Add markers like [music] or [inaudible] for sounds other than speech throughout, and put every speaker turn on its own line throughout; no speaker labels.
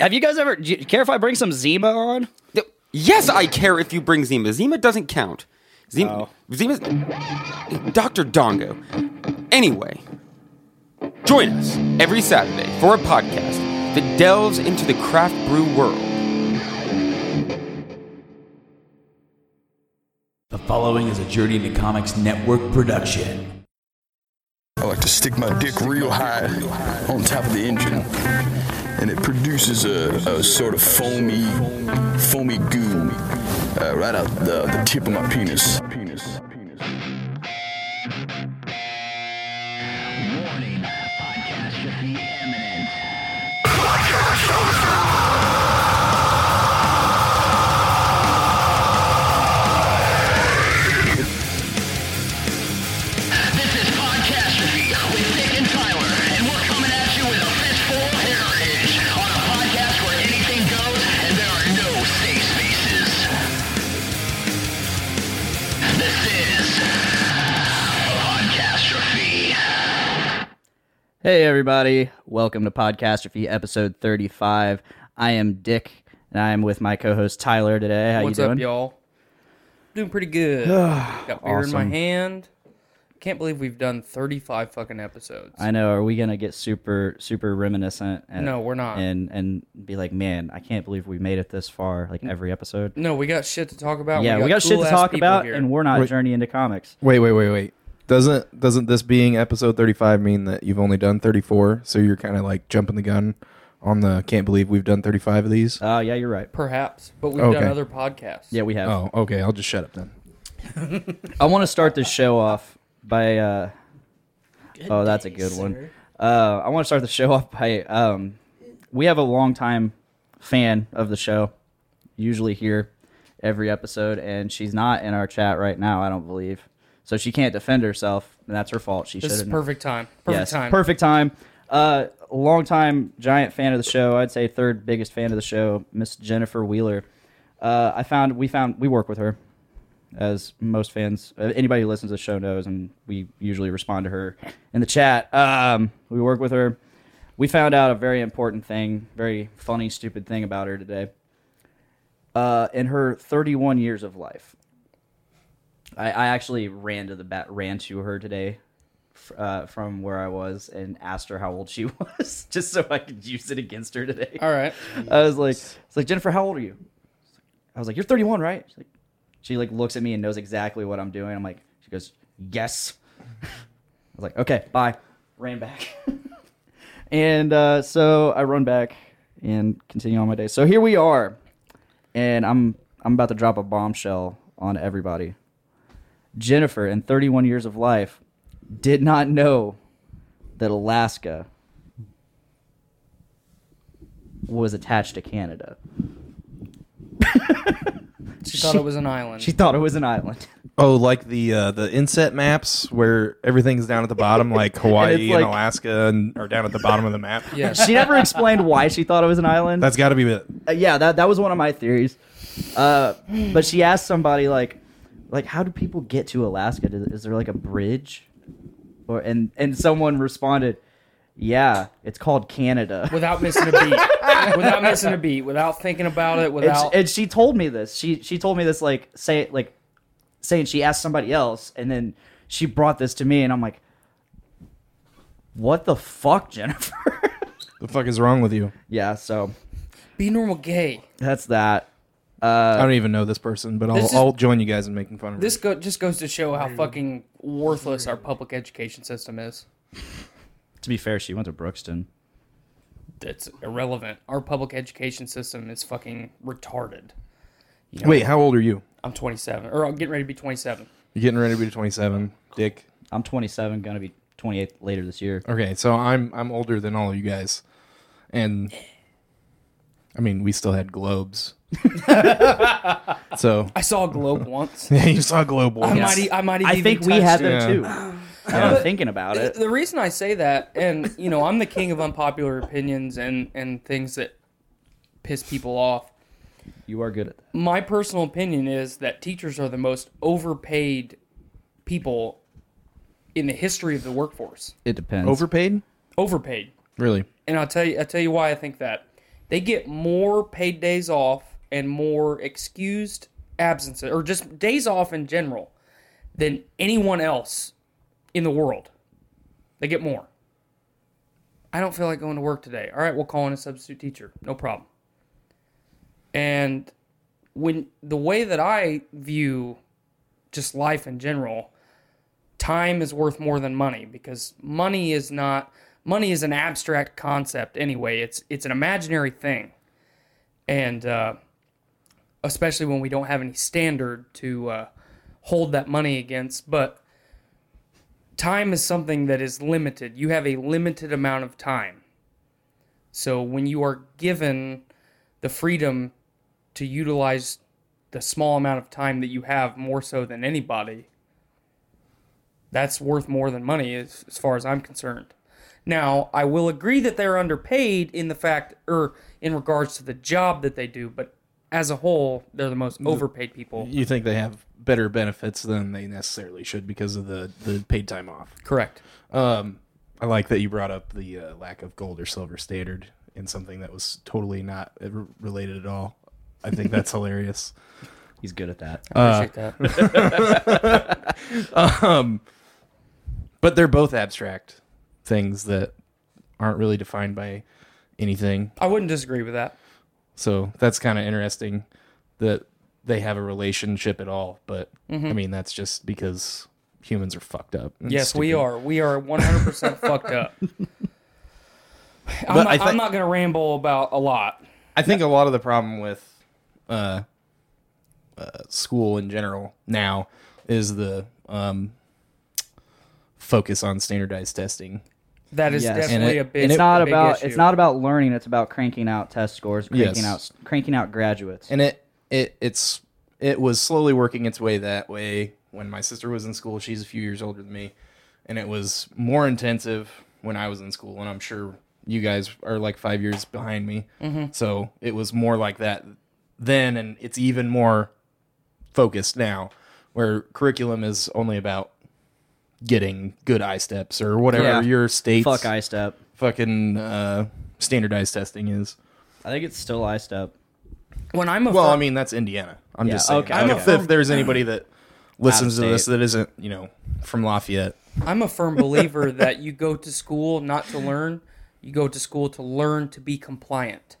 have you guys ever, do you care if I bring some Zima on?
Th- Yes, I care if you bring Zima. Zima doesn't count. Zima,
Oh.
Zima's Doctor Dongo. Anyway, join us every Saturday for a podcast that delves into the craft brew world.
The following is a Journey into Comics Network production.
I like to stick my dick real high on top of the engine, and it produces a, a sort of foamy, foamy goo uh, right out the, the tip of my penis. Penis. Penis.
Hey, everybody. Welcome to Podcastrophe episode 35. I am Dick, and I am with my co host Tyler today. How
What's
you doing?
up, y'all? Doing
[sighs]
pretty good. Got beer in
Awesome.
my hand. Can't believe we've done 35 fucking episodes.
I know. Are we gonna get super super reminiscent? And,
No, we're not.
And and be like, man, I can't believe we made it this far. Like every episode.
no, we got shit to talk about.
yeah, we got, shit to
cool-ass
talk
people
about,
here.
and we're not
Wait.
journey into comics.
Wait, wait, wait, wait. Doesn't doesn't this being episode 35 mean that you've only done 34? So you're kind of like jumping the gun on the can't believe we've done 35 of
Uh,
these.
Oh yeah, you're right.
perhaps, but we've
Okay.
done other podcasts.
Yeah, we have.
oh, okay. I'll just shut up then.
I want to start this show off by. Uh, oh, that's a good one. Uh, I want to start the show off by. Um, we have a longtime fan of the show, usually here every episode, and she's not in our chat right now. I don't believe, so she can't defend herself, and that's her fault. She should
This is
have.
perfect time. Perfect
yes,
time.
perfect time. Uh, long time giant fan of the show. I'd say third biggest fan of the show, Miss Jennifer Wheeler. Uh, I found we found we work with her, as most fans, uh, anybody who listens to the show knows, and we usually respond to her in the chat. Um, we work with her. We found out a very important thing, very funny, stupid thing about her today. Uh, in her 31 years of life, I, I actually ran to the bat, ran to her today f- uh, from where I was and asked her how old she [laughs] was, just so I could use it against her today.
All right.
I was like, it's like Jennifer, how old are you? I was like, you're 31, right? She's like, she like looks at me and knows exactly what I'm doing. I'm like, she goes, yes. I was like, okay, bye. Ran back, [laughs] and uh, so I run back and continue on my day. So here we are, and I'm I'm about to drop a bombshell on everybody. Jennifer, in 31 years of life, did not know that Alaska was attached to Canada.
She thought it was an island.
She thought it was an island.
Oh, like the uh, the inset maps where everything's down at the bottom,
[laughs]
like Hawaii and,
like-
Alaska, and are down at the bottom of the map.
yes.
she never explained why she thought it was an island.
That's got to be it.
Uh, yeah, that, that was one of my theories. Uh, but she asked somebody like, like how do people get to Alaska? Is, is there like a bridge? Or and and someone responded, yeah, it's called Canada.
without missing a beat. without missing a beat. Without thinking about it.
[laughs] and, she,
Without.
and she told me this. She she told me this like say like saying she asked somebody else, and then she brought this to me, and I'm like, what the fuck, Jennifer? [laughs]
The fuck is wrong with you?
yeah, so
be normal gay.
that's that.
I don't even know this person, but I'll,
Uh, This is-
I'll join you guys in making fun of
This go- just goes to show how fucking worthless our public education system is.
To be fair, she went to Brookston.
That's irrelevant. Our public education system is fucking retarded.
her. Wait, how old are you?
I'm 27, or I'm getting ready to be 27.
You're getting ready to be 27, Dick.
I'm 27, gonna be 28 later this year.
Okay, so I'm I'm older than all of you guys, and I mean, we still had [laughs] globes. [laughs] so
I saw a
[laughs]
globe once.
yeah, you saw globe
I
once.
might, e- I might have
I
even
think we had
touched it.
them
Yeah.
too. Now I'm thinking about it.
The reason I say that, and you know, I'm the king of unpopular opinions and and things that piss people off.
You are good at that.
My personal opinion is that teachers are the most overpaid people in the history of the workforce.
It depends.
Overpaid?
Overpaid.
Really?
and I'll tell you, I'll tell you why I think that. They get more paid days off and more excused absences, or just days off in general, than anyone else in the world. They get more. I don't feel like going to work today. All right, we'll call in a substitute teacher. No problem. And when the way that I view just life in general, time is worth more than money because money is not money is an abstract concept anyway. It's it's an imaginary thing, and uh, especially when we don't have any standard to uh, hold that money against. But time is something that is limited. You have a limited amount of time. So when you are given the freedom to utilize the small amount of time that you have more so than anybody, that's worth more than money as, as far as I'm concerned. Now, I will agree that they're underpaid in the fact or in regards to the job that they do, but as a whole, they're the most overpaid people.
You think they have better benefits than they necessarily should because of the, the paid time off?
Correct.
Um, I like that you brought up the uh, lack of gold or silver standard in something that was totally not uh, r- related at all. I think [laughs] that's hilarious.
He's good at that.
I appreciate
[laughs]
that.
But they're both abstract things that aren't really defined by anything.
I wouldn't disagree with that.
So that's kind of interesting that they have a relationship at all. But
Mm-hmm.
I mean, that's just because humans are fucked up. and
Yes, we
stupid.
are. We
[laughs]
are 100% fucked up. I'm
But
not,
I thi-
I'm not going to ramble about a lot.
I think a lot of the problem with uh, uh, school in general now is the um, focus on standardized testing.
That is
Yes. And
definitely
it-
a big
and
It's not
big
about
issue.
it's not about learning. It's about cranking out test scores, cranking
Yes.
out cranking out graduates.
and it it it's it was slowly working its way that way when my sister was in school she's a few years older than me and it was more intensive when i was in school and i'm sure you guys are like five years behind me
Mm-hmm.
so it was more like that then and it's even more focused now where curriculum is only about getting good eye steps or whatever
Yeah.
your state's
Fuck I step.
fucking uh, standardized testing is
I think it's still I step.
when I'm a
well,
fir-
I mean that's Indiana. I'm
Yeah,
just saying.
okay,
Like,
okay.
if, if there's anybody that listens to this
state.
that isn't, you know, from Lafayette,
I'm a firm believer that you go to school not to learn, you go to school to learn to be compliant.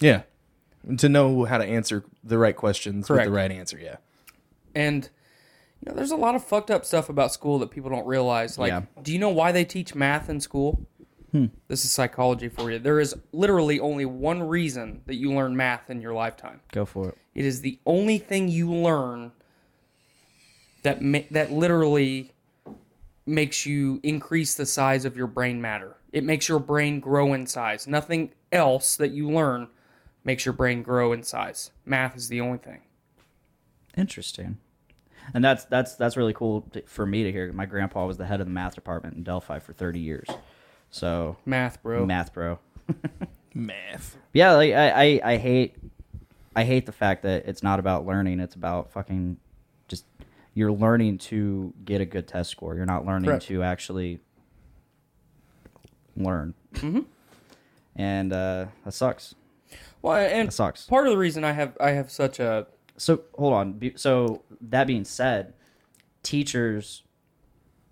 yeah, to know how to answer the right questions
Correct.
with the right answer, yeah.
And you know, there's a lot of fucked up stuff about school that people don't realize. Like,
Yeah.
do you know why they teach math in school? This is psychology for you. There is literally only one reason that you learn math in your lifetime.
Go for it.
It is the only thing you learn that ma- that literally makes you increase the size of your brain matter. It makes your brain grow in size. Nothing else that you learn makes your brain grow in size. Math is the only thing.
Interesting. And that's that's that's really cool t- for me to hear. My grandpa was the head of the math department in Delphi for 30 years. So
Math, bro.
math, bro.
Math.
Yeah, like I, I, I hate I hate the fact that it's not about learning, it's about fucking just you're learning to get a good test score. You're not learning
Correct.
to actually learn.
Mm-hmm.
And uh, that sucks.
Well, and
That sucks.
part of the reason I have I have such a
So hold on. Be- So that being said, teachers,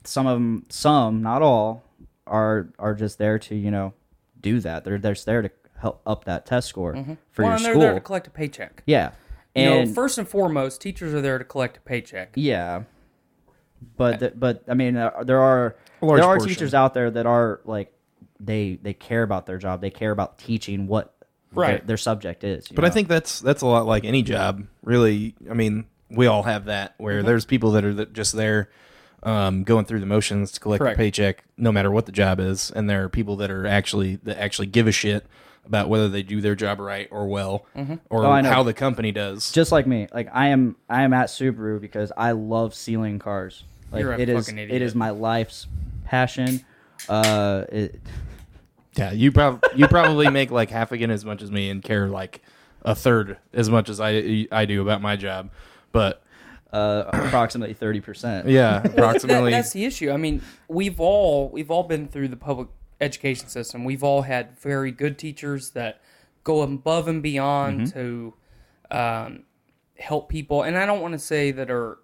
some of them, some not all, are are just there to you know do that. They're they're just there to help up that test score for
Mm-hmm. well,
your
and they're
school.
there to collect a paycheck.
yeah,
you
and
know, first and foremost, teachers are there to collect a paycheck.
yeah, but th- but I mean uh, there are
A large
there are
portion.
teachers out there that are like they they care about their job. They care about teaching what their,
Right.
their subject is. you
But I
know?
think that's that's a lot like any job, really. I mean, we all have that where
Mm-hmm.
there's people that are th- just there um, going through the motions to collect
Correct.
a paycheck, no matter what the job is, and there are people that are actually that actually give a shit about whether they do their job right or well or
Oh, I know.
how the company does.
just like me. Like I am, I am at Subaru because I love sealing cars. Like
You're a
it is,
fucking
it
idiot.
is my life's passion. Uh, it,
yeah, you prob- you probably make like half again as much as me and care like a third as much as I I do about my job. But
uh, approximately thirty percent.
yeah,
[laughs] That-
approximately
that's the issue. I mean, we've all we've all been through the public education system. We've all had very good teachers that go above and beyond
Mm-hmm.
to um, help people. And I don't want to say that are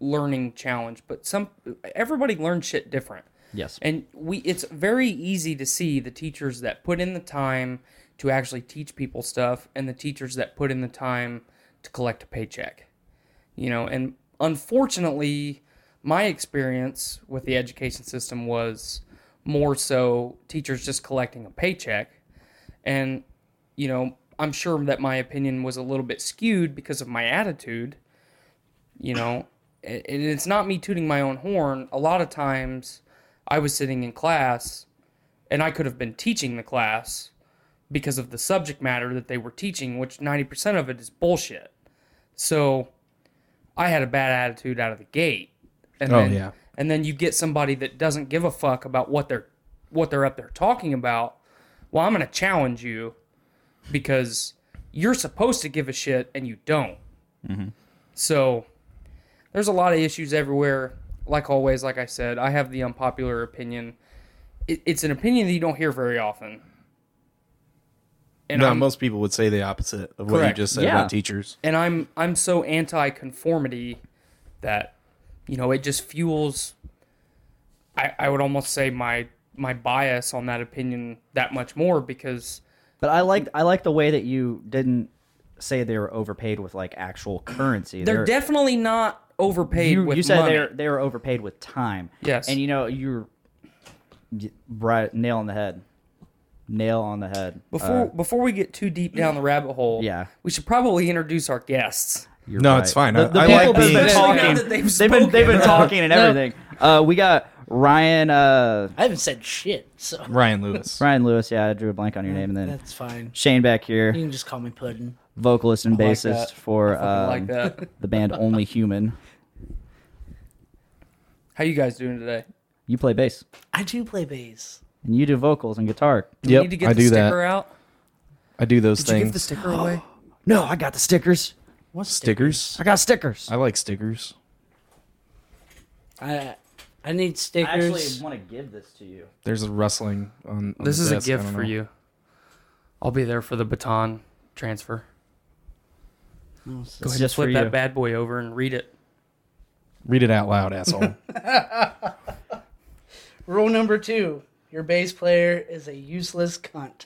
learning challenge, but some everybody learns shit different.
Yes.
And we it's very easy to see the teachers that put in the time to actually teach people stuff and the teachers that put in the time to collect a paycheck. You know, and unfortunately my experience with the education system was more so teachers just collecting a paycheck and you know, I'm sure that my opinion was a little bit skewed because of my attitude. You know, and and it's not me tooting my own horn. A lot of times I was sitting in class and I could have been teaching the class because of the subject matter that they were teaching, which 90% of it is bullshit. So I had a bad attitude out of the gate. And
Oh,
then,
yeah.
And then you get somebody that doesn't give a fuck about what they're what they're up there talking about. Well, I'm going to challenge you because you're supposed to give a shit and you don't.
Mm-hmm.
So there's a lot of issues everywhere. Like always, like I said, I have the unpopular opinion. It, it's an opinion that you don't hear very often. And
no,
I'm
most people would say the opposite of what
Correct.
you just said
Yeah.
about teachers.
and I'm I'm so anti-conformity that you know it just fuels. I, I would almost say my my bias on that opinion that much more because
But I liked, I like the way that you didn't say they were overpaid with like actual currency.
they're definitely not overpaid
you,
with
you said
money.
they were, they were overpaid with time.
Yes.
And you know you're y- right nail on the head. Nail on the head.
Before before we get too deep down the rabbit hole,
uh, Yeah.
we should probably introduce our guests.
You're
No,
right.
it's fine.
The, the
I- I
people that's
like being-
been
Especially now
talking.
that they've
they've, been they've been
spoken.
talking and everything. Uh, we got Ryan uh,
I haven't said shit, so
Ryan Lewis.
Ryan Lewis. Yeah, I drew a blank on your name, and then
that's fine.
Shane back
You
here,
can just call me Puddin.
vocalist and
like
bassist
that.
for
Fucking
um,
like
[laughs]
that.
the band Only Human.
How you guys doing today?
You play bass
I do play bass.
and you do vocals and guitar.
Do we need to get
I
the
do that.
sticker out?
I do those
Did you
things.
give the sticker
[gasps]
away?
No, I got the stickers.
What
stickers.
I got stickers.
I like stickers.
I I need stickers.
want to give this to you.
There's a rustling on. on
This
the
is a
desk. I
gift
don't
for
know.
you. I'll be there for the baton transfer.
No, it's-
Go ahead
just
and flip
for
that
you.
bad boy over and read it.
Read it out
[laughs]
loud, asshole.
Rule number two: Your bass player is a useless cunt.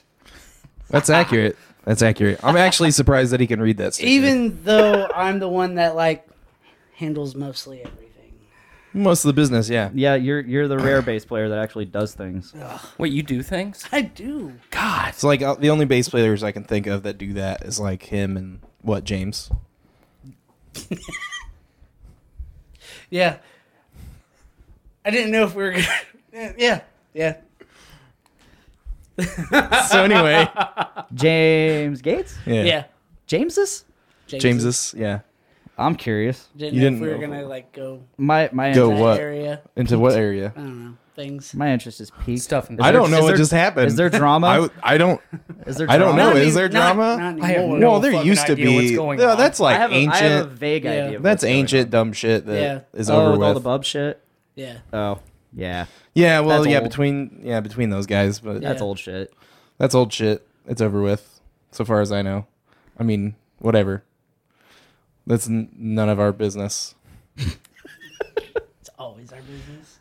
That's accurate. That's accurate. I'm actually surprised that he can read that. Sticker.
Even though I'm the one that like handles mostly everything.
most of the business, yeah.
Yeah, you're you're the rare bass player that actually does things.
Wait, you do things?
I do.
It's like uh, the only bass players I can think of that do that is like him and what James.
Yeah. I didn't know if we were gonna. [laughs] Yeah. Yeah.
So anyway,
James Gates?
yeah,
Yeah.
James's?
James's, yeah.
I'm curious.
Didn't
You
know
didn't
if we were
know.
gonna like go
My my
Go
that
what?
area.
Into what area?
I don't know things.
my interest is peaked.
Stuff in
I
there.
don't know
Uh, is
what
there-
just happened.
is there drama?
I, w-
[laughs]
I don't.
Is there
I don't
drama?
know.
Not
Is there
any- not-
drama?
not
I have
anymore.
no
well, there
fucking
used to
idea
be.
what's going
yeah,
on.
that's
I
like
have, a, I
ancient.
have a vague
Yeah.
idea. of
that's
what's going
ancient dumb shit that is
Yeah.
on. Oh,
over
with,
with.
all the bub shit.
Yeah.
Oh, yeah,
yeah, well,
That's
yeah,
old.
between yeah between those guys, but
that's
Yeah.
old shit.
that's old shit. It's over with, so far as I know. I mean, whatever. That's n- none of our business.
It's always our business.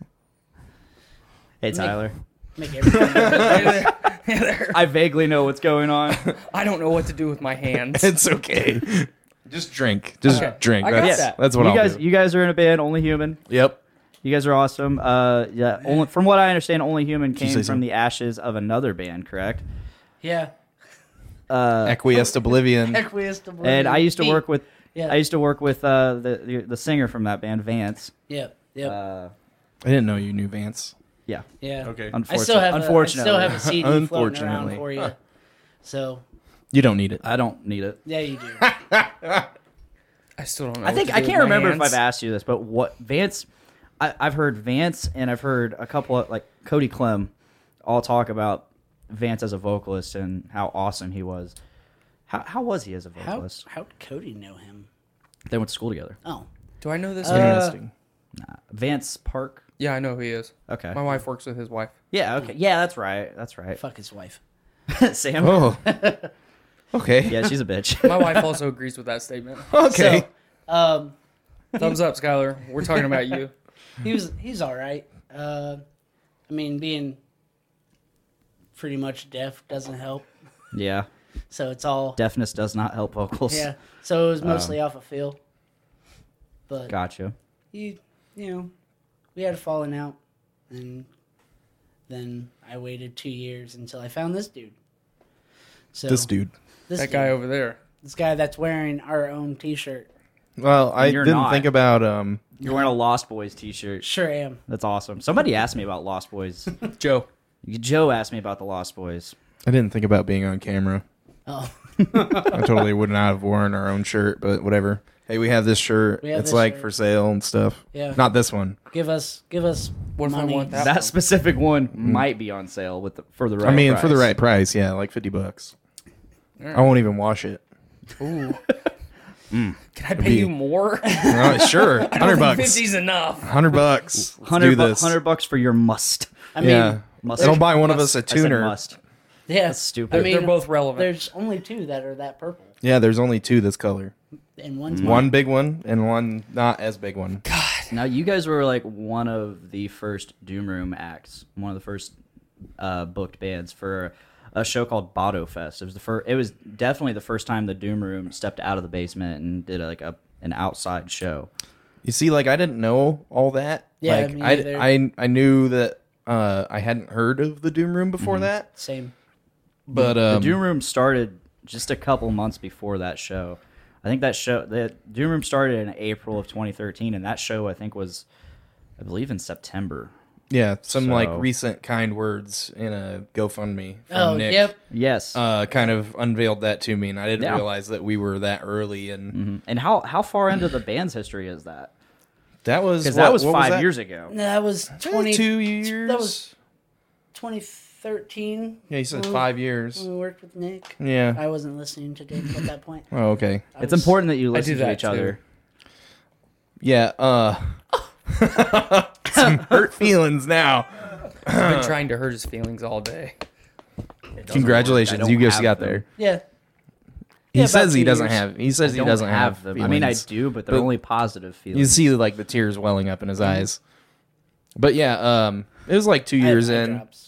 Hey Tyler,
Make everything.
[laughs] I vaguely know what's going on.
[laughs] I don't know what to do with my hands.
[laughs] It's okay. Just drink. Just
Okay.
drink.
I got
that's,
that.
[laughs] that's what
you
I'll
guys,
do.
you guys are in a band, Only Human.
yep.
You guys are awesome. Uh, yeah. Only, from what I understand, Only Human
you
came
say
from
something?
the ashes of another band, correct?
yeah.
Uh, Acquiesced oblivion.
Equius to
And I used to
Hey.
work with,
Yeah.
I used to work with uh, the, the the singer from that band, Vance.
Yep. Yep.
Uh,
I didn't know you knew Vance.
Yeah,
yeah.
Okay.
I still have. A, I
Unfortunately.
still have a CD floating around
[laughs]
Unfortunately.
for you. So
You don't need it.
I don't need it.
yeah, you do.
I still don't know.
I
what
think
to
I
do
can't
with my
remember if
hands.
I've asked you this, but what Vance? I, I've heard Vance and I've heard a couple of like Cody Clem all talk about Vance as a vocalist and how awesome he was. How, how was he as a
How
vocalist?
how would Cody know him?
They went to school together.
Oh,
Do I know this?
Interesting.
Vance Park.
yeah, I know who he is.
Okay.
My wife works with his wife.
Yeah. Okay. Yeah, that's right. That's right.
fuck his wife.
[laughs] Sam.
Oh. Okay.
Yeah, she's a bitch. [laughs]
My wife also agrees with that statement.
[laughs] Okay.
So, um,
[laughs] Thumbs up, Skylar. We're talking about [laughs] you.
he was he's all right. Uh, I mean, being pretty much deaf doesn't help.
yeah.
So it's all
Deafness does not help vocals.
yeah. So
Um,
it was mostly off a of feel. But
Gotcha.
you you know, we had a falling out, and then I waited two years until I found this dude. So
This dude.
this
That
dude,
guy over there.
this guy that's wearing our own T-shirt,
Well, I
You're
didn't
not.
think about um
You're wearing a Lost Boys t-shirt.
sure am.
That's awesome. Somebody asked me about Lost Boys.
Joe.
[laughs] Joe asked me about the Lost Boys.
I didn't think about being on camera.
Oh,
[laughs] I totally would not have worn our own shirt, but whatever. Hey, we have this shirt.
We have
it's
this
like
shirt.
for sale and stuff.
Yeah.
Not this one.
give us give us
What if I
money.
want that?
That specific one might be on sale with the, for the right.
Mm. I mean, for the
price.
right price, yeah, like 50 bucks. I won't even wash [laughs] it.
Can I
be-
pay you
[laughs]
more?
Oh, sure.
[laughs]
100 bucks.
Fifty's enough.
100 bucks. Let's
hundred
do
bu-
this.
100 bucks for your must.
I mean,
yeah.
Must.
It'll buy one of
Must.
us a
I said
tuner.
must.
[laughs] yeah,
That's stupid.
I mean,
They're both relevant.
There's only two that are that purple,
Yeah, there's only two this color.
and one's
One big one and one not as big one.
Now you guys were like one of the first Doom Room acts, one of the first uh, booked bands for a show called Bado Fest. It was the first. It was definitely the first time the Doom Room stepped out of the basement and did like a an outside show.
You see, like I didn't know all that.
Yeah,
like,
me neither.
I, I I knew that uh, I hadn't heard of the Doom Room before that,
same.
but um,
the Mm-hmm. Doom Room started just a couple months before that show. I think that show the Doom Room started in April of 2013, and that show I think was, I believe, in September.
yeah, some like
So-
recent kind words in a GoFundMe from
Oh,
Nick
yep.
Yes.
uh, kind of unveiled that to me, and I didn't
Yeah. Mm-hmm.
realize that we were that early. And
and how how far into the band's history is that?
that was
Because that
what-
was
what
five
that?
years ago.
No, That was
Eh,
20,
two years.
That was 2013.
yeah, you said
mm,
when-
five Mm. years.
When we worked with Nick,
Yeah.
I wasn't listening to Dick at that point.
Oh, okay.
I
It's
was-
important that you listen to
that
each
too.
other.
Yeah. Uh, [laughs] some hurt feelings now.
I've been trying to hurt his feelings all day.
Congratulations, you just
have
got
them.
there.
Yeah,
He
Yeah, about
says he
two
doesn't
years.
have. He says he
Don't
doesn't have,
them. I mean, I
feelings.
do, but they're
But-
only positive
You
feelings.
see, like the tears welling up in his
Mm-hmm.
eyes. But yeah, um, it was like two years
I had
in.
drops.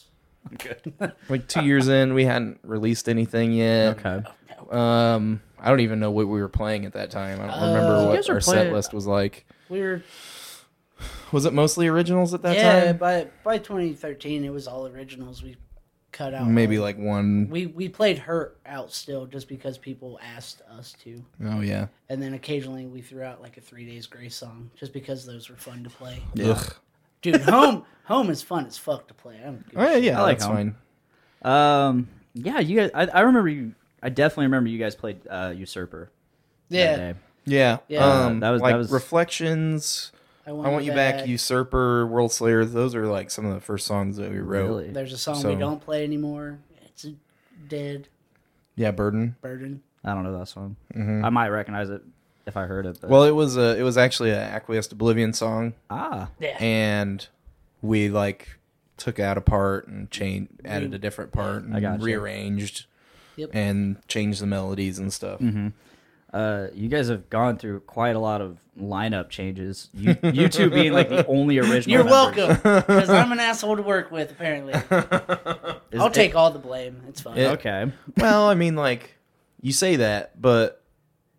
Like two years in, we hadn't released anything yet.
okay.
Um, I don't even know what we were playing at that time. I don't remember what
Uh, guys were
our set
playing-
list was like.
We were
Was it mostly originals at that
yeah.
time?
By by 2013, it was all originals. We cut out
Maybe
all-
like one
we we played her out still just because people asked us to,
oh yeah.
and then occasionally we threw out like a Three Days Grace song just because those were fun to play.
Ugh.
Dude, home home is fun as fuck to play. I'm
Oh yeah, yeah,
I like
that's
Home.
fine.
Um, yeah, you guys. I, I remember you. I definitely remember you guys played uh, Usurper.
yeah.
That day.
Yeah.
Yeah. Oh,
Um,
that was-
like
that was-
reflections. I want you back, usurper, world slayer. Those are like some of the first songs that we wrote.
Really?
There's a song
So-
we don't play anymore. It's a dead
Yeah, burden.
burden.
I don't know that song. I might recognize it if I heard it. But.
Mm-hmm. Well, it was a it was actually an acquiesced oblivion song,
ah,
and we like took out a part and changed, added a different part, and
gotcha.
rearranged,
Yep.
and changed the melodies and stuff.
Mm-hmm. uh, you guys have gone through quite a lot of lineup changes. You, you two being like the [laughs] only original.
You're
members.
welcome, because I'm an asshole to work
[laughs]
with. Apparently,
Is
I'll
it-
take all the blame. It's fine.
It-
Okay.
Well, I mean, like you say that, but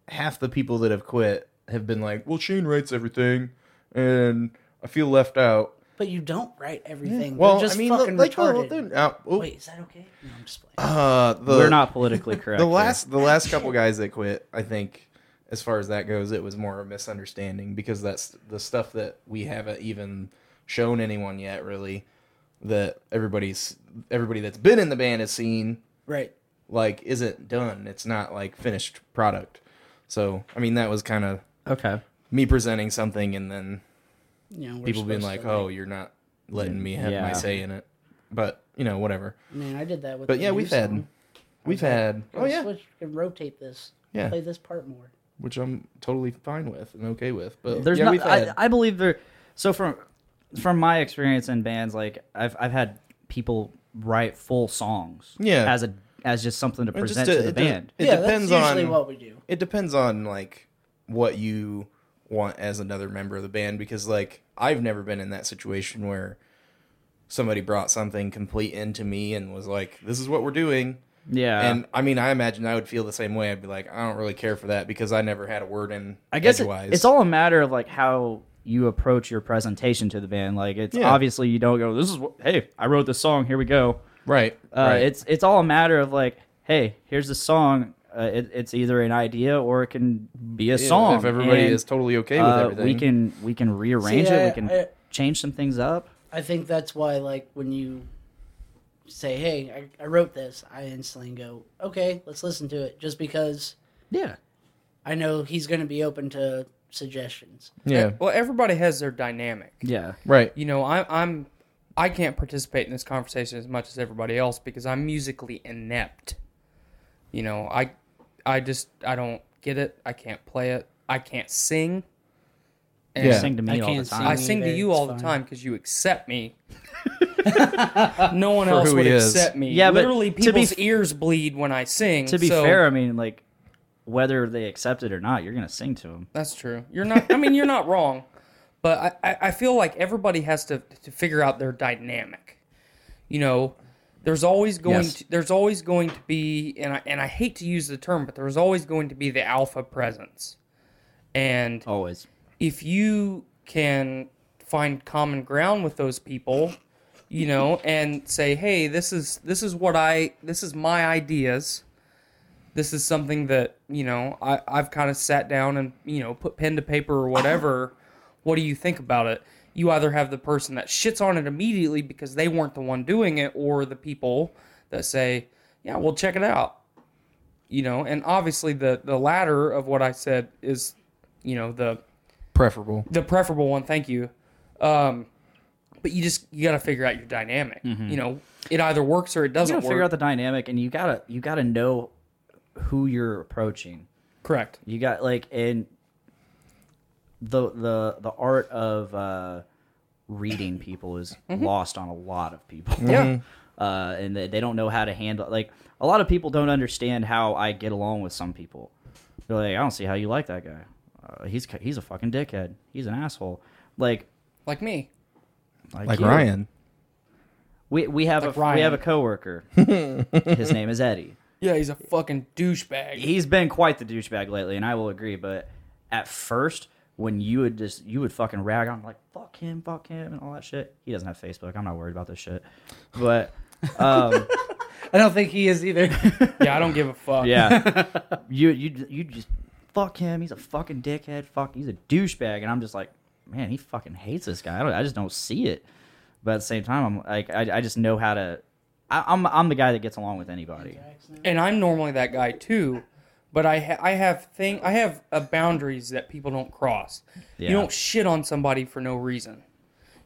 half the people that have quit have been like, "Well, Shane writes everything, and I feel left out."
But you don't write everything.
Well,
Well, just
I mean,
fucking
like, well,
retarded.
they're- uh, oh,
Wait, is that okay? No, I'm just playing.
uh, the,
We're not politically correct.
[laughs] the
here.
last the last couple guys that quit i think as far as that goes it was more a misunderstanding because that's the stuff that we haven't even shown anyone yet really that everybody's everybody that's been in the band has seen
Right.
like isn't done. It's not like finished product. So I mean that was kind of
Okay.
me presenting something and then
You know, we're
people being
supposed
like,
to,
"Oh, you're not letting me have
Yeah.
my say in it." But you know, whatever.
I mean, I did that with.
But
the
yeah,
new
we've had,
song.
we've had. Oh yeah,
Switch, we can rotate this.
Yeah.
play this part more.
which I'm totally fine with and okay with. But
There's
yeah,
not.
we've had.
I, I believe there. So from from my experience in bands, like I've I've had people write full songs.
Yeah.
As a as just something to
It just
present
de-
to the
it de-
band.
It
yeah,
depends
that's usually
on
what we do.
it depends on like what you want as another member of the band because like I've never been in that situation where somebody brought something complete into me and was like, "This is what we're doing."
yeah.
and I mean, I imagine I would feel the same way. I'd be like, "I don't really care for that because I never had a word in."
I guess it-
edgewise.
it's all a matter of like how you approach your presentation to the band. Like it's
Yeah.
obviously you don't go, "This is what, hey, I wrote this song. Here we go."
right.
Uh, It's it's all a matter of like, "Hey, here's the song." Uh, it, it's either an idea or it can be a
Yeah,
song.
If everybody
And,
is totally okay with
uh,
everything,
we can we can rearrange
See,
it.
I-
we can
I-
change some things up.
I think that's why, like, when you say, "Hey, I, I wrote this," I instantly go, "Okay, let's listen to it," just because
Yeah.
I know he's going to be open to suggestions.
Yeah.
Well, everybody has their dynamic.
Yeah.
Right.
You know, I, I'm I can't participate in this conversation as much as everybody else because I'm musically inept. You know, I I just I don't get it. I can't play it. I can't sing. And
Yeah.
Sing to me
I
all the
can't
time.
I
sing
sing to
either.
you
It's
all the
fine.
time because you
[laughs]
accept me. no one else
who
would
he is.
accept me.
Yeah, but
literally,
to be
people's
f-
ears bleed when I sing.
to be
so-
fair, I mean, like whether they accept it or not, you're gonna sing to them.
That's true. You're not. I mean, you're not wrong, but I, I, I feel like everybody has to to figure out their dynamic. You know, there's always going
Yes.
to, there's always going to be, and I and I hate to use the term, but there's always going to be the alpha presence, and
Always.
if you can find common ground with those people you know and say hey this is this is what i this is my ideas this is something that you know I, i've kind of sat down and you know put pen to paper or whatever what do you think about it you either have the person that shits on it immediately because they weren't the one doing it or the people that say yeah well check it out you know and obviously the the latter of what i said is you know the
Preferable.
the preferable one thank you um but you just you gotta figure out your dynamic you know it either works or it
You
doesn't
gotta
work
figure out the dynamic, and you gotta you gotta know who you're approaching.
correct
You got like in the the the art of uh, reading people
[laughs]
is lost on a lot of people.
Mm-hmm. yeah
[laughs] uh, and they, they don't know how to handle. Like a lot of people don't understand how I get along with some people. They're like, I don't see how you like that guy. Uh, he's ca- he's a fucking dickhead. He's an asshole. Like
like me
like,
Like
you.
Ryan.
We we have
Like
a
Ryan.
we have a
[laughs]
coworker. His name is Eddie.
yeah he's a fucking douchebag
he's been quite the douchebag lately, and I will agree. But at first, when you would just you would fucking rag on like fuck him, fuck him, and all that shit. He doesn't have Facebook. I'm not worried about this shit. But
[laughs]
um,
I don't think he is either.
yeah i don't give a fuck
yeah, [laughs] you you you just fuck him. He's a fucking dickhead. Fuck, he's a douchebag. And I'm just like, man, he fucking hates this guy. I, don't, I just don't see it. But at the same time, I'm like, I, I just know how to. I, I'm I'm the guy that gets along with anybody.
and i'm normally that guy too but i ha- i have thing i have uh boundaries that people don't cross
Yeah.
you don't shit on somebody for no reason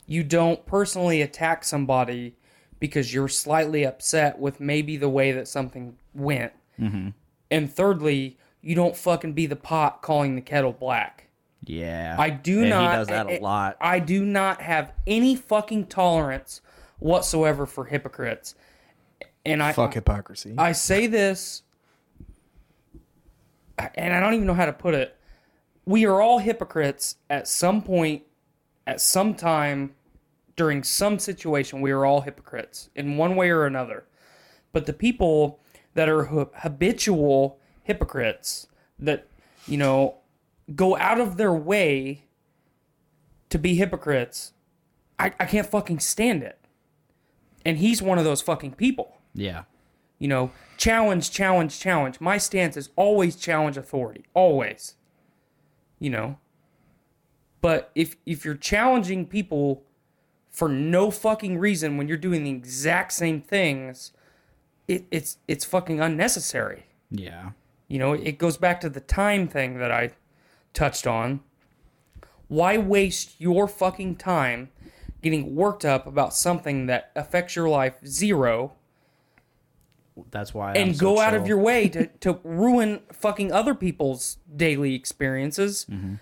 you don't personally attack somebody because you're slightly upset with maybe the way that something went.
Mm-hmm.
And thirdly, you don't fucking be the pot calling the kettle black.
Yeah,
I do
And
not.
He does that
I-
a lot.
I do not have any fucking tolerance whatsoever for hypocrites. And I
Fuck hypocrisy.
I say this, and I don't even know how to put it. We are all hypocrites at some point, at some time, during some situation. We are all hypocrites in one way or another. But the people that are hu- habitual hypocrites that, you know, go out of their way to be hypocrites, I, I can't fucking stand it. And he's one of those fucking people
yeah.
you know, challenge, challenge, challenge. My stance is always challenge authority, always. You know. But if if you're challenging people for no fucking reason when you're doing the exact same things, it, it's it's fucking unnecessary.
Yeah.
You know, it goes back to the time thing that I touched on. Why waste your fucking time getting worked up about something that affects your life zero
That's why.
and
I'm so
go out of
chill.
your
[laughs]
way to, to ruin fucking other people's daily experiences
Mm-hmm.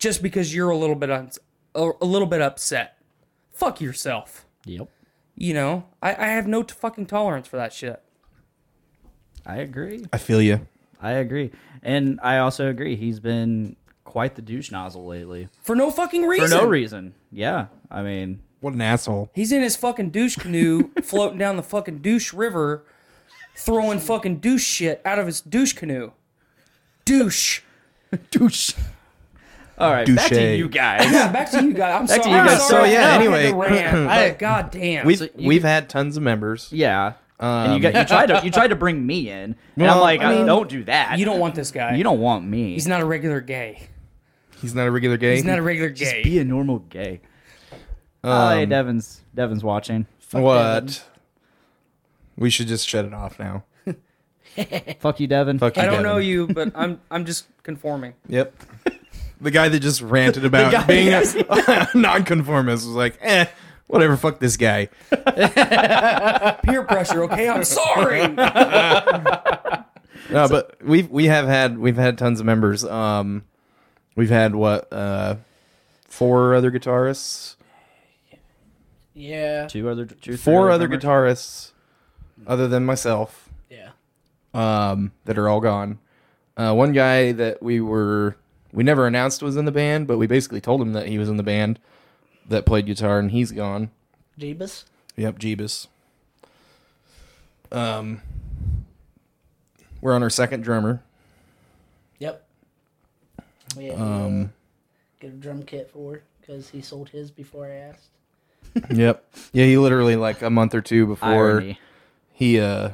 just because you're a little bit uns- a a little bit upset? Fuck yourself.
Yep.
You know, I, I have no t- fucking tolerance for that shit.
I agree.
I feel you.
I agree, and I also agree. He's been quite the douche nozzle lately
For no fucking reason.
for no reason. Yeah. I mean,
What an asshole.
He's in his fucking
[laughs]
douche canoe floating down the fucking douche river, throwing fucking douche shit out of his douche canoe. Douche.
Douche.
all right. Back to
Douche.
you guys.
Yeah, back to you guys. I'm
Back to
sorry.
you
I'm
guys.
sorry.
So, yeah,
I had to
anyway.
[clears throat]
rant, but God damn.
[laughs] We've
So you
we've had tons of members.
yeah. and you got you tried to you tried to bring me in, and I'm
Well,
like,
I
I
mean-
don't do that.
you don't want this guy.
You don't want me.
He's not a regular gay.
He's not a regular gay. Um,
He's not a regular gay.
Be a normal gay. oh, hey, Devin's Devin's watching.
what? We should just shut it off now.
Fuck you, Devin.
Fuck you,
I don't
Devin.
know you, but I'm I'm just conforming.
Yep. the guy that
[laughs]
just ranted about being a [laughs] nonconformist was like, eh, whatever, fuck this guy.
Peer pressure, okay? I'm sorry.
No, but we've we have had we've had tons of members. Um we've had what uh four other guitarists.
Yeah.
Two other, two, three
Four other
members.
guitarists other than myself.
Yeah.
um, that are all gone. Uh, one guy that we were we never announced was in the band, but we basically told him that he was in the band that played guitar, and he's gone.
Jeebus.
Yep, Jeebus. Um, we're on our second drummer.
Yep. We had um, get a drum kit for because he sold his before I asked.
yep. Yeah, he literally like a month or two before
Irony.
he uh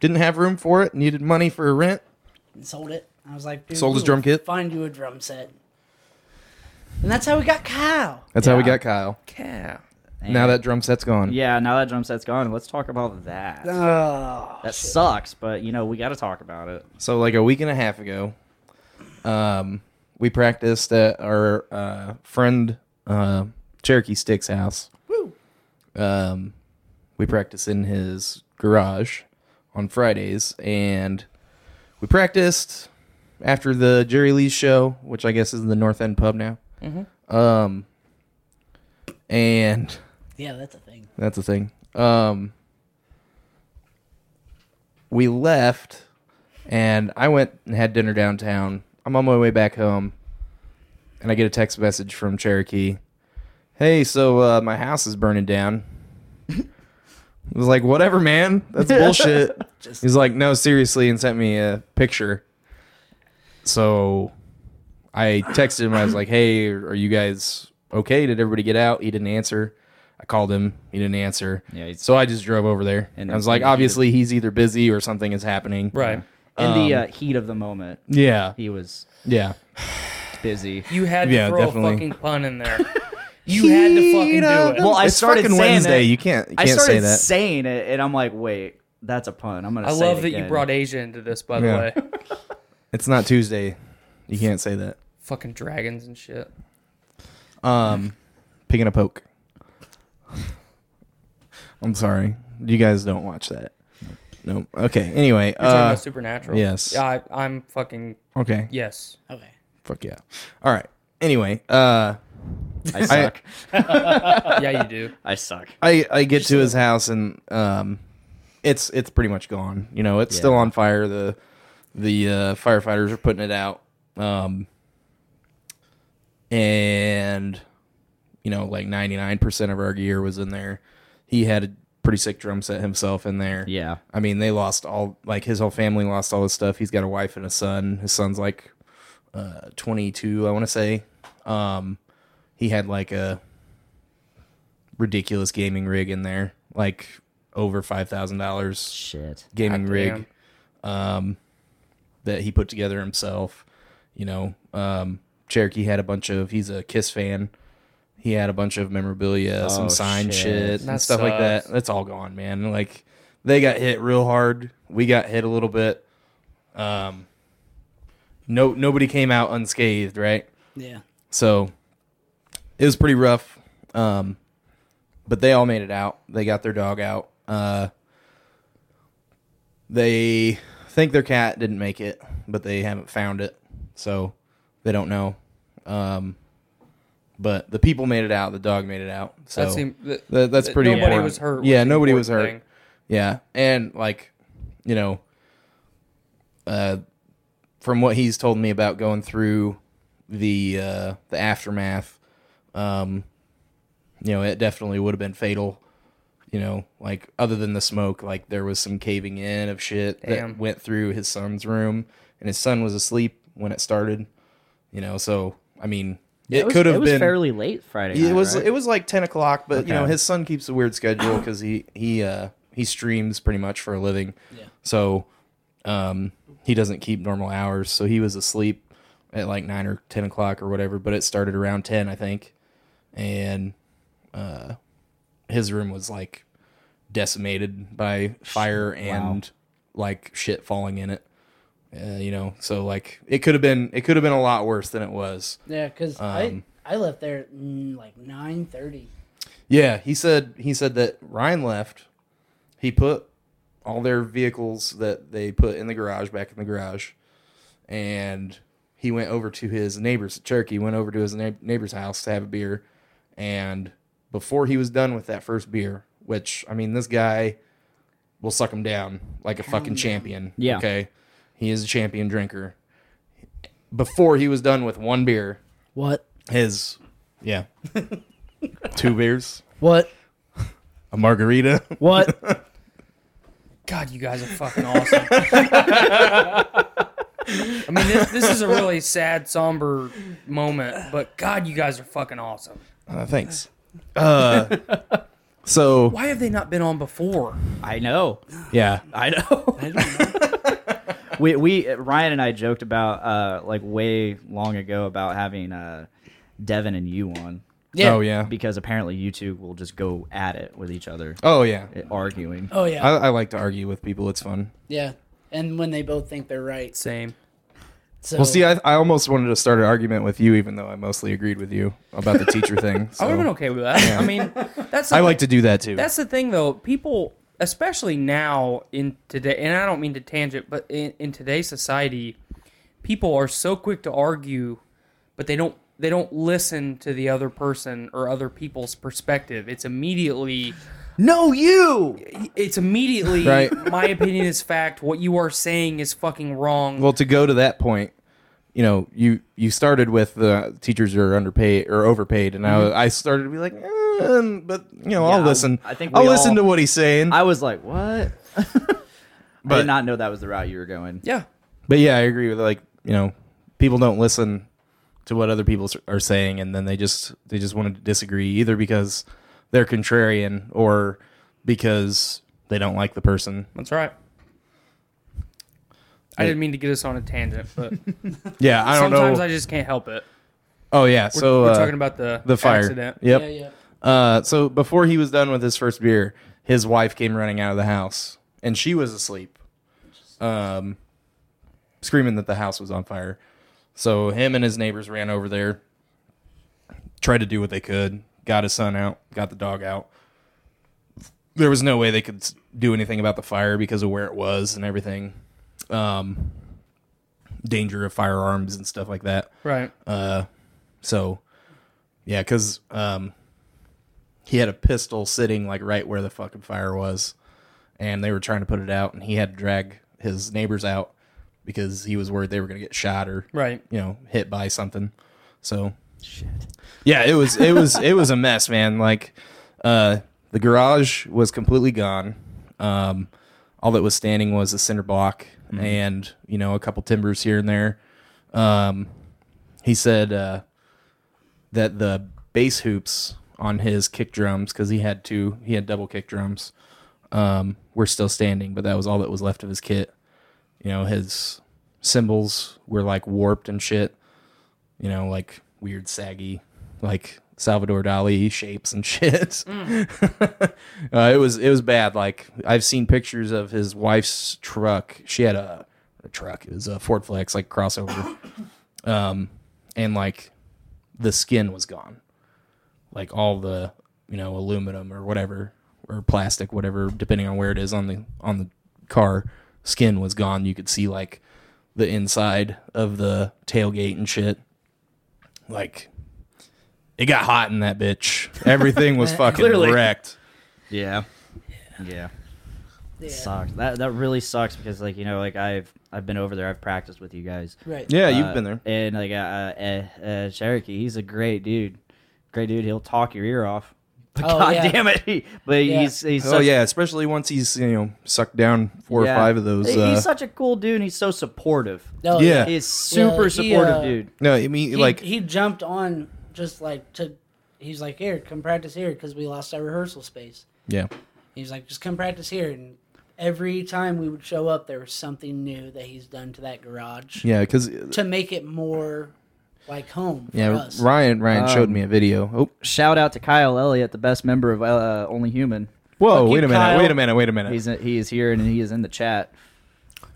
didn't have room for it, needed money for rent.
And sold it. I was like, dude,
Sold his
we'll
drum kit?
Find you a drum set. And that's how we got Kyle.
That's how we got Kyle.
yeah.
Now that drum set's gone.
Yeah, now that drum set's gone, let's talk about that.
Oh.
that sucks, but you know we got to talk about it.
So like a week and a half ago, um, we practiced at our uh, friend uh, Cherokee Stick's house. Woo. Um, we practiced in his garage on Fridays, and we practiced after the Jerry Lee show, which I guess is in the North End Pub now. Um, and [laughs]
Yeah, that's a thing.
that's the thing. Um, we left, and I went and had dinner downtown. I'm on my way back home, and I get a text message from Cherokee. Hey, so uh, my house is burning down. I was like, whatever, man.
[laughs]
That's bullshit. He's like, no, seriously, and sent me a picture. So I texted him. I was like, hey, are you guys okay? Did everybody get out? He didn't answer. I called him. He didn't answer.
Yeah, he's-
so I just drove over there. And I was like, obviously, he's either busy or something is happening.
Right.
In the
Um,
uh, heat of the moment,
Yeah.
he was
Yeah.
busy.
You had to
Yeah,
throw
definitely.
a fucking pun in there. You had to fucking do it.
Well, I
It's
started
fucking
saying
Wednesday.
it.
You can't. You
I
can't
started
say that.
saying it, and I'm like, wait, that's a pun. I'm gonna.
I
say
love
it
that you
again.
brought Asia into this, by
Yeah.
the way.
it's not Tuesday. You can't say that.
fucking dragons and shit.
Um, picking a poke. [laughs] I'm sorry. You guys don't watch that. No. Okay. Anyway.
You're talking
Uh,
about Supernatural.
yes.
Yeah, I, I'm fucking
okay.
yes.
Okay.
Fuck yeah. All right. Anyway. Uh,
I suck.
Yeah, you do.
I, suck.
I I get to his house and um, it's it's pretty much gone. You know, it's still on fire. The the uh, firefighters are putting it out. Um, and you know, like ninety nine percent of our gear was in there. He had a pretty sick drum set himself in there.
Yeah.
I mean, they lost all like his whole family lost all his stuff. He's got a wife and a son. His son's like uh, 22, I want to say. Um, he had like a ridiculous gaming rig in there, like over five thousand dollars
Shit.
gaming
God
rig, um, that he put together himself. You know, um, Cherokee had a bunch of. He's a Kiss fan. He had a bunch of memorabilia,
Oh,
some signed
shit.
shit, and
That
stuff like that.
sucks.
That's all gone, man. Like they got hit real hard. We got hit a little bit. Um, no, nobody came out unscathed, right?
Yeah.
So it was pretty rough. Um, but they all made it out. They got their dog out. Uh, they think their cat didn't make it, but they haven't found it. So they don't know. Um, but the people made it out. The dog made it out. So
That seemed- that-
tha- that's
that
pretty
nobody
important.
was hurt was
Yeah,
the
nobody was hurt.
important thing.
Yeah. And like, you know, uh, from what he's told me about going through the uh, the aftermath, um, you know, it definitely would have been fatal. You know, like other than the smoke, like there was some caving in of shit
Damn.
that went through his son's room, and his son was asleep when it started. You know, so I mean, it,
was-
could have
was
been
fairly late Friday.
yeah,
night,
it was
right?
it was like ten o'clock, but you know
Okay.
his son keeps a
[coughs]
weird schedule because he he uh, he streams pretty much for a living. Yeah. So, um, he doesn't keep normal hours, so he was asleep at like nine or ten o'clock or whatever. But it started around ten, I think, and uh, his room was like decimated by fire and like shit falling in it. Uh, you know, so like it could have been it could have been a lot worse than it was.
Yeah, because I
Um,
I left there at mm, like nine thirty.
Yeah, he said he said that Ryan left. He put all their vehicles that they put in the garage back in the garage, and he went over to his neighbor's. Cherokee went over to his neigh- neighbor's house to have a beer, and before he was done with that first beer, which I mean, this guy will suck him down like a fucking champion.
Yeah.
Okay, he is a champion drinker. Before he was done with one beer,
What?
his yeah, [laughs] two beers
What?
a margarita. [laughs]
What?
God, you guys are fucking awesome. I mean, this, this is a really sad, somber moment, but God, you guys are fucking awesome.
Uh, thanks. Uh, [laughs] so
Why have they not been on before?
I know.
yeah,
I know. [laughs] we we Ryan and I joked about uh like way long ago about having uh Devin and you on
oh yeah,
because apparently you two will just go at it with each other
oh yeah.
eh,
arguing.
Oh
I,
yeah.
I like to argue with people. It's fun.
yeah. And when they both think they're right.
Same.
So
Well, see, I, I almost wanted to start an argument with you, even though I mostly agreed with you about the teacher
[laughs]
thing.
I would have been
So
Oh, okay with that. I mean, that's
[laughs] I like to do that too.
That's the thing, though. People, especially now in today, and I don't mean to tangent, but in, in today's society, people are so quick to argue, but they don't they don't listen to the other person or other people's perspective. It's immediately
no, you.
it's immediately
Right.
my opinion is fact. What you are saying is fucking wrong.
Well, to go to that point, you know, you you started with the teachers are underpaid or overpaid, and I, I started to be like, eh, but you know, I'll
Yeah, I-
listen.
I think
I'll
we
listen
all-
to what he's saying.
I was like,
[laughs]
"What?" I
But-
did not know that was the route you were going.
yeah,
But yeah, I agree with like you know, people don't listen to what other people s- are saying, and then they just they just want to disagree either because they're contrarian or because they don't like the person.
that's right. I didn't mean to get us on a tangent, but
Yeah, [laughs] I don't
sometimes
know.
I just can't help it.
oh yeah, so
We're
uh,
talking about the
the fire.
accident.
Yep.
Yeah, yeah.
Uh, so before he was done with his first beer, his wife came running out of the house, and she was asleep, um, screaming that the house was on fire. So him and his neighbors ran over there, tried to do what they could, got his son out, got the dog out. There was no way they could s- do anything about the fire because of where it was and everything, um, danger of firearms and stuff like that.
Right.
Uh, So, yeah, because um, he had a pistol sitting like right where the fucking fire was, and they were trying to put it out, and he had to drag his neighbors out because he was worried they were gonna get shot or
Right.
you know, hit by something. So, yeah, it was it was it was a mess, man. Like, uh, the garage was completely gone. Um, all that was standing was a cinder block and you know a couple timbers here and there. Um, he said uh, that the bass hoops on his kick drums because he had two he had double kick drums um, were still standing but that was all that was left of his kit you know his cymbals were like warped and shit you know like weird saggy like Salvador Dali shapes and [laughs] shit. uh, it was it was bad. Like I've seen pictures of his wife's truck. She had a, a truck. It was a Ford Flex, like crossover, um, and like the skin was gone, like all the you know aluminum or whatever or plastic, whatever, depending on where it is on the on the car, skin was gone. You could see like the inside of the tailgate and shit. Like it got hot in that bitch. [laughs] Everything
[laughs]
was fucking
Clearly.
wrecked.
Yeah. Yeah. It Sucks. That that really sucks because like you know like I've I've been over there. I've practiced with you guys.
Right.
Yeah,
Uh,
you've been there.
And like uh, uh, uh, uh, Cherokee, he's a great dude. Great dude. He'll talk your ear off. But
Oh,
God
yeah.
damn it! [laughs] He, but
Yeah.
he's he's
Oh
such,
yeah, especially once he's you know sucked down four
yeah.
or five of those.
He-
uh,
He's such a cool dude. and He's so supportive.
Oh,
Yeah.
He's super
he,
supportive
uh,
dude.
no, I mean
He,
like
he jumped on just like to. He's like, here, come practice here because we lost our rehearsal space.
yeah,
He's like, just come practice here. And every time we would show up, there was something new that he's done to that garage
yeah, because
to make it more like home for
yeah,
us.
Ryan Ryan showed me a video. Oh,
Shout out to Kyle Elliott, the best member of uh, Only Human.
whoa,
Fuck
wait
you,
a minute,
Kyle.
wait a minute, wait a minute.
He's he is here and he is in the chat.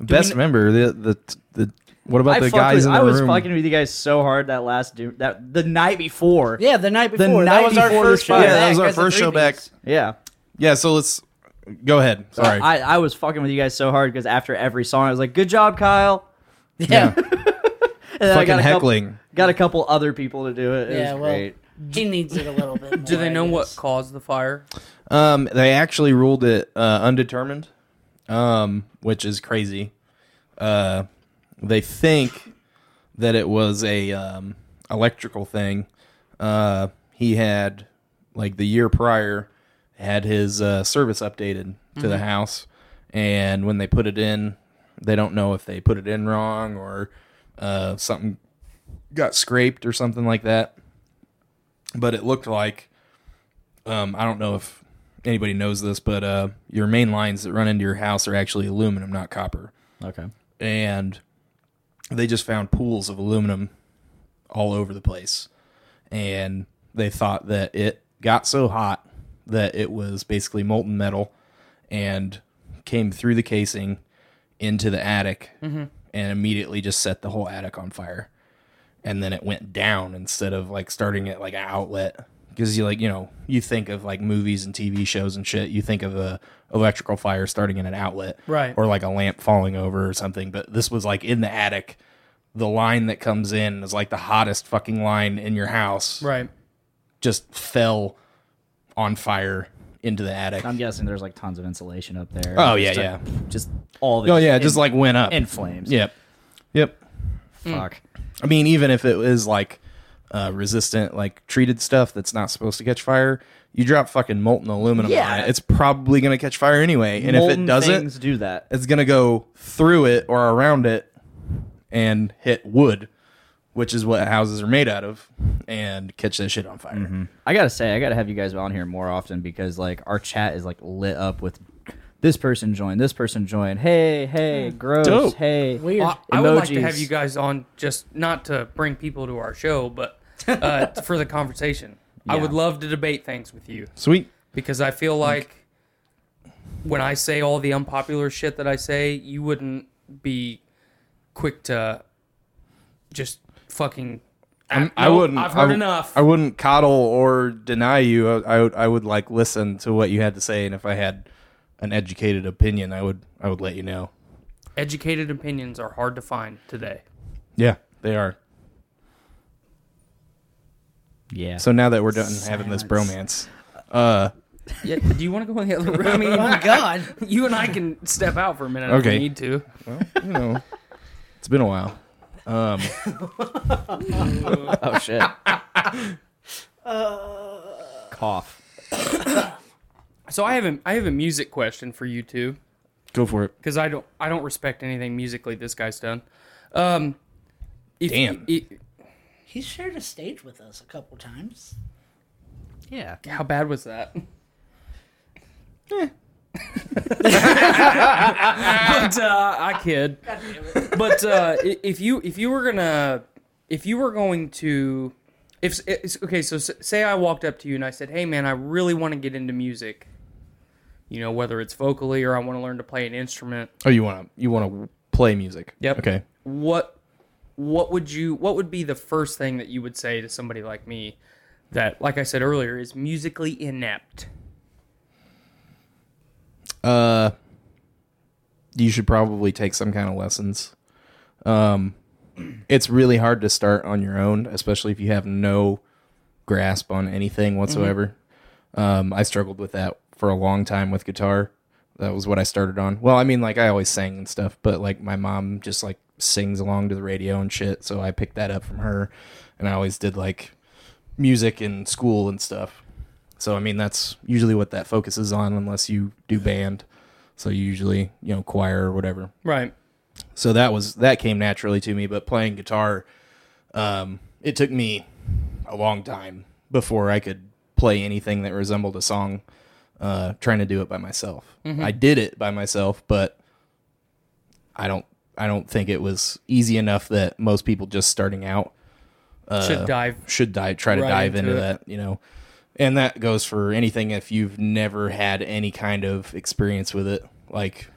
Best member the the the. What about
I,
the
fucked
guys
with-
in the
I was
room?
fucking with you guys so hard that last do, that the night before.
Yeah, the night
The
before. that
night
was our
before
first
the
show
show.
Yeah, that
back
was our
as a
first show back.
three-piece.
yeah.
yeah, so let's go ahead. Sorry.
I, I was fucking with you guys so hard because after every song, I was like, "Good job, Kyle."
[laughs] Yeah.
And then I
fucking
got a
heckling.
Couple, got a couple other people to do it. It
Yeah,
was
well,
great.
He needs it a little bit more.
Do they
I
know what
guess.
caused the fire?
Um, they actually ruled it uh, undetermined, um, which is crazy. Uh, they think that it was a um, electrical thing. Uh, he had like the year prior had his uh, service updated to the house, and when they put it in, they don't know if they put it in wrong or uh, something got scraped or something like that. But it looked like um, I don't know if anybody knows this, but uh, your main lines that run into your house are actually aluminum, not copper.
Okay.
And they just found pools of aluminum all over the place. And they thought that it got so hot that it was basically molten metal and came through the casing into the attic
Mm-hmm.
and immediately just set the whole attic on fire. And then it went down instead of like starting at like an outlet. Because you like, you know, you think of like movies and TV shows and shit, you think of a electrical fire starting in an outlet.
Right.
Or like a lamp falling over or something. But this was like in the attic. The line that comes in is like the hottest fucking line in your house.
Right.
Just fell on fire into the attic.
I'm guessing there's like tons of insulation up there.
Oh, yeah,
Just, like,
yeah.
Just all the.
Oh yeah, it just like went up
in flames.
Yep, yep.
Fuck.
I mean, even if it is like uh, resistant, like treated stuff that's not supposed to catch fire, you drop fucking molten aluminum on
Yeah.
it. It's probably gonna catch fire anyway. And if
Molten
it doesn't,
things do that.
it's gonna go through it or around it and hit wood, which is what houses are made out of, and catch that shit on fire.
I gotta say, I gotta have you guys on here more often because like our chat is like lit up with this person joined, this person joined. Hey, hey, gross.
Dope.
Hey,
Weird.
I, Hmm. I would like to have
Emojis.
you guys on just not to bring people to our show, but uh, for the conversation. I would love to debate things with you
Sweet.
because I feel like when I say all the unpopular shit that I say, you wouldn't be quick to just fucking.
I'm, I
No,
wouldn't.
I've
I
heard
w-
enough.
I wouldn't coddle or deny you. I, I would. I would like listen to what you had to say, and if I had an educated opinion, I would. I would let you know.
Educated opinions are hard to find today.
Yeah, they are.
Yeah.
So now that we're done having this bromance, uh,
Yeah, do you want to go in the other room? I mean,
Oh, God.
[laughs]
you and I can step out for a minute if
Okay.
we need to.
you [laughs] know, it's been a while. Um,
oh
[laughs]
shit.
Uh,
Cough.
So I have a, I have a music question for you two.
go for it.
because I don't I don't respect anything musically this guy's done. Um, if,
Damn.
i-
He's shared a stage with us a couple times.
Yeah.
i- how bad was that? but uh, I kid. But uh, i- if you if you were gonna if you were going to if it's, okay, so s- say I walked up to you and I said, "Hey, man, I really want to get into music." You know, whether it's vocally or I want to learn to play an instrument.
Oh, you want to you want to play music?
Yep.
Okay.
What what would you what would be the first thing that you would say to somebody like me that like I said earlier is musically inept?
Uh, you should probably take some kind of lessons. Um, it's really hard to start on your own, especially if you have no grasp on anything whatsoever. Um, I struggled with that for a long time with guitar. That was what I started on. Well, I mean, like I always sang and stuff, but like my mom just like sings along to the radio and shit, so I picked that up from her, and I always did like music in school and stuff. So I mean that's usually what that focuses on unless you do band. So you usually, you know, choir or whatever.
Right.
So that was that came naturally to me, but playing guitar um it took me a long time before I could play anything that resembled a song uh trying to do it by myself. I did it by myself, but I don't I don't think it was easy enough that most people just starting out
Should dive
should dive try to
Right
dive
into it.
into, that you know and that goes for anything if you've never had any kind of experience with it like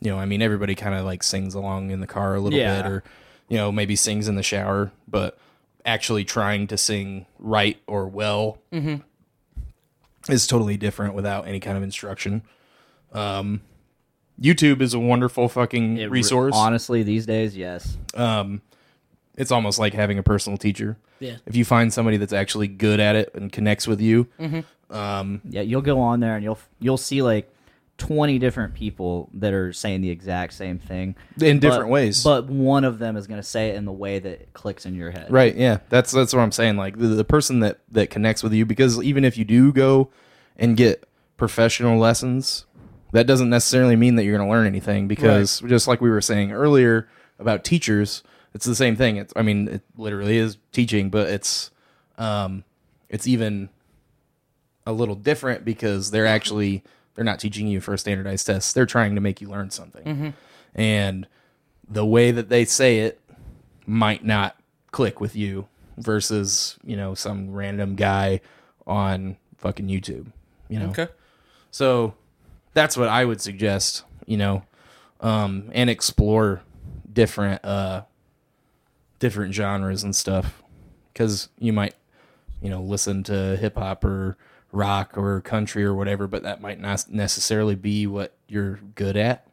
you know i mean everybody kind of like sings along in the car a little
Yeah.
bit or you know maybe sings in the shower but actually trying to sing right or well is totally different without any kind of instruction um youtube is a wonderful fucking
It re-
resource
honestly, these days, yes.
it's almost like having a personal teacher
Yeah.
if you find somebody that's actually good at it and connects with you
Yeah, you'll go on there and you'll you'll see like twenty different people that are saying the exact same thing
in different
but-
ways.
but one of them is going to say it in the way that clicks in your head.
right, yeah, that's that's what I'm saying. Like the, the person that that connects with you, because even if you do go and get professional lessons, that doesn't necessarily mean that you're going to learn anything. Because just like we were saying earlier about teachers, it's the same thing. It's I mean, it literally is teaching, but it's um, it's even a little different because they're actually they're not teaching you for standardized tests. They're trying to make you learn something, and the way that they say it might not click with you versus you know some random guy on fucking YouTube. You know, so that's what I would suggest. You know, um, and explore different uh, different genres and stuff because you might you know listen to hip hop or rock or country or whatever, but that might not necessarily be what you're good at.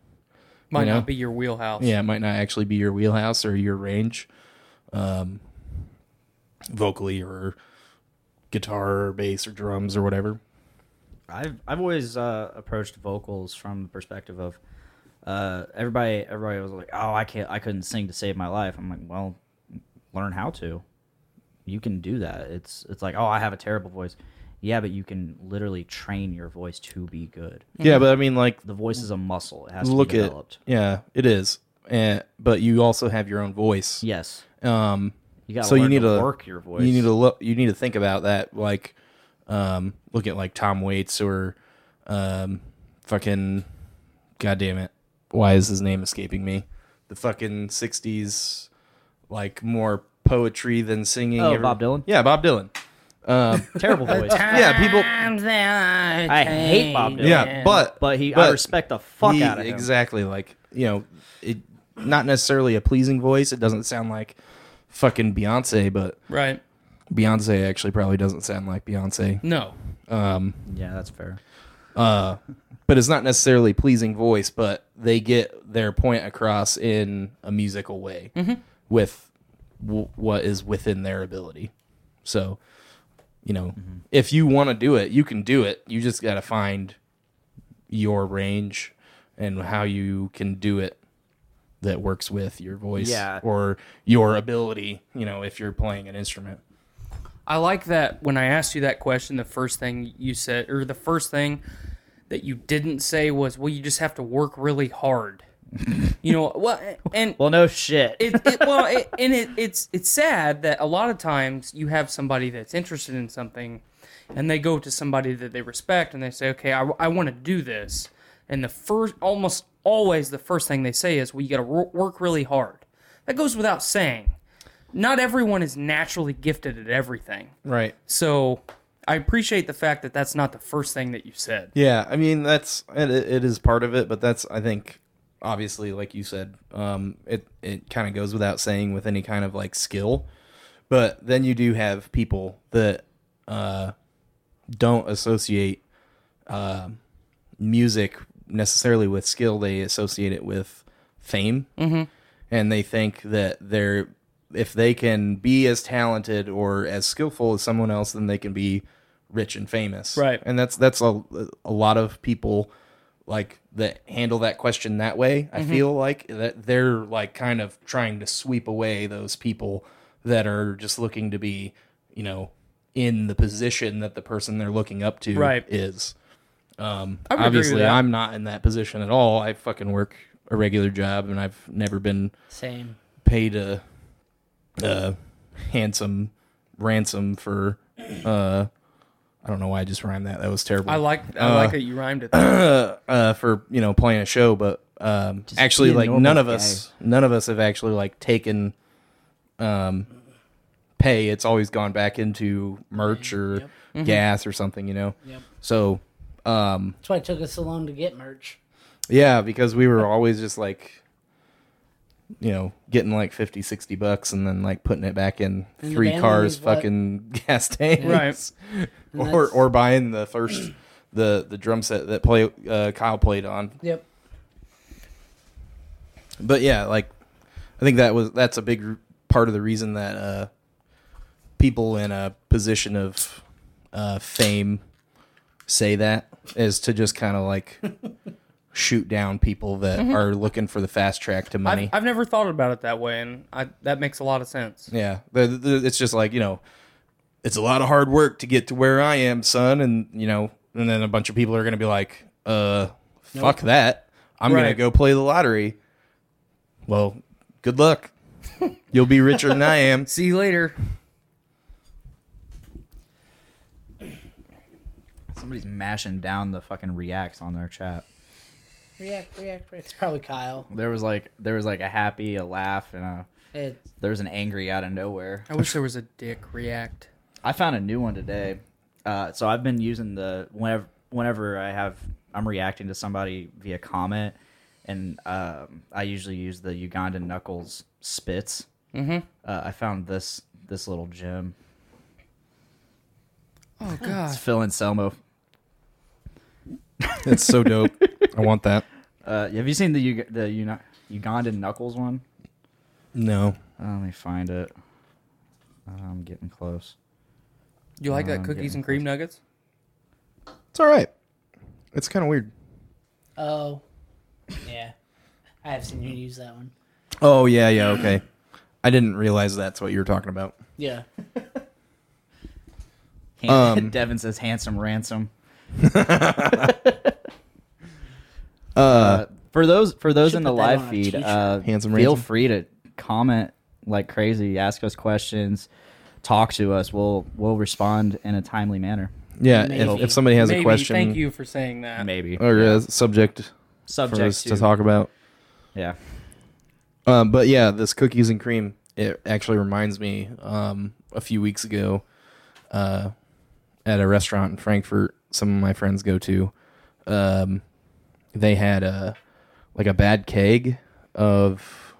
might
know?
not be your wheelhouse.
Yeah, it might not actually be your wheelhouse or your range, um, vocally or guitar or bass or drums or whatever.
I've I've always uh, approached vocals from the perspective of uh, everybody everybody was like, oh, I can't I couldn't sing to save my life. I'm like, well, learn how to. You can do that. It's it's like, oh, I have a terrible voice. Yeah, but you can literally train your voice to be good.
Yeah, but I mean, like,
The voice is a muscle. It has
look
to be
at
developed.
yeah, it is. Eh, but you also have your own voice.
Yes.
Um,
You got
so you need
to
to
work your voice.
You need to look. You need to think about that. Like, um, look at like Tom Waits or, um, fucking, goddamn it, why is his name escaping me? The fucking '60s, like more poetry than singing.
Oh, Bob Dylan?
Yeah, Bob Dylan.
terrible voice.
Yeah,
Ah,
people.
I hate Bob Dylan.
Yeah, but
But he I
but
respect the fuck
he-
out of him.
Exactly. Like you know, it not necessarily a pleasing voice. It doesn't sound like fucking Beyonce, but
Right.
Beyonce actually probably doesn't sound like Beyonce.
No.
Yeah, that's fair.
but it's not necessarily a pleasing voice, but they get their point across in a musical way with w- what is within their ability. So, you know, if you want to do it, you can do it. You just got to find your range and how you can do it that works with your voice
Yeah.
or your ability, you know, if you're playing an instrument.
I like that when I asked you that question, the first thing you said, or the first thing that you didn't say was, well, you just have to work really
[laughs]
hard. you know, well, and
Well, no shit.
it, it well, it, and it, it's it's sad that a lot of times you have somebody that's interested in something, and they go to somebody that they respect, and they say, okay, I, want to do this, and the first, almost always, the first thing they say is, well, you got to wor- work really hard. That goes without saying. not everyone is naturally gifted at everything.
Right.
So I appreciate the fact that that's not the first thing that you said.
Yeah, I mean that's it, it is part of it, but that's I think obviously like you said, um, it it kind of goes without saying with any kind of like skill, but then you do have people that uh, don't associate uh, music necessarily with skill; they associate it with fame, mm-hmm. and they think that they're if they can be as talented or as skillful as someone else, then they can be rich and famous.
Right.
And that's that's a a lot of people like that handle that question that way.
Mm-hmm.
I feel like that they're like kind of trying to sweep away those people that are just looking to be, you know, in the position that the person they're looking up to
Right.
is.
I would
Um
agree with
obviously
that.
I'm not in that position at all. I fucking work a regular job and I've never been
Same.
paid a, a handsome ransom for uh I don't know why I just rhymed that. That was terrible.
I like I like that you rhymed it. [clears throat]
uh for, you know, playing a show, but um actually
be a
like
normal
none of us none of us have actually like taken um pay. It's always gone back into merch or gas or something, you know.
Mm-hmm. Yep.
So um
That's why it took us so long to get merch.
yeah, because we were always just like you know, getting like 50, 60 bucks and then like putting it back in
And the
three
band
cars
leaves what?
fucking [laughs] gas tanks.
Right.
And
or
that's-
or buying the first the the drum set that play uh, Kyle played on.
Yep.
But yeah, like I think that was that's a big r- part of the reason that uh, people in a position of uh, fame say that is to just kind of like shoot down people that are looking for the fast track to money.
I've, I've never thought about it that way, and I, that makes a lot of sense.
Yeah, The- the- it's just like you know, it's a lot of hard work to get to where I am, son, and you know, and then a bunch of people are gonna be like, uh, fuck that, I'm gonna
Right.
go play the lottery. Well, good luck. You'll be richer than I am.
See you later.
Somebody's mashing down the fucking reacts on their chat.
React, react, react. It's probably Kyle.
There was like there was like a happy, a laugh, and a
It's,
there was an angry out of nowhere.
I wish there was a dick react.
I found a new one today. Uh, so I've been using the whenever whenever I have I'm reacting to somebody via comment, and um, I usually use the Ugandan knuckles spits. Mm-hmm. Uh, I found this this little gem.
Oh god.
It's Phil Anselmo.
It's so dope. I want that.
Uh, have you seen the Ug- the Uni- Ugandan knuckles one?
No,
Uh, let me find it. I'm getting close.
You like
Oh, I'm
that cookies
getting
and cream nuggets?
it's all right. It's kind of weird.
oh, yeah. I have seen you use that one.
Oh yeah, yeah, okay. I didn't realize that's what you were talking about.
Yeah.
Han- [laughs]
Um,
Devin says handsome
[laughs]
ransom.
Uh,
Uh, for those for those
Should
in the
put that
live
on a
feed,
t-shirt.
uh,
Handsome
feel
Ransom.
free to comment like crazy, ask us questions, talk to us. We'll we'll respond in a timely manner.
yeah, if,
maybe.
if somebody has
Maybe.
a question
Thank you for saying that.
Maybe
or a subject for
subject
Uh, us
to,
to talk about.
Yeah,
Um, but yeah, this cookies and cream. It actually reminds me. Um, a few weeks ago, uh, at a restaurant in Frankfurt, some of my friends go to. Um, they had a like a bad keg of.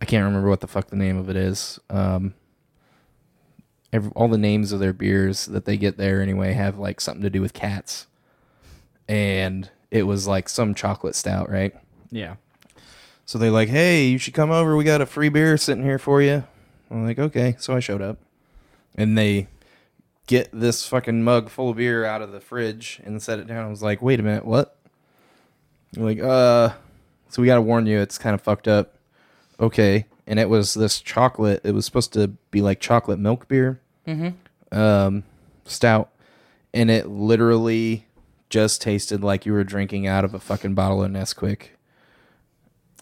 I can't remember what the fuck the name of it is. Um, every, all the names of their beers that they get there anyway have like something to do with cats, and it was like some chocolate stout, right?
yeah.
So they're like, "Hey, you should come over. We got a free beer sitting here for you." I'm like, "Okay." So I showed up, and they get this fucking mug full of beer out of the fridge and set it down. I was like, "Wait a minute, what?" They're like, "Uh, so we got to warn you. It's kind of fucked up." Okay, and it was this chocolate. It was supposed to be like chocolate milk beer, mm-hmm. um, stout, and it literally just tasted like you were drinking out of a fucking bottle of Nesquik.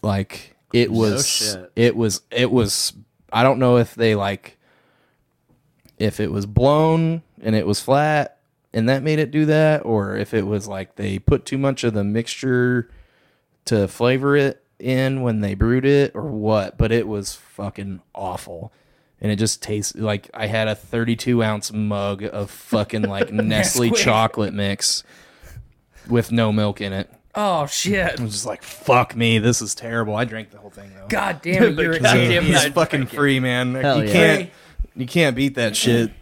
Like it was,
shit.
it was, it was. I don't know if they like, if it was blown and it was flat, and that made it do that, or if it was like they put too much of the mixture to flavor it in when they brewed it or what, but it was fucking awful. And it just tastes like I had a 32 ounce mug of fucking like Nestle
Nesquik.
chocolate mix with no milk in it.
Oh shit!
[laughs] I was just like, fuck me, this is terrible. I drank the whole thing though.
God damn it! You're a goddamn
He's
nut.
fucking free, man. Like,
Hell
you
yeah.
can't you can't beat that shit.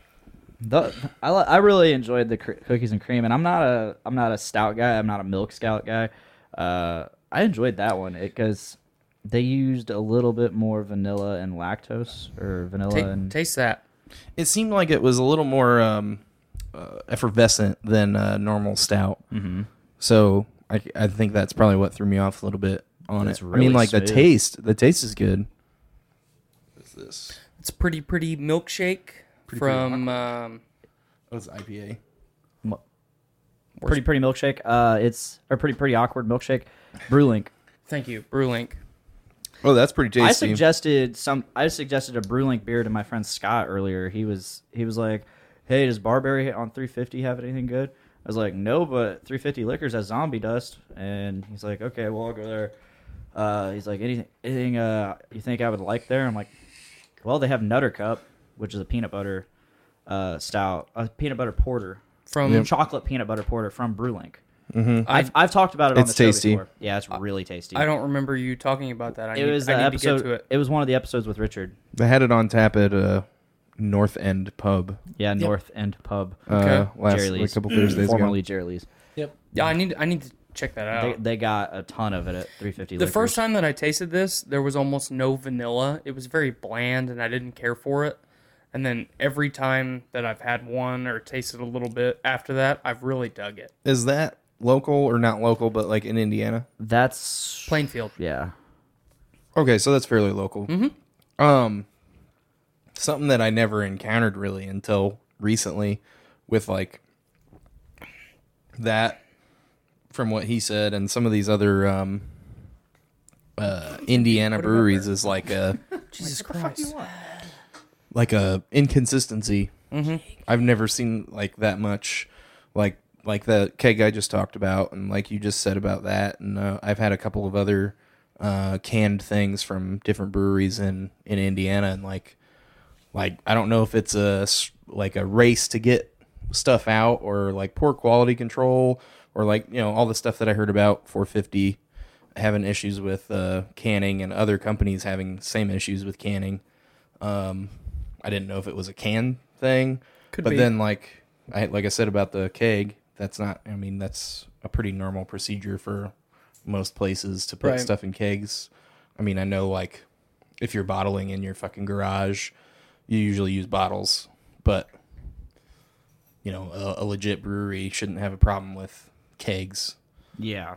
The, I, li- I really enjoyed the cr- cookies and cream, and I'm not a I'm not a stout guy. I'm not a milk stout guy. Uh, I enjoyed that one because they used a little bit more vanilla and lactose, or vanilla
Ta-
and
taste that.
It seemed like it was a little more um, uh, effervescent than uh, normal stout. Mm-hmm. So I, I think that's probably what threw me off a little bit on
It's
it. I
really
mean, like the
smooth.
taste, the taste is good.
It's pretty pretty milkshake from um,
Oh, it's IPA.
pretty pretty milkshake. Uh, it's a pretty pretty awkward milkshake. Brewlink.
thank you Brewlink.
Oh, that's pretty tasty.
I suggested some. I suggested a Brewlink beer to my friend Scott earlier. He was he was like, "Hey, does Barberry on 350 have anything good?" I was like, "No, but 350 Liquors has Zombie Dust," and he's like, "Okay, well I'll go there." Uh, he's like, "Anything, anything uh, you think I would like there?" I'm like, "Well, they have Nutter Cup, which is a peanut butter uh, stout, a peanut butter porter
From-
chocolate peanut butter porter from Brewlink." I've, I've talked about it. on
It's
the show
tasty.
before. Yeah, it's really tasty.
I don't remember you talking about that. I
It
need,
was
I
the
need
episode.
to get to it.
was one of the episodes with Richard.
they had it on tap at uh, North End Pub
Yeah, North End Pub.
uh,
Okay.
last
Jerry Lee's.
a couple Thursdays
formerly
ago.
Jerry Lee's.
Yep.
Yeah, I need I need to check that
They,
out.
they got a ton of it at 350.
Oh. the first time that I tasted this, there was almost no vanilla. It was very bland, and I didn't care for it. And then every time that I've had one or tasted a little bit after that, I've really dug it.
Is that local or not local, but like in Indiana?
That's
[laughs]
Plainfield.
yeah.
Okay, so that's fairly local.
Mm-hmm.
Um, something that I never encountered really until recently, with like that from what he said and some of these other um, uh, Indiana breweries is like a
[laughs] Jesus Christ.
like a inconsistency. I've never seen like that much, like like the keg I just talked about, and like you just said about that, and uh, I've had a couple of other uh, canned things from different breweries in in Indiana, and like like I don't know if it's a s- like a race to get stuff out or like poor quality control or like you know all the stuff that I heard about 450 having issues with uh, canning and other companies having same issues with canning. I didn't know if it was a can thing. but
be.
then like I like I said about the keg, that's not I mean, that's a pretty normal procedure for most places to put
Right.
stuff in kegs. I mean, I know like if you're bottling in your fucking garage, you usually use bottles, but you know, a, a legit brewery shouldn't have a problem with kegs.
Yeah.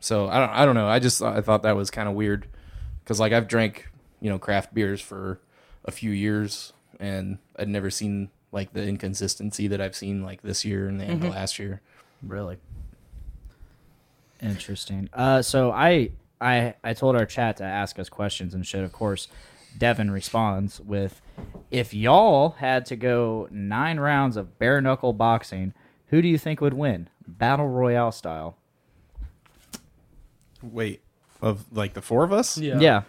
So I don't I don't know. I just I thought that was kind of weird because like I've drank you know craft beers for a few years and I'd never seen like the inconsistency that I've seen like this year and the end
Mm-hmm.
of last year.
Really. Interesting. Uh, so I I I told our chat to ask us questions and shit. Of course, Devin responds with, "If y'all had to go nine rounds of bare knuckle boxing, who do you think would win, battle royale style?"
Wait, of like the four of us?
Yeah.
yeah.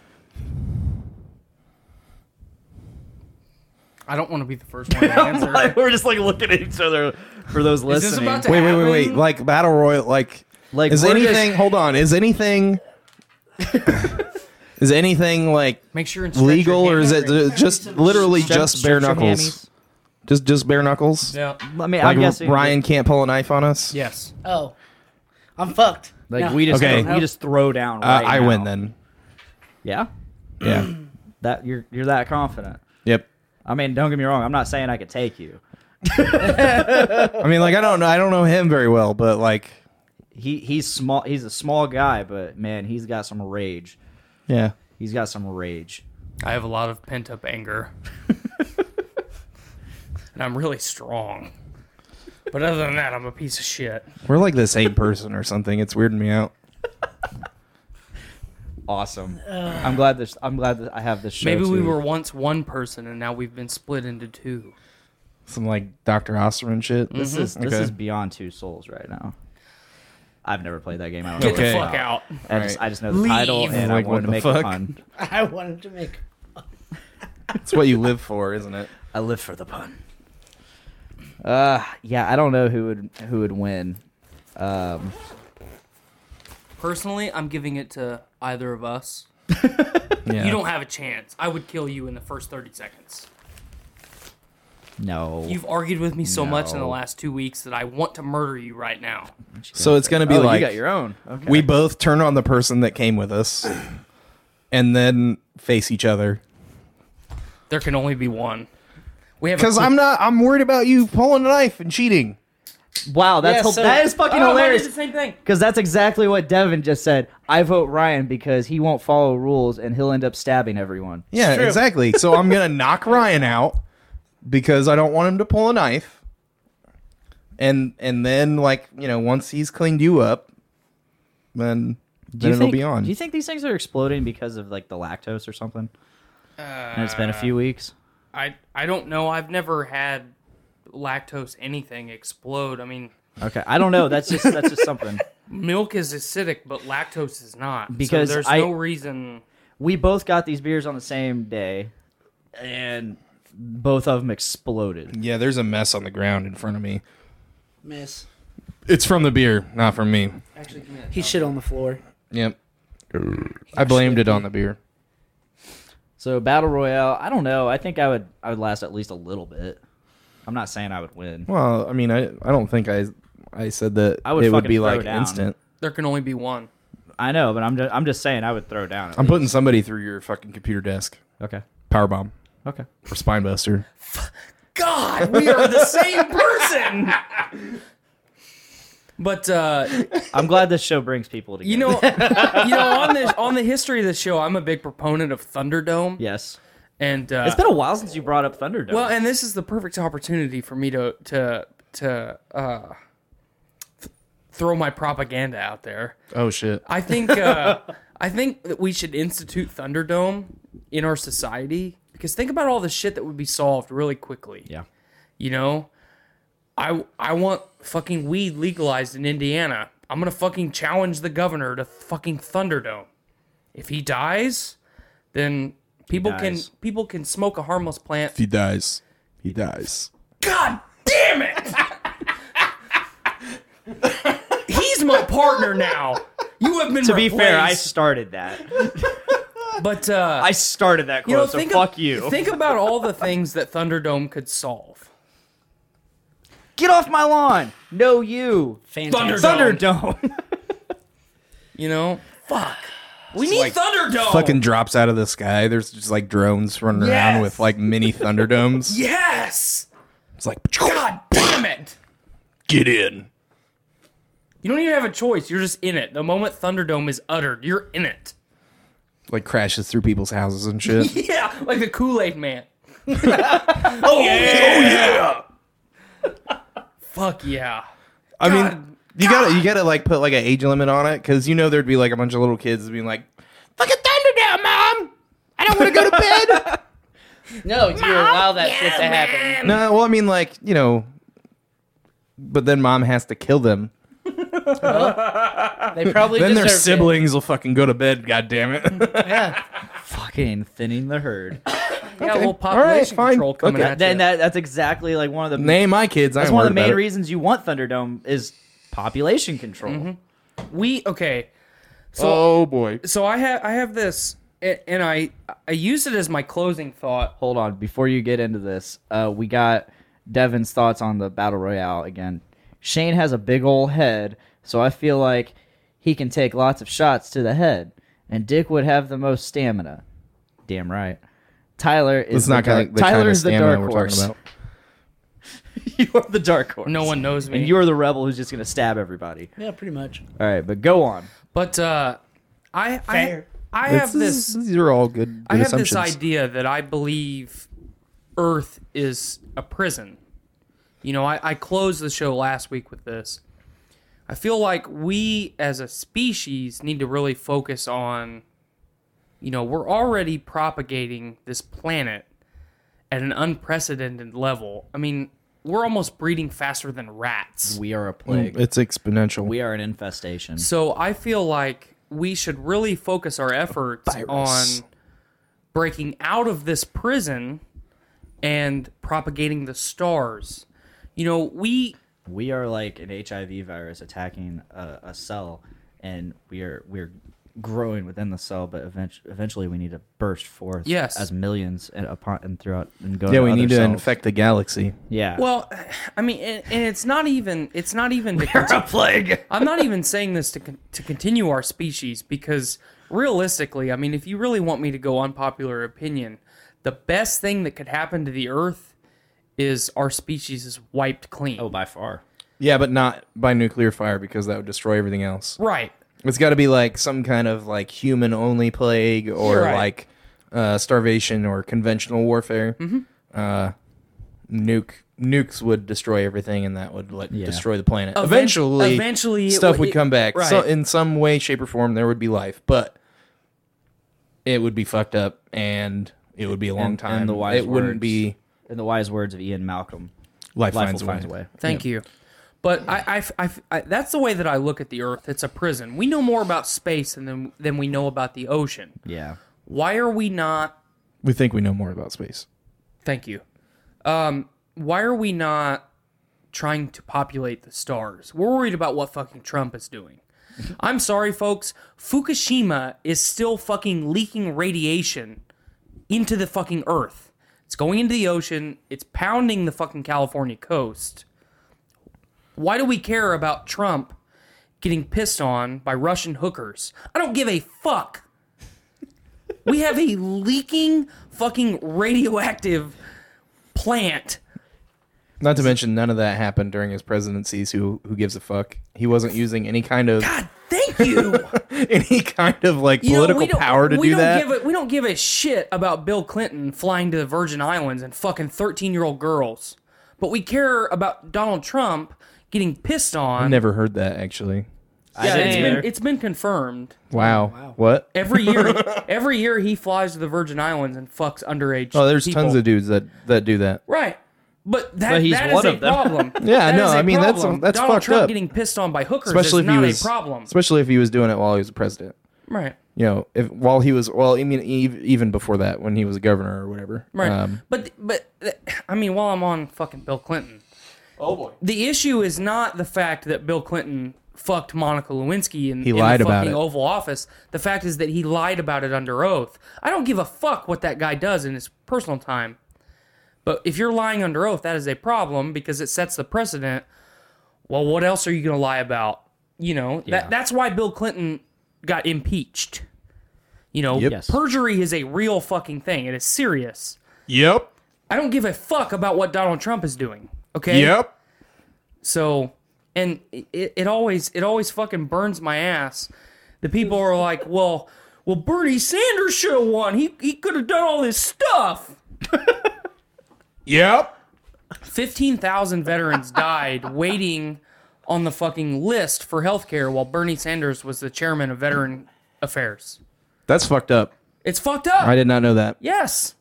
I don't want to be the first
[laughs]
one to answer.
Like, [laughs] we're just like looking at each other for those
Is
listening.
this about to
Wait, wait, wait, wait.
happen?
Like battle royal like
Like,
is
we're just-
anything hold on,
[laughs]
is anything is anything like
Make sure and stretch your
legal or
hand
is
out
it
right.
just literally
Stretch-
just bare
stretch your
knuckles?
hammies.
Just just bare knuckles?
Yeah.
I mean,
Like
I'm guessing
Ryan can't pull a knife on us?
Yes.
Oh, I'm fucked. [laughs]
Like
No.
we just
Okay.
we just throw down.
Uh,
Right
I win
now.
then.
Yeah,
[clears throat] Yeah.
that you're you're that confident.
yep.
I mean, don't get me wrong. I'm not saying I could take you.
I mean, like I don't know, I don't know him very well, but like,
He he's small. He's a small guy, but man, he's got some rage.
yeah,
He's got some rage.
I have a lot of pent up
[laughs]
anger. and I'm really strong. But other than that, I'm a piece of shit.
we're like the same person or something. It's weirding me out.
Awesome. I'm glad this. I'm glad that I have this show.
Maybe we
too.
were once one person and now we've been split into two.
Some like Dr. Osterman shit.
Mm-hmm.
This is this
Okay.
is beyond two souls right now. I've never played that game. I don't
Get
know
Okay.
the
what
fuck
it's about.
out.
I just,
Right.
I just know the title
Leave.
and I
Like, what
wanted to
the
make
fuck?
it fun.
I wanted to make.
It's what you live for, isn't it?
I live for the pun. Uh, yeah, I don't know who would who would win. Um,
Personally, I'm giving it to either of us.
Yeah.
You don't have a chance. I would kill you in the first 30 seconds.
no.
You've argued with me so much in the
No.
last two weeks that I want to murder you right now.
so it's gonna be
Oh,
like
you got your own. Okay.
we both turn on the person that came with us, and then face each [clears throat] other.
There can only be one. We have a
Because
cl-
I'm not. I'm worried about you pulling a knife and cheating.
Wow, that's
Yeah,
hil-
so-
that is fucking
Oh, I
hilarious.
did the same thing.
Because that's exactly what Devin just said. I vote Ryan because he won't follow rules and he'll end up stabbing everyone.
Yeah,
true.
exactly. So I'm [laughs] gonna knock Ryan out because I don't want him to pull a knife. And and then like you know once he's cleaned you up, then then it'll
think,
be on.
Do you think these things are exploding because of like the lactose or something? and it's been a
Uh.
few weeks.
I, I don't know. I've never had lactose anything explode. I mean,
Okay, I don't know. That's just that's just
[laughs]
something.
milk is acidic, but lactose is not.
Because
so there's
I-
no reason.
We both got these beers on the same day, and both of them exploded.
yeah, there's a mess on the ground in front of me.
Miss.
It's from the beer, not from me.
He shit on the floor.
Yep. I blamed it on the beer.
So battle royale. I don't know. I think I would I would last at least a little bit. I'm not saying I would win.
Well, I mean, I I don't think I I said that
I would
it would
fucking
be
throw
like
down.
instant.
There can only be one.
I know, but I'm just, I'm just saying I would throw down. at
I'm
least.
putting somebody through your fucking computer desk.
okay.
Power bomb
Okay.
or spine buster.
God, we are the
[laughs]
same person. But uh,
I'm glad this show brings people together.
you know, you know, on this on the history of the show, I'm a big proponent of Thunderdome.
[laughs] Yes.
and uh,
It's been a while since you brought up Thunderdome.
well, and this is the perfect opportunity for me to to to uh, th- throw my propaganda out there.
Oh shit.
I
[laughs]
think uh, I think that we should institute Thunderdome in our society because think about all the shit that would be solved really quickly.
Yeah.
You know, I I want fucking weed legalized in Indiana. I'm gonna fucking challenge the governor to fucking Thunderdome. If he dies, then people can
dies.
people can smoke a harmless plant.
He dies. He dies.
God damn it! He's my partner now. You have been
to be fair, I
replaced.
started
[laughs]
that.
But uh,
I started that quote,
you know,
so
think
fuck
of,
you.
Think about all the things that Thunderdome could solve.
Get off my lawn. No, you.
Fantastic.
Thunderdome.
[laughs]
You know, fuck. We need Thunderdome.
Oh.
Fucking drops out of the sky. There's just like drones running around
Yes.
with like
[laughs]
mini thunderdomes.
yes.
It's like
God damn it.
get in.
You don't even have a choice. You're just in it. The moment Thunderdome is uttered, you're in it.
Like crashes through people's houses and shit.
[laughs]
Yeah, like the Kool Aid Man. [laughs]
oh,
oh yeah. Fuck yeah.
I
God.
mean, you gotta you gotta like put like an age limit on it because you know there'd be like a bunch of little kids being like, "Fucking thunderdome, mom! I don't want to go
[laughs]
to bed."
No, you allow that shit to happen.
no, well, I mean like you know, but then mom has to kill them.
They probably
Then their
deserved it.
siblings will fucking go to bed. God
[laughs]
damn it!
Fucking thinning the [laughs] herd.
Yeah, well,
All right,
population
fine.
control coming
Okay.
at
then
you.
that, that's exactly like one of the
[laughs] Name my kids. I
that's
ain't
one of
worried
the main
about it.
reasons you want Thunderdome is population control.
Mm-hmm. we okay.
Oh boy.
So I have I have this, a- and I I use it as my closing thought.
Hold on, before you get into this, uh, we got Devin's thoughts on the battle royale again. Shane has a big old head, so I feel like he can take lots of shots to the head, and Dick would have the most stamina. Damn right. Tyler is
It's
the
not
dark,
kind of
Tyler's the dark
we're
horse. [laughs]
talking about.
you're the dark horse.
No one knows me.
and you're the rebel who's just gonna stab everybody.
Yeah, pretty much.
All right, but go on.
But uh, I
Fair.
I, I have this.
These are all good, good
I have
assumptions.
this idea that I believe Earth is a prison. You know, I, I closed the show last week with this. I feel like we as a species need to really focus on, you know, we're already propagating this planet at an unprecedented level. I mean, we're almost breeding faster than rats.
We are a plague.
Mm,
Mm.
It's exponential.
we are an infestation.
So I feel like we should really focus our efforts on breaking out of this prison and propagating the stars. You know, we
we are like an HIV virus attacking a, a cell, and we are we're growing within the cell, but eventually, eventually we need to burst forth.
Yes.
as millions and upon and throughout and go.
yeah,
to
we
other
need to
cells.
infect the galaxy.
Yeah.
well, I mean, and, and it's not even it's not even to
a plague.
I'm not even saying this to con- to continue our species because realistically, I mean, if you really want me to go unpopular opinion, the best thing that could happen to the Earth is our species is wiped clean.
Oh, by far.
Yeah, but not by nuclear fire because that would destroy everything else.
right.
It's got to be like some kind of like human only plague or
Right.
like uh, starvation or conventional warfare.
Mm-hmm.
Uh, nuke nukes would destroy everything, and that would like
Yeah.
destroy the planet.
Even-
eventually,
eventually it
stuff
would-
would come back. So
right.
in some way, shape, or form, there would be life, but it would be fucked up, and it would be a long
And-
time.
and the wise
it wouldn't
words.
be
In the wise words of Ian Malcolm,
life,
life
finds,
will
a way.
find a way.
Thank you. But I, I f- I f- I- that's the way that I look at the Earth. It's a prison. We know more about space than than we know about the ocean.
Yeah.
Why are we not?
We think we know more about space.
Thank you. Um, why are we not trying to populate the stars? We're worried about what fucking Trump is doing. I'm sorry, folks. Fukushima is still fucking leaking radiation into the fucking Earth. It's going into the ocean. It's pounding the fucking California coast. Why do we care about Trump getting pissed on by Russian hookers? I don't give a fuck. we have a leaking fucking radioactive plant.
Not to mention, none of that happened during his presidencies. Who who gives a fuck? He wasn't using any kind of
God, thank you.
[laughs] any kind of like
You know,
political
we don't-
power to
we
do
don't
that.
Give a, we don't give a shit about Bill Clinton flying to the Virgin Islands and fucking 13 year old girls. But we care about Donald Trump getting pissed
I
on.
never heard that actually.
yeah, it's
didn't
been,
either.
it's been confirmed.
Wow. What?
Every year, every year he flies to the Virgin Islands and fucks underage.
Oh, there's
people.
tons of dudes that that do that.
Right. But that,
But he's
that is
one
a
of them. [laughs]
problem.
Yeah,
That
no,
is a
I mean, that's- that's
Donald
fucked
Trump
up.
getting pissed on by hookers
Especially
is
if he
not
was
a problem.
Especially if he was doing it while he was president.
Right.
You know, if while he was well, I mean, ev- even before that, when he was a governor or whatever.
Right.
Um,
but but I mean, while I'm on fucking Bill Clinton. Oh boy. The issue is not the fact that Bill Clinton fucked Monica Lewinsky in,
He
in
lied
the
about
fucking
it.
Oval Office. The fact is that he lied about it under oath. I don't give a fuck what that guy does in his personal time. But if you're lying under oath, that is a problem because it sets the precedent. Well, what else are you going to lie about? You know, that, that's why Bill Clinton got impeached. You know,
Yes.
perjury is a real fucking thing. It is serious.
Yep.
I don't give a fuck about what Donald Trump is doing. Okay. So, and it, it always it always fucking burns my ass. The people are like, well, well, Bernie Sanders should have won. He he could have done all this stuff.
[laughs] Yep.
Fifteen thousand veterans died waiting on the fucking list for health care while Bernie Sanders was the chairman of Veteran Affairs.
That's fucked up.
It's fucked up.
I did not know that.
yes.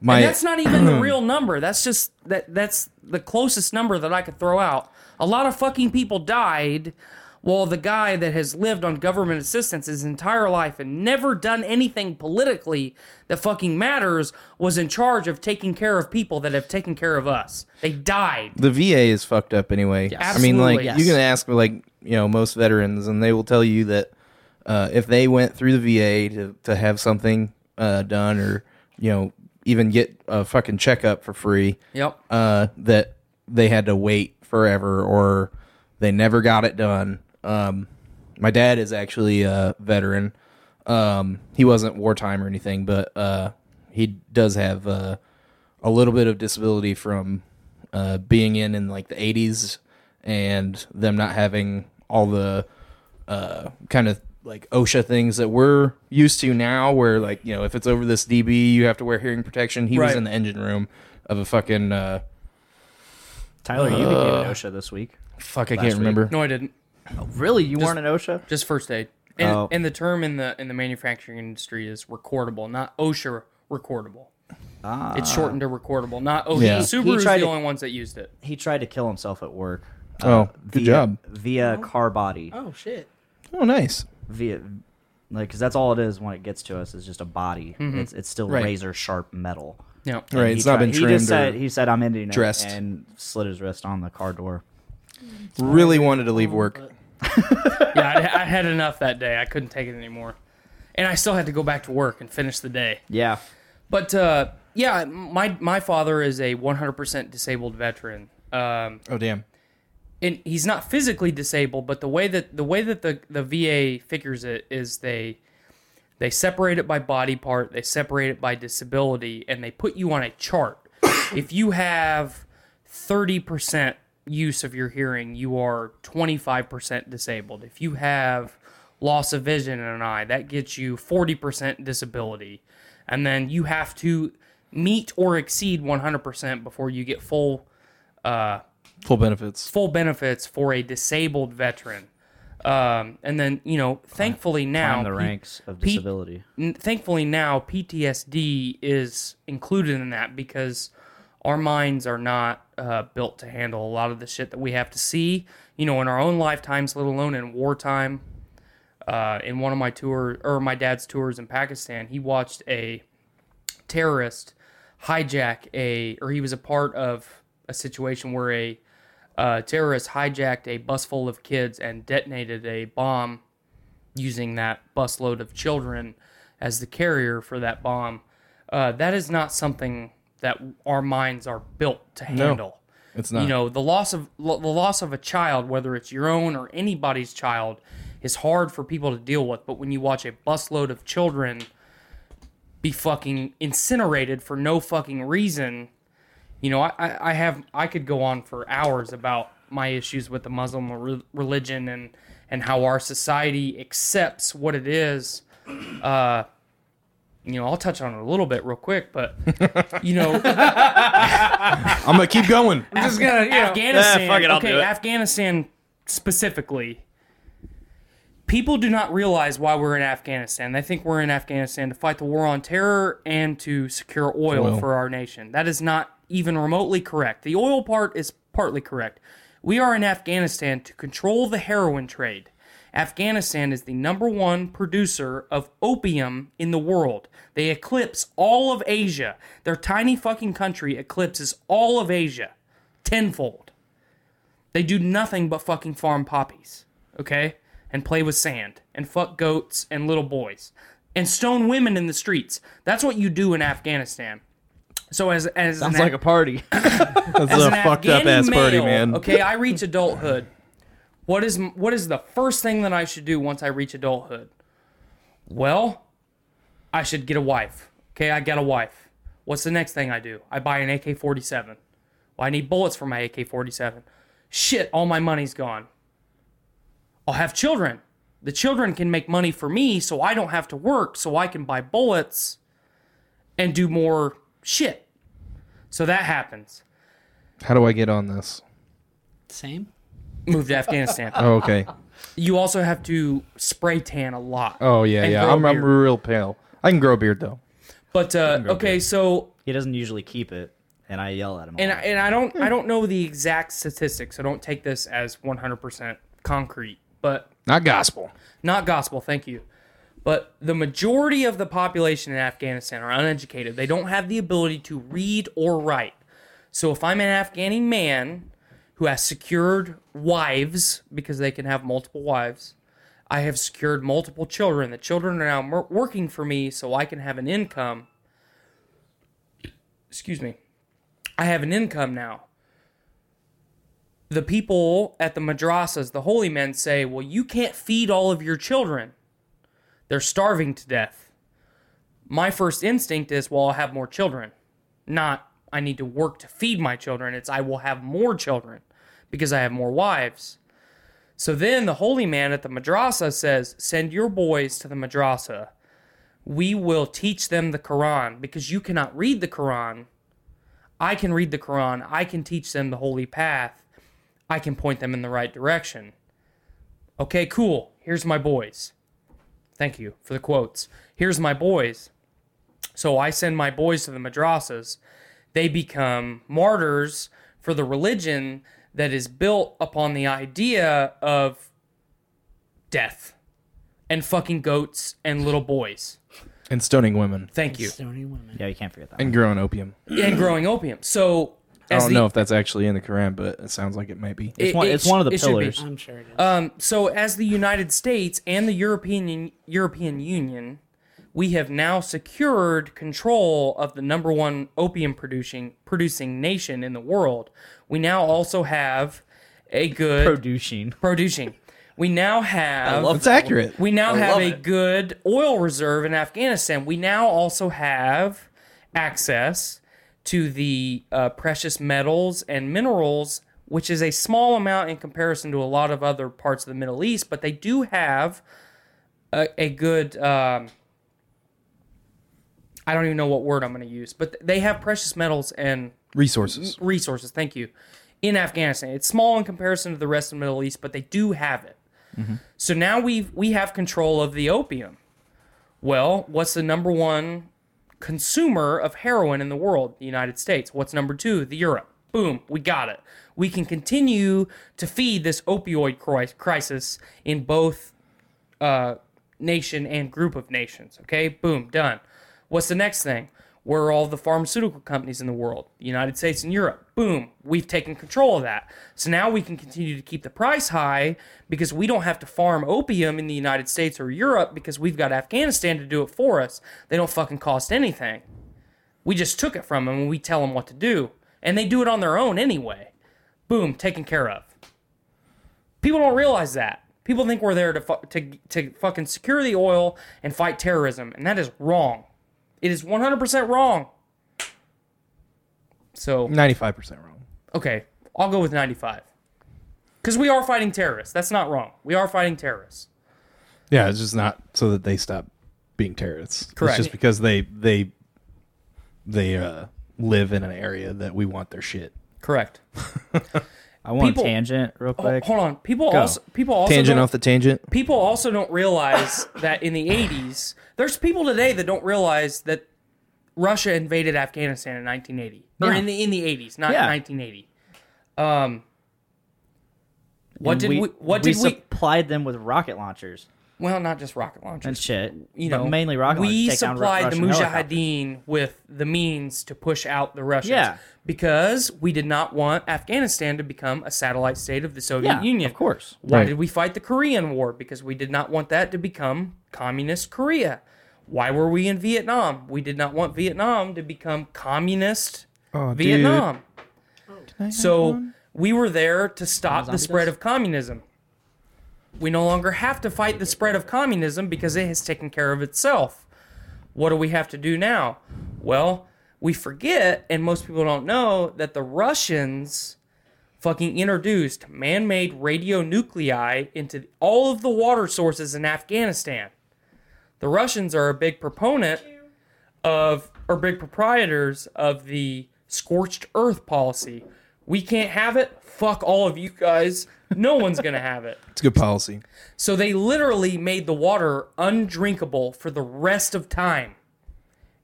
My
And that's not even the real number. That's just that that's the closest number that I could throw out. A lot of fucking people died while the guy that has lived on government assistance his entire life and never done anything politically that fucking matters was in charge of taking care of people that have taken care of us. They died.
the VA is fucked up anyway. I mean,
Absolutely.
like you can ask like you know most veterans, and they will tell you that uh, if they went through the VA to to have something uh, done or you know even get a fucking checkup for free,
Yep.
uh, that they had to wait forever or they never got it done. Um, my dad is actually a veteran. Um, he wasn't wartime or anything, but uh, he does have uh, a little bit of disability from uh, being in in like the 80s and them not having all the uh, kind of like OSHA things that we're used to now, where like you know if it's over this dB, you have to wear hearing protection. He was
Right.
in the engine room of a fucking uh,
Tyler, you became an OSHA this week.
fuck. I can't remember.
No, I didn't.
Really, you weren't an OSHA?
Just first aid. And,
Oh.
and the term in the in the manufacturing industry is recordable, not OSHA recordable. It's shortened to recordable. Not oh,
Yeah.
Subaru's
Ah. tried
the
to-
only ones that used it.
He tried to kill himself at work.
Uh,
Oh, good
via,
job.
Via car body.
Oh shit.
Oh, nice.
Via, like, because that's all it is when it gets to us is just a body. It's it's still
Right.
razor sharp metal. [laughs]
Yeah.
Right,
He
it's not
tried-
been
he
trimmed.
Just said,
or-
he said, "I'm ending it,"
dressed.
and slid his wrist on the car door.
really wanted to leave work.
yeah, I, I had enough that day. I couldn't take it anymore, and I still had to go back to work and finish the day.
Yeah,
But uh, yeah, my my father is a 100% disabled veteran. Um,
Oh, damn.
and he's not physically disabled, but the way that the way that the, the VA figures it is they they separate it by body part, they separate it by disability, and they put you on a chart. if you have thirty percent use of your hearing, you are twenty five percent disabled. If you have loss of vision in an eye, that gets you forty percent disability, and then you have to meet or exceed one hundred percent before you get full
Full benefits.
full benefits for a disabled veteran. Um, and then you know, thankfully now
on the ranks of
Pete- [laughs]
disability.
n- thankfully now PTSD is included in that because our minds are not uh, built to handle a lot of the shit that we have to see, you know, in our own lifetimes, let alone in wartime. Uh, in one of my tour or my dad's tours in Pakistan, he watched a terrorist hijack a, or he was a part of a situation where a uh, terrorist hijacked a bus full of kids and detonated a bomb using that busload of children as the carrier for that bomb. Uh, that is not something that our minds are built to handle.
It's not.
You know, the loss of lo- the loss of a child, whether it's your own or anybody's child, is hard for people to deal with. But when you watch a busload of children be fucking incinerated for no fucking reason, you know, I, I I have I could go on for hours about my issues with the Muslim re- religion and and how our society accepts what it is. Uh, you know, I'll touch on it a little bit real quick, but you
[laughs]
know,
I'm going to keep
[laughs]
going.
Just gonna you know,
Afghanistan.
Eh, fuck it, I'll
okay,
do it.
Afghanistan specifically. People do not realize why we're in Afghanistan. They think we're in Afghanistan to fight the war on terror and to secure oil for our nation. That is not even remotely correct. The oil part is partly correct. We are in Afghanistan to control the heroin trade. Afghanistan is the number one producer of opium in the world. They eclipse all of Asia. Their tiny fucking country eclipses all of Asia tenfold. They do nothing but fucking farm poppies, okay? And play with sand and fuck goats and little boys and stone women in the streets. That's what you do in Afghanistan. So as as
Sounds
an
like a party.
That's
as
a
an
fucked up
Afghani
ass party,
male,
man.
Okay, I reach adulthood. What is what is the first thing that I should do once I reach adulthood? Well, I should get a wife. Okay, I got a wife. What's the next thing I do? I buy an AK-47. Well, I need bullets for my AK-47. Shit, all my money's gone. I'll have children. The children can make money for me so I don't have to work so I can buy bullets and do more shit. So that happens.
How do I get on this?
same.
move to Afghanistan.
[laughs] Oh,
[laughs]
okay.
You also have to spray tan a lot.
Oh, yeah,
And
yeah.
grow
I'm, I'm
beard.
real pale. I can grow a beard, though.
But uh, okay, so
he doesn't usually keep it, and I yell at him. a
and I-
lot.
and I don't I don't know the exact statistics, so don't take this as 100% concrete, but
Not gospel.
not gospel, thank you. But the majority of the population in Afghanistan are uneducated. They don't have the ability to read or write. So if I'm an Afghani man who has secured wives because they can have multiple wives, I have secured multiple children. The children are now mer- working for me so I can have an income. Excuse me. I have an income now. The people at the madrasas, the holy men, say, Well, you can't feed all of your children. They're starving to death. My first instinct is, Well, I'll have more children. Not, I need to work to feed my children. It's, I will have more children because I have more wives. So then the holy man at the madrasa says, Send your boys to the madrasa. We will teach them the Quran because you cannot read the Quran. I can read the Quran. I can teach them the holy path. I can point them in the right direction. Okay, cool. Here's my boys. Thank you for the quotes. Here's my boys. So I send my boys to the madrasas. They become martyrs for the religion that is built upon the idea of death and fucking goats and little boys.
And stoning women
Thank you.
Stony women.
Yeah, you can't forget that.
and growing opium.
And growing opium. So
I
as
don't
the-
know if that's actually in the Quran, but it sounds like it might be.
it-
It's one-
it
it's one of the
it should be.
pillars.
I'm sure it is.
Um, so as the United States and the European European Union, we have now secured control of the number one opium producing producing nation in the world. We now also have a good
Producing.
producing. We now have
It's accurate.
we now
I
have
love
a
it.
good oil reserve in Afghanistan. We now also have access to the uh, precious metals and minerals, which is a small amount in comparison to a lot of other parts of the Middle East, but they do have a, a good. Um, I don't even know what word I'm going to use, but they have precious metals and
Resources.
resources. Thank you. In Afghanistan, it's small in comparison to the rest of the Middle East, but they do have it. So now we we have control of the opium. Well, what's the number one consumer of heroin in the world? The United States. What's number two? The Europe. Boom, we got it. We can continue to feed this opioid cri- crisis in both uh, nation and group of nations. Okay, boom, done. What's the next thing? Where are all the pharmaceutical companies in the world? The United States and Europe. Boom, we've taken control of that. So now we can continue to keep the price high because we don't have to farm opium in the United States or Europe because we've got Afghanistan to do it for us. They don't fucking cost anything. We just took it from them and we tell them what to do. And they do it on their own anyway. Boom, taken care of. People don't realize that. People think we're there to fu- to to fucking secure the oil and fight terrorism, and that is wrong. It is 100% wrong. So,
Ninety-five percent wrong.
okay, I'll go with 95. Cuz we are fighting terrorists. That's not wrong. We are fighting terrorists.
Yeah, it's just not so that they stop being terrorists.
Correct.
It's just because they they they uh, live in an area that we want their shit.
Correct.
I want
People- Oh,
a tangent real quick.
hold on. People also people also
Tangent
don't-
off the tangent.
people also don't realize that in the 80s, there's people today that don't realize that Russia invaded Afghanistan in 1980 or
Yeah.
in the in the 80s, not
Yeah.
1980. Um, what
And
did we, What did we?
supplied them with rocket launchers
well, not just rocket launchers.
and shit.
you
but
know,
mainly rocket launchers.
We
to take down Ru-
supplied the
Russian helicopters.
Mujahideen with the means to push out the Russians.
Yeah.
Because we did not want Afghanistan to become a satellite state of the Soviet
Yeah,
Union.
of course.
Why
Right.
did we fight the Korean War? Because we did not want that to become communist Korea. Why were we in Vietnam? We did not want Vietnam to become communist
Oh, dude.
Vietnam. So we were there to stop the spread of communism. We no longer have to fight the spread of communism because it has taken care of itself. What do we have to do now? Well, we forget, and most people don't know, that the Russians fucking introduced man made radionuclei into all of the water sources in Afghanistan. The Russians are a big proponent of or big proprietors of the scorched earth policy. We can't have it. Fuck all of you guys. No one's going to have it.
It's good policy.
So they literally made the water undrinkable for the rest of time.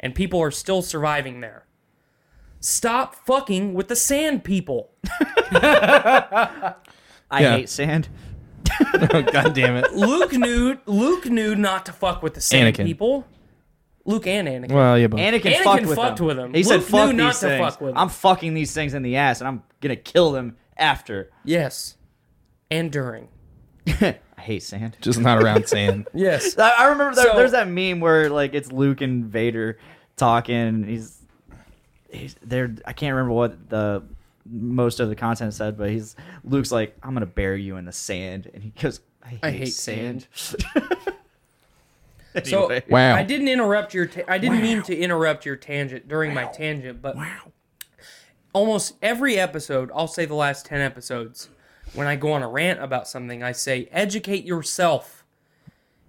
And people are still surviving there. Stop fucking with the sand people.
I
Yeah.
hate sand.
God damn it.
Luke knew Luke knew not to fuck with the sand
Anakin.
people. Luke and Anakin.
[laughs] Well, yeah, but
Anakin,
Anakin
fucked, with,
fucked
them.
with them.
He said,
Luke
"Fuck
knew
these
not to
things.
fuck with them."
I'm fucking these things in the ass, and I'm gonna kill them after."
yes. And
[laughs]
during.
I hate sand.
just not
[laughs]
around sand.
Yes.
I, I remember there,
So-
there's that meme where like it's Luke and Vader talking. And he's he's there. I can't remember what the most of the content said, but he's Luke's like, "I'm gonna bury you in the sand," and he goes, "I hate,
hate
sand."
So
Wow.
I didn't interrupt your. Ta- I didn't mean to interrupt your tangent during my tangent, but almost every episode, I'll say the last ten episodes, when I go on a rant about something, I say educate yourself.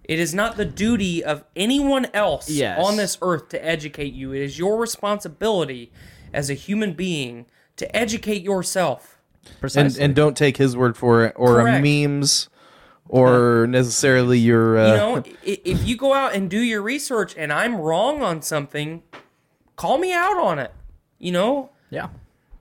It is not the duty of anyone else
Yes.
on this earth to educate you. It is your responsibility as a human being to educate yourself.
and
Precisely.
and don't take his word for it or
Correct. Uh-huh.
memes or necessarily your. Uh,
you know, i- if you go out and do your research and I'm wrong on something, call me out on it. You know,
Yeah.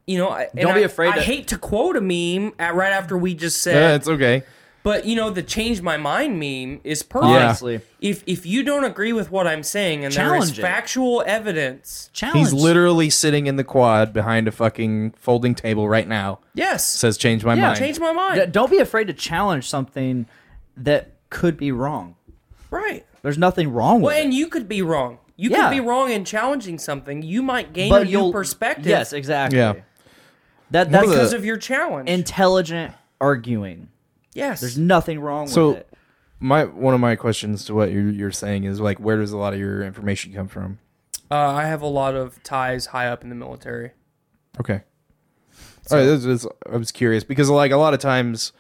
you know. I- and
Don't be
I-
afraid
I
to-
hate to quote a meme at, right after we just
yeah,
said,
it's okay.
but you know, the change my mind meme is perfect.
Honestly.
If if you don't agree with what I'm saying and there
Challenge
is
it.
factual evidence,
Challenge.
He's literally sitting in the quad behind a fucking folding table right now.
yes,
Says change my
yeah,
mind.
change my mind.
D- Don't be afraid to challenge something that could be wrong.
right.
There's nothing wrong with
Well,
it.
and you could be wrong. You
Yeah.
could be wrong in challenging something. You might gain a
But
new
you'll
perspective
Yes, exactly.
Yeah.
That that's
because of your challenge.
intelligent arguing.
yes.
There's nothing wrong
So-
with it.
my one of my questions to what you're, you're saying is like, where does a lot of your information come from?
Uh, I have a lot of ties high up in the military.
Okay. All right, this is, I was curious because like a lot of times,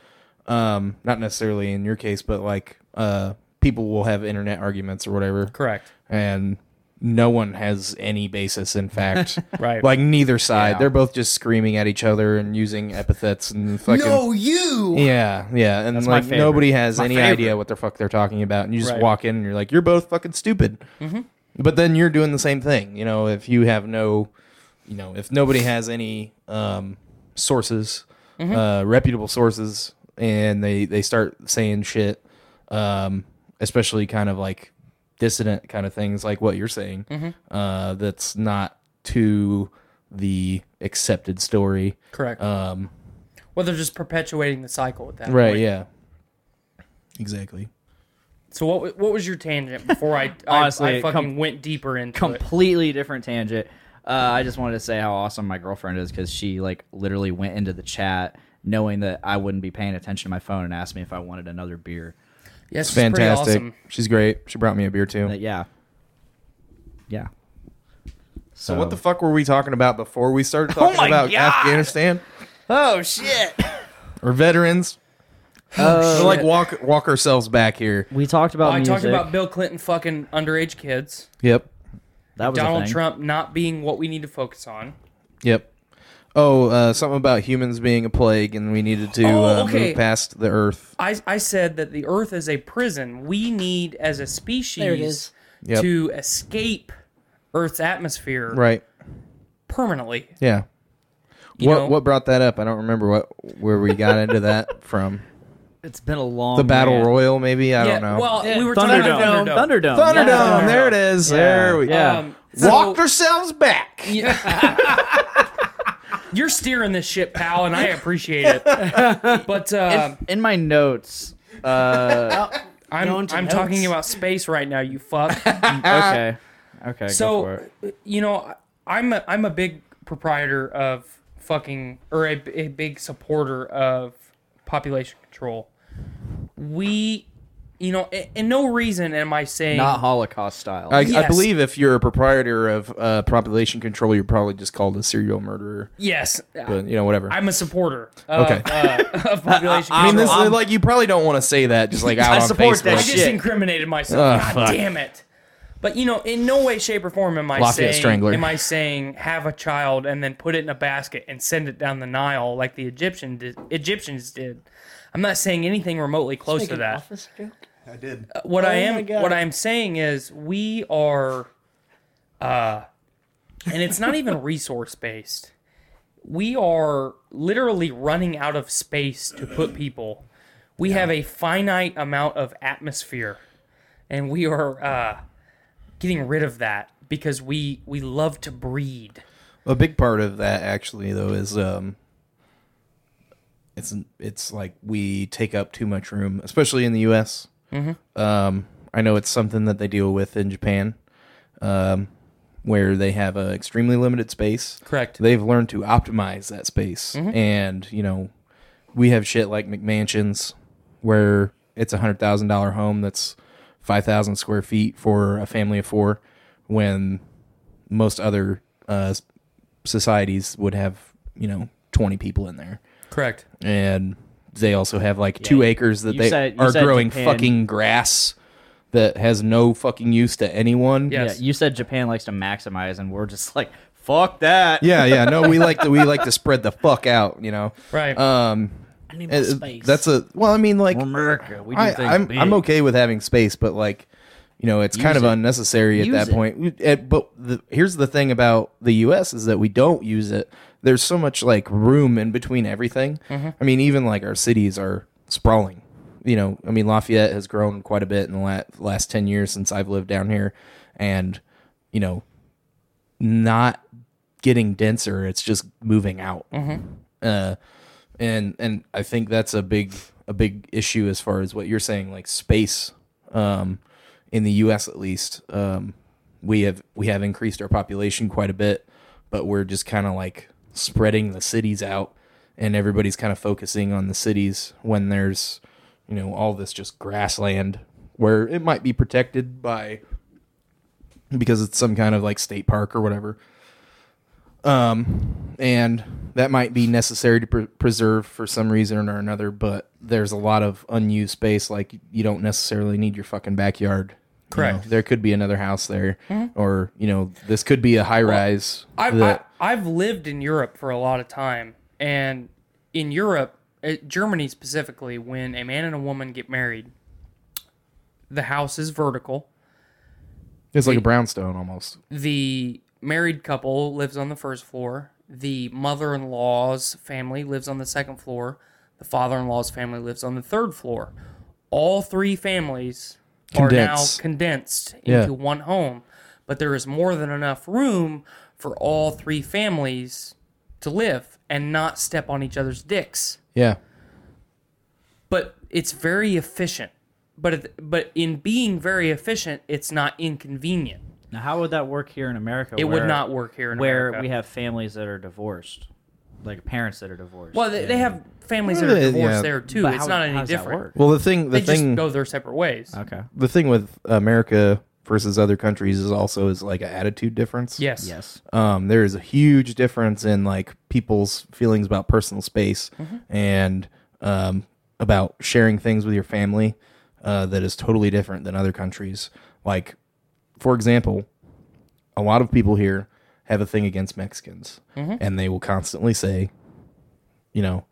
um, not necessarily in your case, but like uh, people will have internet arguments or whatever,
Correct.
and no one has any basis in
[laughs]
fact.
Right.
Like neither side, they're both just screaming at each other and using epithets and fucking. No, you. Yeah, yeah, and
my
like
favorite.
nobody has
My
any
favorite.
idea what the fuck they're talking about, and you just
Right.
walk in and you're like, you're both fucking stupid.
Mm-hmm.
But then you're doing the same thing, you know. If you have no, you know, if nobody has any um, sources, uh, reputable sources, and they they start saying shit, um, especially kind of like dissident kind of things, like what you're saying, uh, that's not to the accepted story.
Correct.
Um,
well, they're just perpetuating the cycle at that
right?
point.
Yeah. Exactly.
So what wa- what was your tangent before
[laughs]
I I,
Honestly,
I fucking
com-
went deeper into it?
completely different tangent. Uh, I just wanted to say how awesome my girlfriend is because she like literally went into the chat knowing that I wouldn't be paying attention to my phone and asked me if I wanted another beer.
Yes, it's pretty
Fantastic.
awesome.
She's great. She brought me a beer too.
But yeah, yeah.
So what the fuck were we talking about before we started [laughs] Oh talking about Afghanistan?
Oh shit.
Or veterans?
Oh,
We'll, like walk walk ourselves back here.
we Oh, talked about
I
music.
talked about Bill Clinton fucking underage kids,
Yep.
that was a
Donald
thing.
Trump not being what we need to focus on.
Yep. Oh, uh, something about humans being a plague and we needed to
Oh,
uh,
okay.
move past the earth.
I I said that the Earth is a prison. We need as a species
There it is.
Yep.
to escape Earth's atmosphere
Right.
permanently.
Yeah.
You
what
know-
what brought that up? I don't remember what where we got
[laughs]
into that from.
It's been a long
The battle
rant.
royal maybe? I don't know.
Well, we were talking
Thunderdome.
about
Thunderdome.
Thunderdome.
Thunderdome,
yeah.
there it is. There we
Yeah.
Um, so-
Walked ourselves back.
[laughs] You're steering this shit, pal, and I appreciate it. But uh,
In my notes.
I'm,
Going to
I'm
notes.
talking about space right now,
[laughs]
you fuck.
Uh,
Okay. Okay. go for
so,
it.
you know, I'm a, I'm a big proprietor of fucking, or a, a big supporter of population control. We, you know, a- and no reason am I saying
not Holocaust style.
I, I
Yes.
believe if you're a proprietor of uh, population control, you're probably just called a serial murderer.
yes.
But you know, whatever.
I'm a supporter of,
Okay.
uh, of population control.
[laughs] I mean, this is like you probably don't want to say that
[laughs]
just like out on
support
Facebook.
that
I just
shit.
incriminated myself.
Ah,
God damn it. But you know, in no way, shape, or form am I
Lafayette
saying
Strangler.
am I saying have a child and then put it in a basket and send it down the Nile like the Egyptian did, Egyptians did. I'm not saying anything remotely close to
Make an
that. Uh,
office joke? Oh
What I
my
am
God.
what I'm saying is we are, uh, and it's not
[laughs]
even resource based. We are literally running out of space to put people. We have a finite amount of atmosphere, and we are uh, getting rid of that because we we love to breed.
A big part of that actually though is um it's it's like we take up too much room, especially in the US. Um I know it's something that they deal with in Japan. Um where they have an extremely limited space.
Correct.
They've learned to optimize that space. And, you know, we have shit like McMansions where it's a hundred thousand dollar home that's five thousand square feet for a family of four when most other uh, s- societies would have you know 20 people in there
Correct.
and they also have like two acres that
you
they
said- you
are
said
growing
Japan.
fucking grass that has no fucking use to anyone
Yes.
yeah, you said Japan likes to maximize, and we're just like, fuck that.
yeah yeah no we like to we like to spread the fuck out you know
Right.
um
I need my
Uh,
space.
That's a well. I mean, like
America. We do
I,
things
I'm
big.
I'm okay with having space, but like, you know, it's kind of
it.
unnecessary at
Use
that
it.
point. We- eh, but the, here's the thing about the U.S. is that we don't use it. There's so much like room in between everything.
Mm-hmm.
I mean, even like our cities are sprawling. You know, I mean, Lafayette has grown quite a bit in the la- last ten years since I've lived down here, and you know, not getting denser. It's just moving out. Uh, and and I think that's a big a big issue as far as what you're saying, like space. Um, in the U.S. at least, um, we have we have increased our population quite a bit, but we're just kind of like spreading the cities out, and everybody's kind of focusing on the cities when there's, you know, all this just grassland where it might be protected by because it's some kind of like state park or whatever. Um, and that might be necessary to pre- preserve for some reason or another, but there's a lot of unused space. Like you don't necessarily need your fucking backyard. You
Correct.
know, there could be another house there, or you know, this could be a high rise.
I've,
that-
I, I've lived in Europe for a lot of time, and in Europe, uh, Germany specifically, when a man and a woman get married, the house is vertical.
it's like a brownstone almost.
The married couple lives on the first floor. The mother-in-law's family lives on the second floor. The father-in-law's family lives on the third floor. All three families
Condensed.
are now condensed
Yeah.
into one home, but there is more than enough room for all three families to live and not step on each other's dicks.
Yeah,
But it's very efficient. But it, but in being very efficient, it's not inconvenient.
Now, how would that work here in America?
It
where-
would not work here in
where
America.
we have families that are divorced, like parents that are divorced.
Well, they, they have families that
Well,
are
yeah.
divorced there too.
But
it's
how-
not
how
any
does that
different.
work?
Well, the thing, the
they just
thing,
go their separate ways.
okay.
the thing with America versus other countries is also is like an attitude difference.
Yes.
Yes.
um, there is a huge difference in like people's feelings about personal space and um, about sharing things with your family uh, that is totally different than other countries. Like, for example, a lot of people here have a thing against Mexicans, and they will constantly say, you know,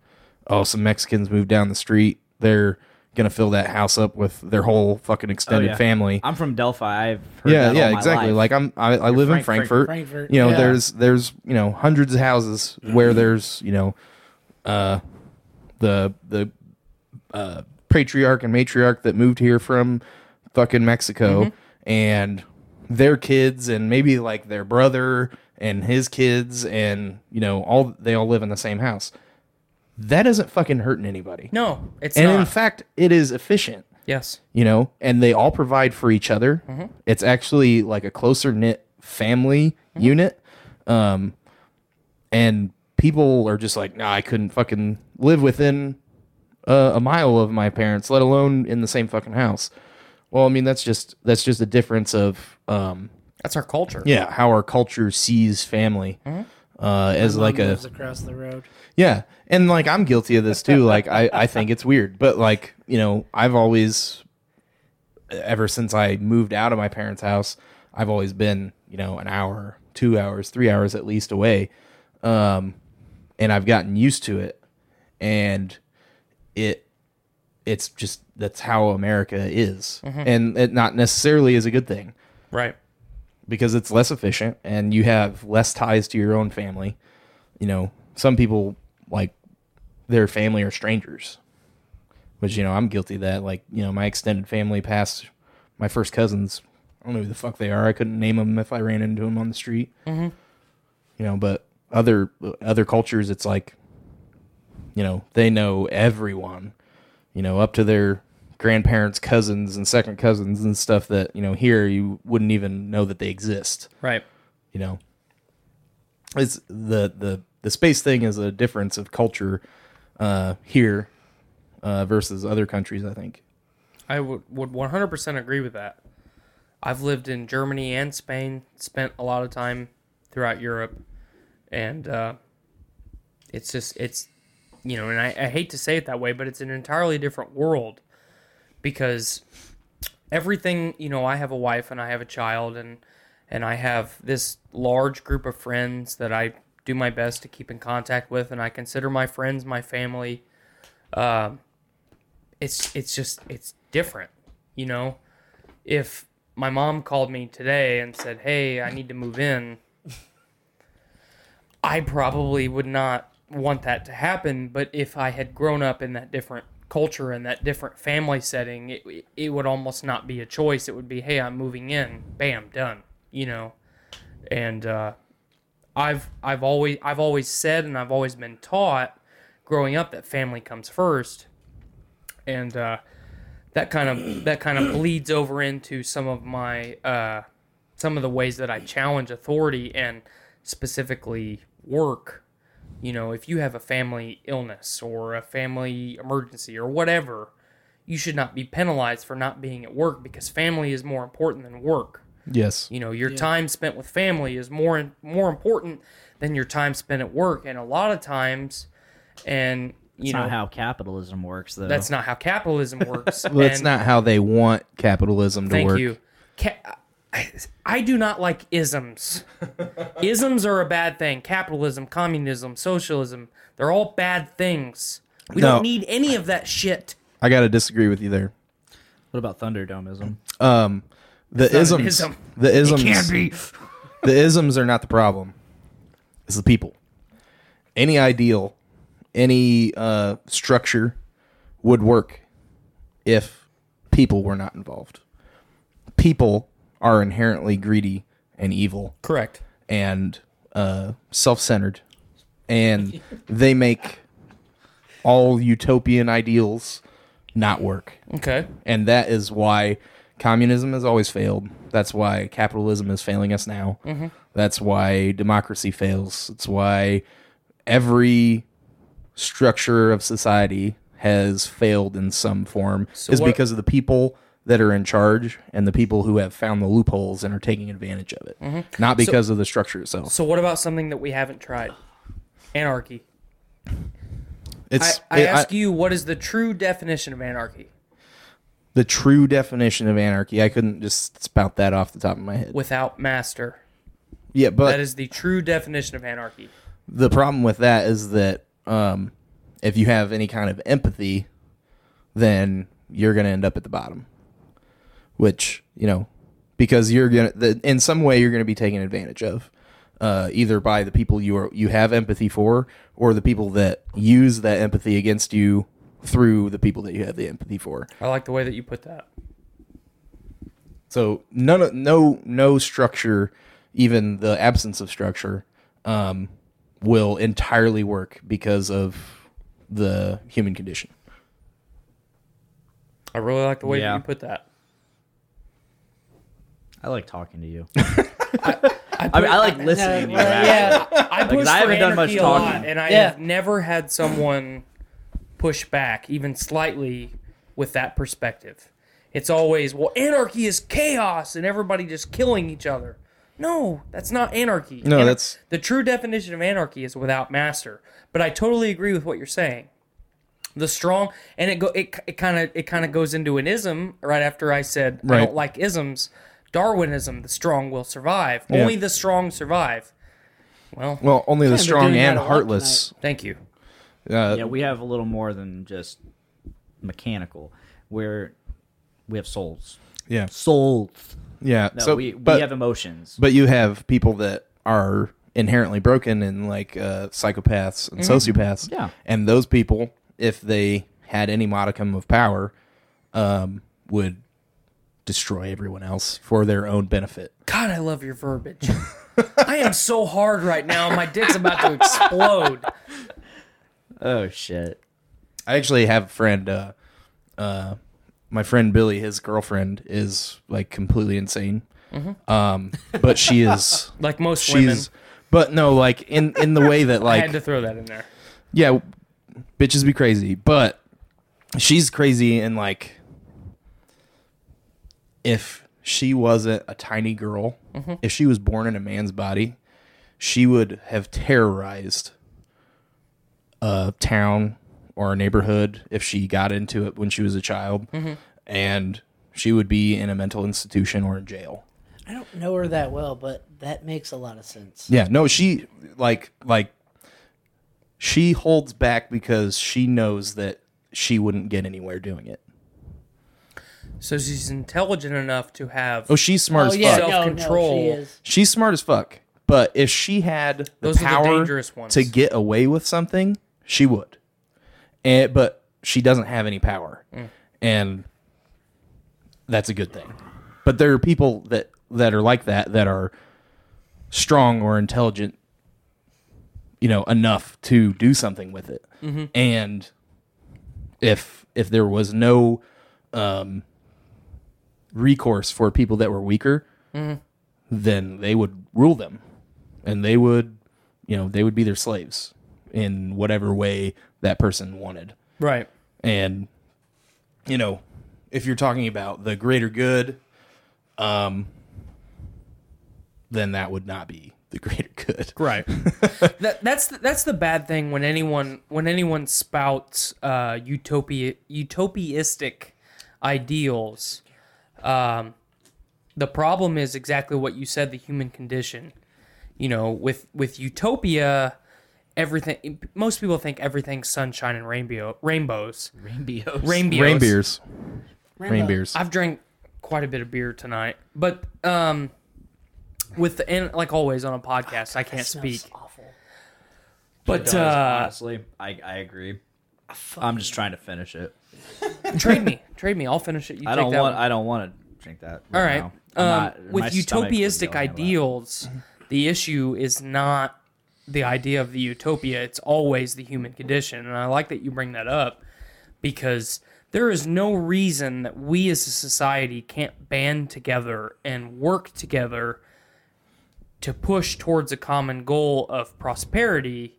oh, some Mexicans moved down the street. They're gonna fill that house up with their whole fucking extended
yeah.
family
I'm from Delphi. I've heard
yeah,
that
yeah,
all my
exactly.
life.
Like I'm, I, I live in
Frank-
Frankfurt.
Frankfurt.
You know,
Yeah.
there's there's you know hundreds of houses where
Mm-hmm.
there's you know, uh, the the uh, patriarch and matriarch that moved here from fucking Mexico
Mm-hmm.
and their kids and maybe like their brother and his kids and you know all they all live in the same house. That isn't fucking hurting anybody.
No, it's
and
not.
in fact, it is efficient
yes.
you know, and they all provide for each other.
Mm-hmm.
It's actually like a closer knit family
Mm-hmm.
unit. Um, and people are just like, nah, I couldn't fucking live within uh, a mile of my parents, let alone in the same fucking house. Well, I mean, that's just that's just a difference of um,
That's our culture. Mm-hmm.
yeah, how our culture sees family uh, as like a
Lives across the road.
yeah. And like I'm guilty of this too. Like I, I think it's weird. But like, you know, I've always ever since I moved out of my parents' house, I've always been, you know, an hour, two hours, three hours at least away. Um and I've gotten used to it. And it it's just that's how America is. And it not necessarily is a good thing
Right.
because it's less efficient and you have less ties to your own family. You know, some people like their family are strangers, which you know I'm guilty of that. Like you know, my extended family past my first cousins. I don't know who the fuck they are. I couldn't name them if I ran into them on the street. You know, but other other cultures, it's like you know they know everyone. You know, up to their grandparents, cousins, and second cousins and stuff that you know here you wouldn't even know that they exist
Right.
you know it's the the the space thing is a difference of culture uh here uh versus other countries i think
I would would 100% agree with that. I've lived in Germany and Spain, spent a lot of time throughout Europe, and uh, it's just it's you know, and I, I hate to say it that way, but it's an entirely different world because everything you know, I have a wife and I have a child, and and I have this large group of friends that I do my best to keep in contact with, and I consider my friends my family Um, it's it's just it's different, you know. If my mom called me today and said, "Hey, I need to move in," I probably would not want that to happen. But if I had grown up in that different culture and that different family setting, it it would almost not be a choice. It would be, "Hey, I'm moving in. Bam, done." You know, and uh, I've I've always I've always said and I've always been taught growing up that family comes first, and uh, that kind of that kind of bleeds over into some of my uh, some of the ways that I challenge authority and specifically work. You know, if you have a family illness or a family emergency or whatever, you should not be penalized for not being at work because family is more important than work.
Yes.
You know, your time spent with family is more more important than your time spent at work, and a lot of times, and you
It's
know,
not how capitalism works, though.
that's not how capitalism works.
Well, that's
and-
not how they want capitalism to
Thank
work.
you. Ca- I, I do not like isms. isms are a bad thing. Capitalism, communism, socialism—they're all bad things. We
No.
don't need any of that shit.
I got to disagree with you there.
What about Thunderdomeism?
Um, the
not
isms,
an ism.
the isms,
Can't be.
[laughs] the isms are not the problem. It's the people. Any ideal, any uh, structure would work if people were not involved. People are inherently greedy and evil
Correct.
and uh, self-centered,
[laughs]
and they make all utopian ideals not work.
Okay.
And that is why communism has always failed. That's why capitalism is failing us now.
Mm-hmm.
That's why democracy fails. It's why every structure of society has failed in some form is
what-
because of the people that are in charge and the people who have found the loopholes and are taking advantage of it.
Mm-hmm.
Not because of the structure itself.
So what about something that we haven't tried? Anarchy. I,
it's
I
it-
ask you, what is the true definition of anarchy?
the true definition of anarchy. I couldn't just spout that off the top of my head.
Without master.
yeah, but
That is the true definition of anarchy.
the problem with that is that um, if you have any kind of empathy, then you're going to end up at the bottom, which you know, because you're going to in some way you're going to be taken advantage of, uh, either by the people you are you have empathy for, or the people that use that empathy against you through the people that you have the empathy for.
I like the way that you put that.
So none of no no structure, even the absence of structure, um, will entirely work because of the human condition.
I really like the way that
Yeah.
you put that.
I like talking to
[laughs]
you. I, mean, I like listening to you. actually.
I push
I
for
haven't done
anarchy
much
a lot,
talking.
and I
Yeah.
have never had someone push back even slightly with that perspective. It's always well, anarchy is chaos and everybody just killing each other. No, that's not anarchy.
No,
Anar-
that's-
the true definition of anarchy is without master. But I totally agree with what you're saying. The strong and it go it it kind of it kind of goes into an ism right after I said I
Right.
don't like isms. Darwinism: the strong will survive. Only the strong survive. Well,
Well, only the
been
strong
doing
and
that a lot
heartless.
Thank you.
Uh,
Yeah, we have a little more than just mechanical. Where we have souls.
yeah,
Souls.
yeah.
No,
so,
we, we
but
have emotions.
but you have people that are inherently broken and like uh, psychopaths and sociopaths.
Mm-hmm. Yeah.
and those people, if they had any modicum of power, um, would destroy everyone else for their own benefit.
God, I love your verbiage. I am so hard right now. My dick's about to explode.
oh shit.
I actually have a friend. Uh, uh, my friend Billy, his girlfriend is like completely insane. Um, but she is
Like most Mm-hmm. [laughs] women,
she's, but no, like in in the way
[laughs]
that
I
like
had to throw that in there.
yeah, bitches be crazy, but she's crazy and like if she wasn't a tiny girl, if she was born in a man's body, she would have terrorized a town or a neighborhood if she got into it when she was a child, and she would be in a mental institution or in jail.
I don't know her that well, but that makes a lot of sense.
Yeah, no, she like like she holds back because she knows that she wouldn't get anywhere doing it.
So she's intelligent enough to have
Oh, she's smart
Oh,
as
yeah,
fuck.
no, no,
Self-control.
she is.
She's smart as fuck. But if she had the
Those are the
power
dangerous ones.
to get away with something, she would. And, but she doesn't have any power,
Mm.
and that's a good thing. But there are people that that are like that that are strong or intelligent, you know, enough to do something with it.
Mm-hmm.
And if if there was no um, recourse for people that were weaker, then they would rule them and they would you know they would be their slaves in whatever way that person wanted
right.
and you know if you're talking about the greater good um then that would not be the [laughs] greater good [laughs]
Right. that, that's the, that's the bad thing when anyone when anyone spouts uh, utopia utopistic ideals. Um, the problem is exactly what you said: the human condition. You know, with with utopia, everything. Most people think everything's sunshine and rainbow rainbows.
Rainbows.
Rainbows.
rain beers rain beers
I've drank quite a bit of beer tonight, but um, with the, and like always on a podcast, I can't speak.
Awful.
But
Does,
uh,
honestly, I, I agree. I'm just trying to finish it. [laughs]
trade me, trade me. I'll finish it. You
I
take
don't
that
want.
one.
I don't want to drink that.
All right.
now. I'm
Um,
not-
with
my stomach wouldn't be able
utopistic
to handle that.
ideals, the issue is not the idea of the utopia. It's always the human condition, and I like that you bring that up because there is no reason that we as a society can't band together and work together to push towards a common goal of prosperity.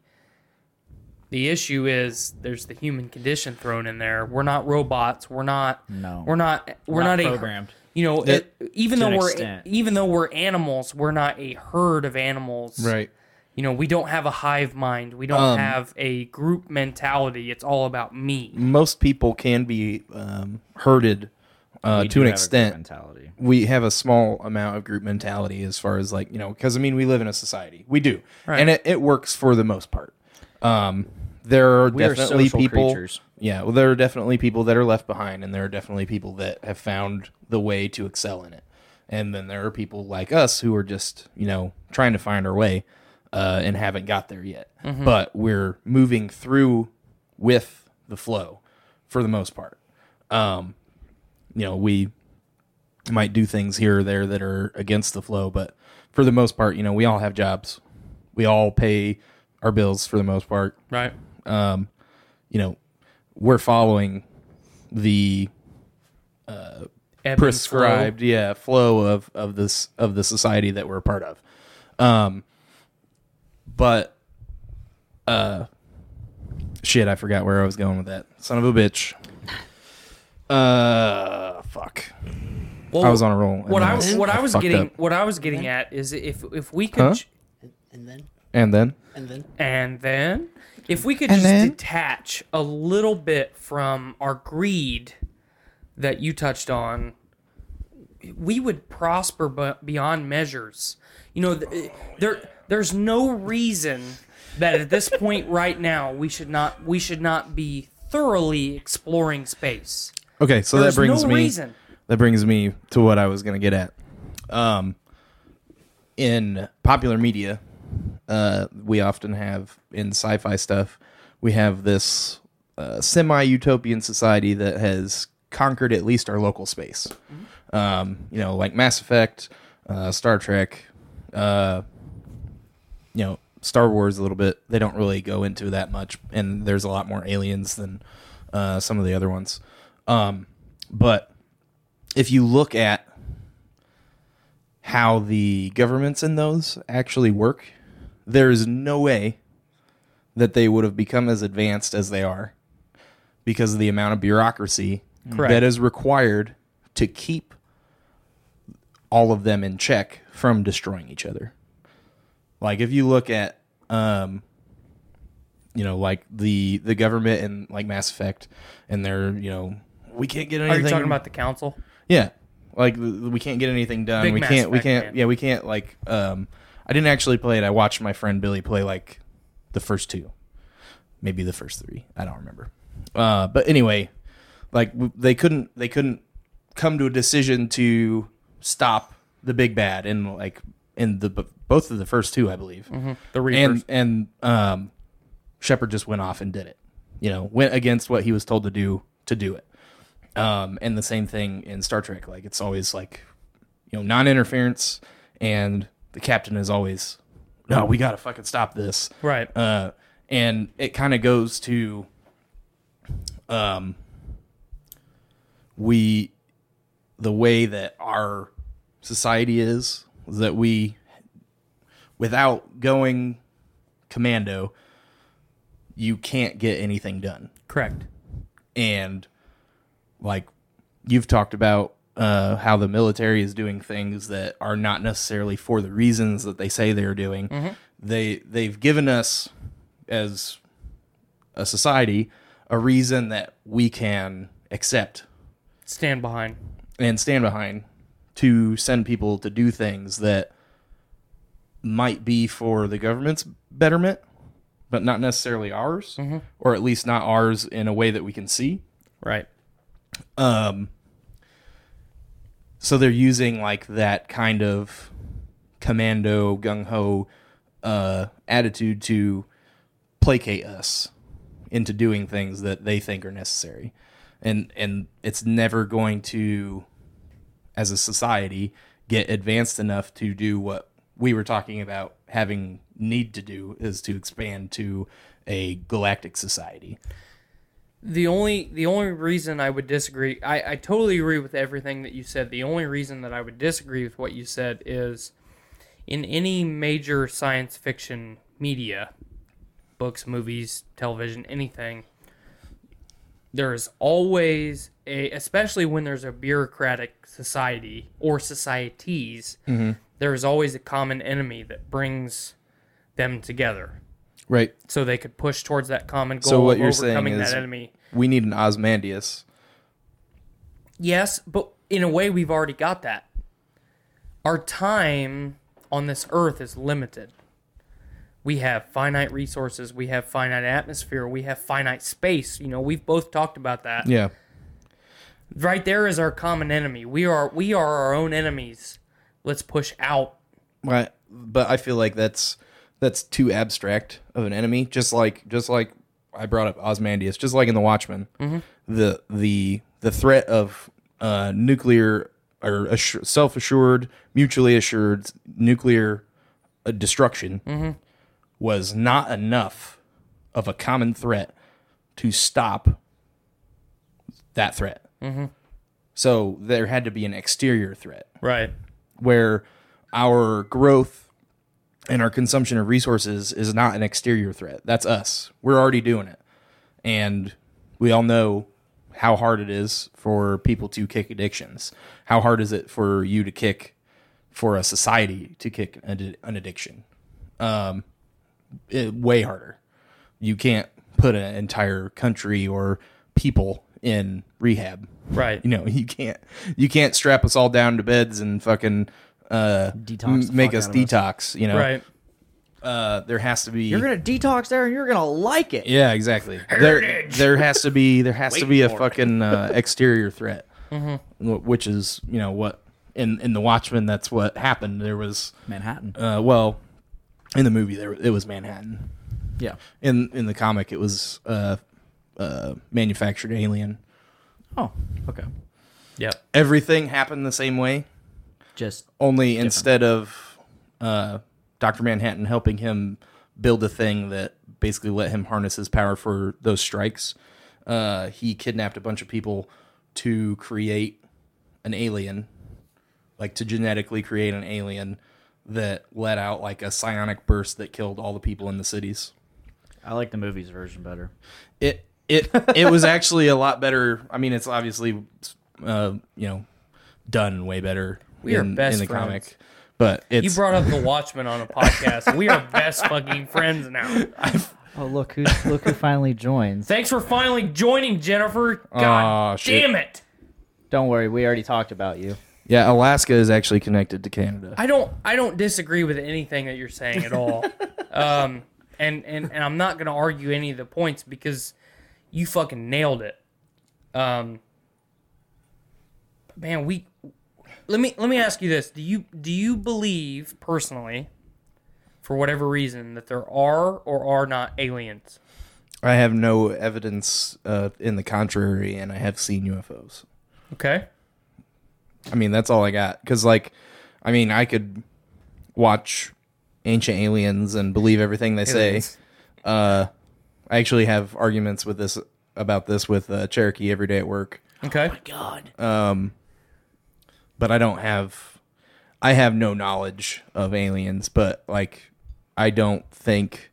The issue is there's the human condition thrown in there. We're not robots. We're not.
No.
We're not. We're,
We're
not,
not
a-
programmed.
you know,
That-
it, even
to
though
an
we're
extent.
even though we're animals, we're not a herd of animals.
right Um,
You know, we don't have a hive mind. We don't have a group mentality. It's all about me.
most people can be um, herded uh,
We
to
do have a
an
group
extent
mentality.
we have a small amount of group mentality as far as like you know because i mean we live in a society we do and it, it works for the most part um there are
We are
definitely
social
people
creatures.
yeah well there are definitely people that are left behind and there are definitely people that have found the way to excel in it and then there are people like us who are just you know trying to find our way uh, and haven't got there yet but we're moving through with the flow for the most part um you know we might do things here or there that are against the flow, but for the most part, you know, we all have jobs. We all pay our bills for the most part.
Right.
You know, we're following the
Ebb and flow.
prescribed, yeah, flow of of this of the society that we're a part of. Um but uh shit, I forgot where I was going with that. Son of a bitch. Uh fuck.
Well,
I was on a roll. and
What
then
I was what I was
fucked
getting
up.
what I was getting at is if if we could
Huh?
j-
And then,
and then
and then,
And then, if we could
And
just
then?
detach a little bit from our greed that you touched on, we would prosper be- beyond measures. You know, th- there there's no reason that at this point right now we should not we should not be thoroughly exploring space.
Okay, so
There's
that brings
no
me
reason.
that brings me to what I was going to get at. Um, in popular media, uh, we often have in sci-fi stuff, we have this uh, semi-utopian society that has conquered at least our local space. Um, you know, like Mass Effect, uh, Star Trek, uh, you know, Star Wars a little bit. They don't really go into that much, and there's a lot more aliens than uh, some of the other ones. Um, but if you look at how the governments in those actually work, there is no way that they would have become as advanced as they are because of the amount of bureaucracy that is required to keep all of them in check from destroying each other. Like if you look at um you know like the the government and like Mass Effect and they're, you know, we can't get
Are
anything
you talking about the council?
yeah, like th- we can't get anything done.
Big
we
Mass
can't. We
Effect
can't.
fan.
Yeah, we can't. Like, um, I didn't actually play it. I watched my friend Billy play like the first two, maybe the first three. I don't remember. Uh, but anyway, like w- they couldn't they couldn't come to a decision to stop the big bad in like in the b- both of the first two, I believe.
Mm-hmm. The Reapers.
And and um, Shepard just went off and did it. You know, went against what he was told to do to do it. Um, and the same thing in Star Trek. Like it's always like, you know, non-interference, and the captain is always, no, we gotta fucking stop this.
Right.
Uh, and it kind of goes to, um, we, the way that our society is, is that we, without going commando, you can't get anything done
Correct.
and like you've talked about uh, how the military is doing things that are not necessarily for the reasons that they say they're doing. They they've given us as a society a reason that we can accept
Stand behind.
and stand behind to send people to do things that might be for the government's betterment, but not necessarily ours, or at least not ours in a way that we can see.
Right.
so they're using like that kind of commando gung ho uh, attitude to placate us into doing things that they think are necessary, and and it's never going to, as a society, get advanced enough to do what we were talking about having need to do is to expand to a galactic society.
the only the only reason I would disagree I, I totally agree with everything that you said. The only reason that I would disagree with what you said is in any major science fiction media, books, movies, television, anything, there is always a especially when there's a bureaucratic society or societies,
Mm-hmm.
there is always a common enemy that brings them together.
Right.
So they could push towards that common goal
So what
of
you're saying
overcoming
is-
that enemy.
We need an Osmandius.
Yes, but in a way, we've already got that. Our time on this earth is limited. We have finite resources, we have finite atmosphere, we have finite space. You know, we've both talked about that.
Yeah.
Right there is our common enemy. We are we are our own enemies. Let's push out.
Right, but I feel like that's that's too abstract of an enemy. Just like just like I brought up Osmandius, just like in The Watchmen, the the the threat of uh, nuclear or assur- self-assured, mutually assured nuclear uh, destruction was not enough of a common threat to stop that threat. So there had to be an exterior threat
Right.
where our growth and our consumption of resources is not an exterior threat. That's us. We're already doing it. And we all know how hard it is for people to kick addictions. How hard is it for you to kick, for a society to kick an addi- an addiction? Um, it, way harder. You can't put an entire country or people in rehab
Right.
[laughs] you know you can't you can't strap us all down to beds and fucking uh
Detox the
make
fuck
us
out of us.
detox you know
Right.
uh there has to be
You're gonna detox there, and you're gonna like it.
yeah exactly there there has to be there has to be a fucking uh, exterior threat
Mm-hmm.
Wh- which is you know what in in the watchmen that's what happened there was
Manhattan.
uh well in the movie there it was manhattan
yeah.
in in the comic it was uh uh manufactured alien
Oh, okay.
Yep.
everything happened the same way
Just
only instead of uh, Dr. Manhattan helping him build a thing that basically let him harness his power for those strikes, uh, he kidnapped a bunch of people to create an alien, like to genetically create an alien that let out like a psionic burst that killed all the people in the cities.
I like the movie's version better.
It it it was actually a lot better. I mean, it's obviously uh, you know done way better
We are
in,
best
in the
friends.
comic. But it's
You brought up the Watchmen on a podcast. we are best fucking friends now.
Oh, look who look who finally joins.
Thanks for finally joining, Jennifer. God
Aw, shit.
damn it.
Don't worry, we already talked about you.
Yeah, Alaska is actually connected to Canada.
I don't I don't disagree with anything that you're saying at all. um, and, and and I'm not going to argue any of the points because you fucking nailed it. Um, man, we let me let me ask you this: Do you do you believe personally, for whatever reason, that there are or are not aliens?
I have no evidence uh, in the contrary, and I have seen UFOs.
Okay.
I mean, that's all I got. Because, like, I mean, I could watch Ancient Aliens and believe everything they
Aliens.
say. Uh, I actually have arguments with this about this with uh, Cherokee every day at work,
Okay.
God.
but I don't have, I have no knowledge of aliens. But like, I don't think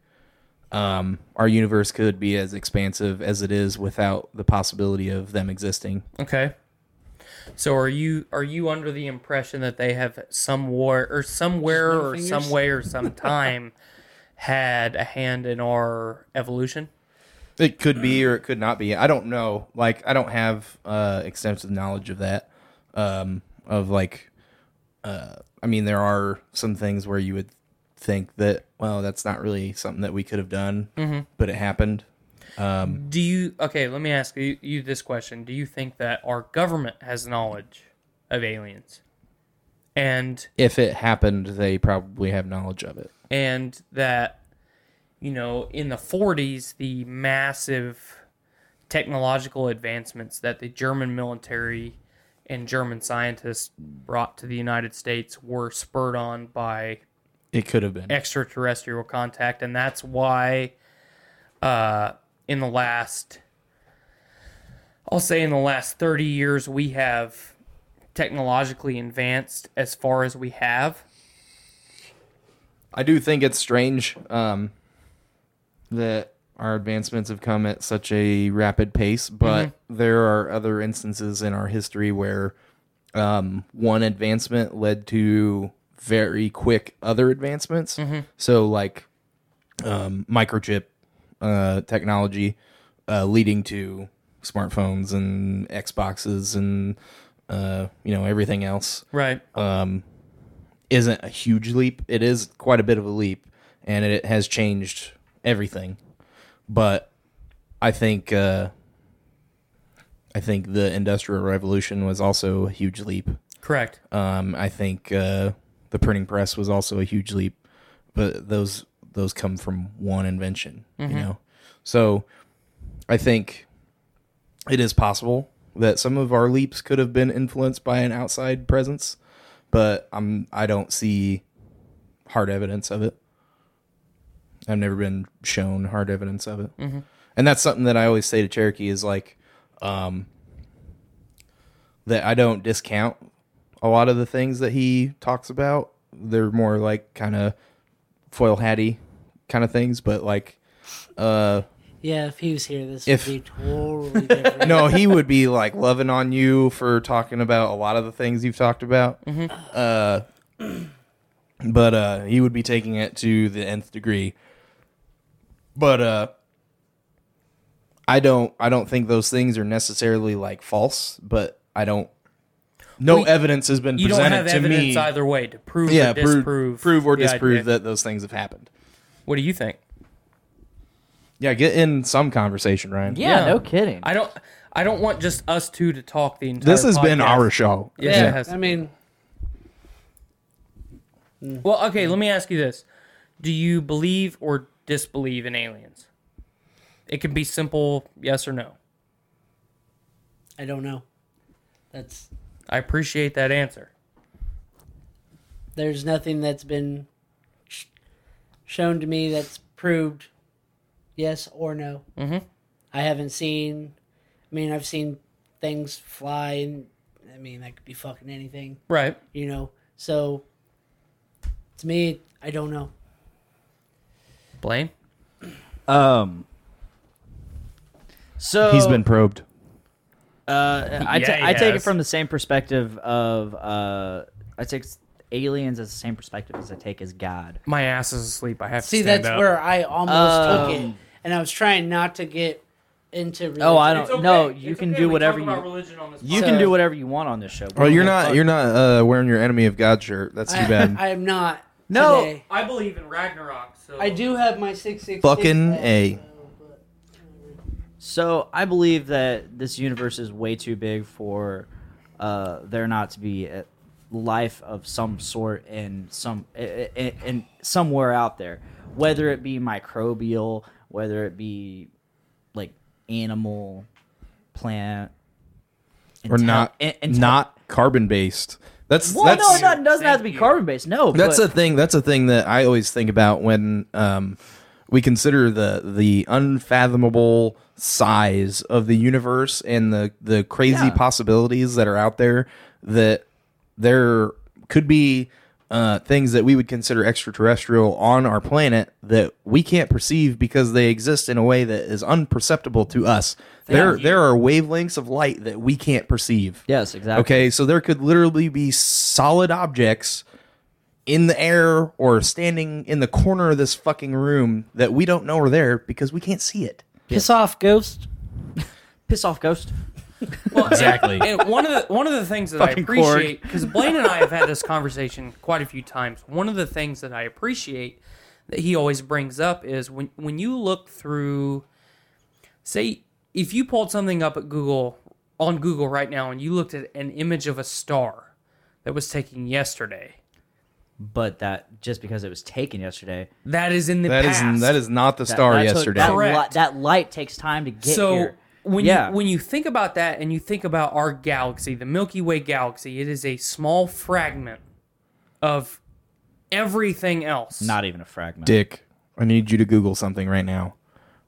um, our universe could be as expansive as it is without the possibility of them existing.
Okay. So are you are you under the impression that they have somewhere or somewhere or
fingers?
some way or sometime had a hand in our evolution?
It could be or it could not be. I don't know. Like I don't have uh, extensive knowledge of that. Um, of like, uh, I mean, there are some things where you would think that well, that's not really something that we could have done, but it happened.
Do you okay? Let me ask you, you this question: Do you think that our government has knowledge of aliens, and
If it happened, they probably have knowledge of it.
and that you know in the 40s the massive technological advancements that the German military and German scientists brought to the United States were spurred on by
It could have been.
extraterrestrial contact, and that's why, uh, in the last, I'll say in the last thirty years, we have technologically advanced as far as we have.
I do think it's strange um, that our advancements have come at such a rapid pace, but there are other instances in our history where um, one advancement led to very quick other advancements. So, like um, microchip uh, technology uh, leading to smartphones and Xboxes and uh, you know everything else
Right.
isn't a huge leap. It is quite a bit of a leap, and it has changed everything. But I think uh, I think the Industrial Revolution was also a huge leap.
Correct.
Um, I think uh, the printing press was also a huge leap, but those those come from one invention, you know. So I think it is possible that some of our leaps could have been influenced by an outside presence, but I'm I don't see hard evidence of it. I've never been shown hard evidence of it, and that's something that I always say to Cherokee is like um, that I don't discount a lot of the things that he talks about they're more like kind of foil hatty kind of things but like uh
Yeah, if he was here, this
If-
would be
[laughs]
totally different.
[laughs]
no he would be like loving on you for talking about a lot of the things you've talked about
Mm-hmm.
uh but uh he would be taking it to the nth degree but uh i don't i don't think those things are necessarily like false but i don't no
Well, you-
evidence has been
You don't
presented
have
to
evidence
me
either way to prove
yeah,
or
prove,
disprove.
prove, or
the
disprove
idea.
that those things have happened.
What do you think?
Yeah, get in some conversation, Ryan.
Yeah,
no kidding.
I don't. I don't want just us two to talk the entire.
this has been
podcast.
our show.
Yeah, it has.
I mean,
Well, okay, let me ask you this. Do you believe or disbelieve in aliens? It can be simple yes or no.
I don't know. That's
I appreciate that answer.
there's nothing that's been sh- shown to me that's proved yes or no. Mm-hmm. I haven't seen. I mean, I've seen things fly, and I mean that could be fucking anything,
Right.
you know. So to me, I don't know.
Blaine?
Um. So
He's been probed. [laughs]
I ta-
Yeah,
I take it
yes.
from the same perspective of uh, I take s- aliens as the same perspective as I take as God.
My ass is asleep. I have
See,
to stand
that's
up.
where I almost took it,
Um,
and I was trying not to get into. Religion.
Oh, I don't. No, you can do whatever you.
religion on this
You
podcast.
can do
So-
whatever you want on this show.
Well, you're not you're not uh, wearing your enemy of God shirt. That's too
I,
bad.
[laughs] I am not.
No.
today.
I believe in Ragnarok, so
uh, I do have my six six.
Fucking A.
So I believe that this universe is way too big for uh, there not to be a life of some sort in some in, in somewhere out there, whether it be microbial, whether it be like animal, plant,
or
intel-
not
in- intel-
not carbon based. That's
Well,
that's
no, no, it doesn't have to be carbon based. No,
that's
but,
a thing. That's a thing that I always think about when um, we consider the the unfathomable size of the universe and the the crazy possibilities that are out there. That there could be uh, things that we would consider extraterrestrial on our planet that we can't perceive because they exist in a way that is unperceptible to us. there there are wavelengths of light that we can't perceive.
yes, exactly.
Okay, so there could literally be solid objects in the air or standing in the corner of this fucking room that we don't know are there because we can't see it.
Piss off, ghost.
[laughs] Piss off, ghost.
Well,
Exactly.
And, and one of the one of the things that I
Fucking Korg.
appreciate because Blaine and I have had this conversation quite a few times. One of the things that I appreciate that he always brings up is when when you look through, say, if you pulled something up at Google on Google right now and you looked at an image of a star that was taken yesterday,
But that just because it was taken yesterday,
that is in the
That is
past.
that is not the star
That took-
yesterday.
That, li-
Correct.
that light takes time to get
so
here.
when
Yeah.
you when you think about that and you think about our galaxy the milky way galaxy it is a small fragment of everything else
Not even a fragment.
Dick, I need you to Google something right now.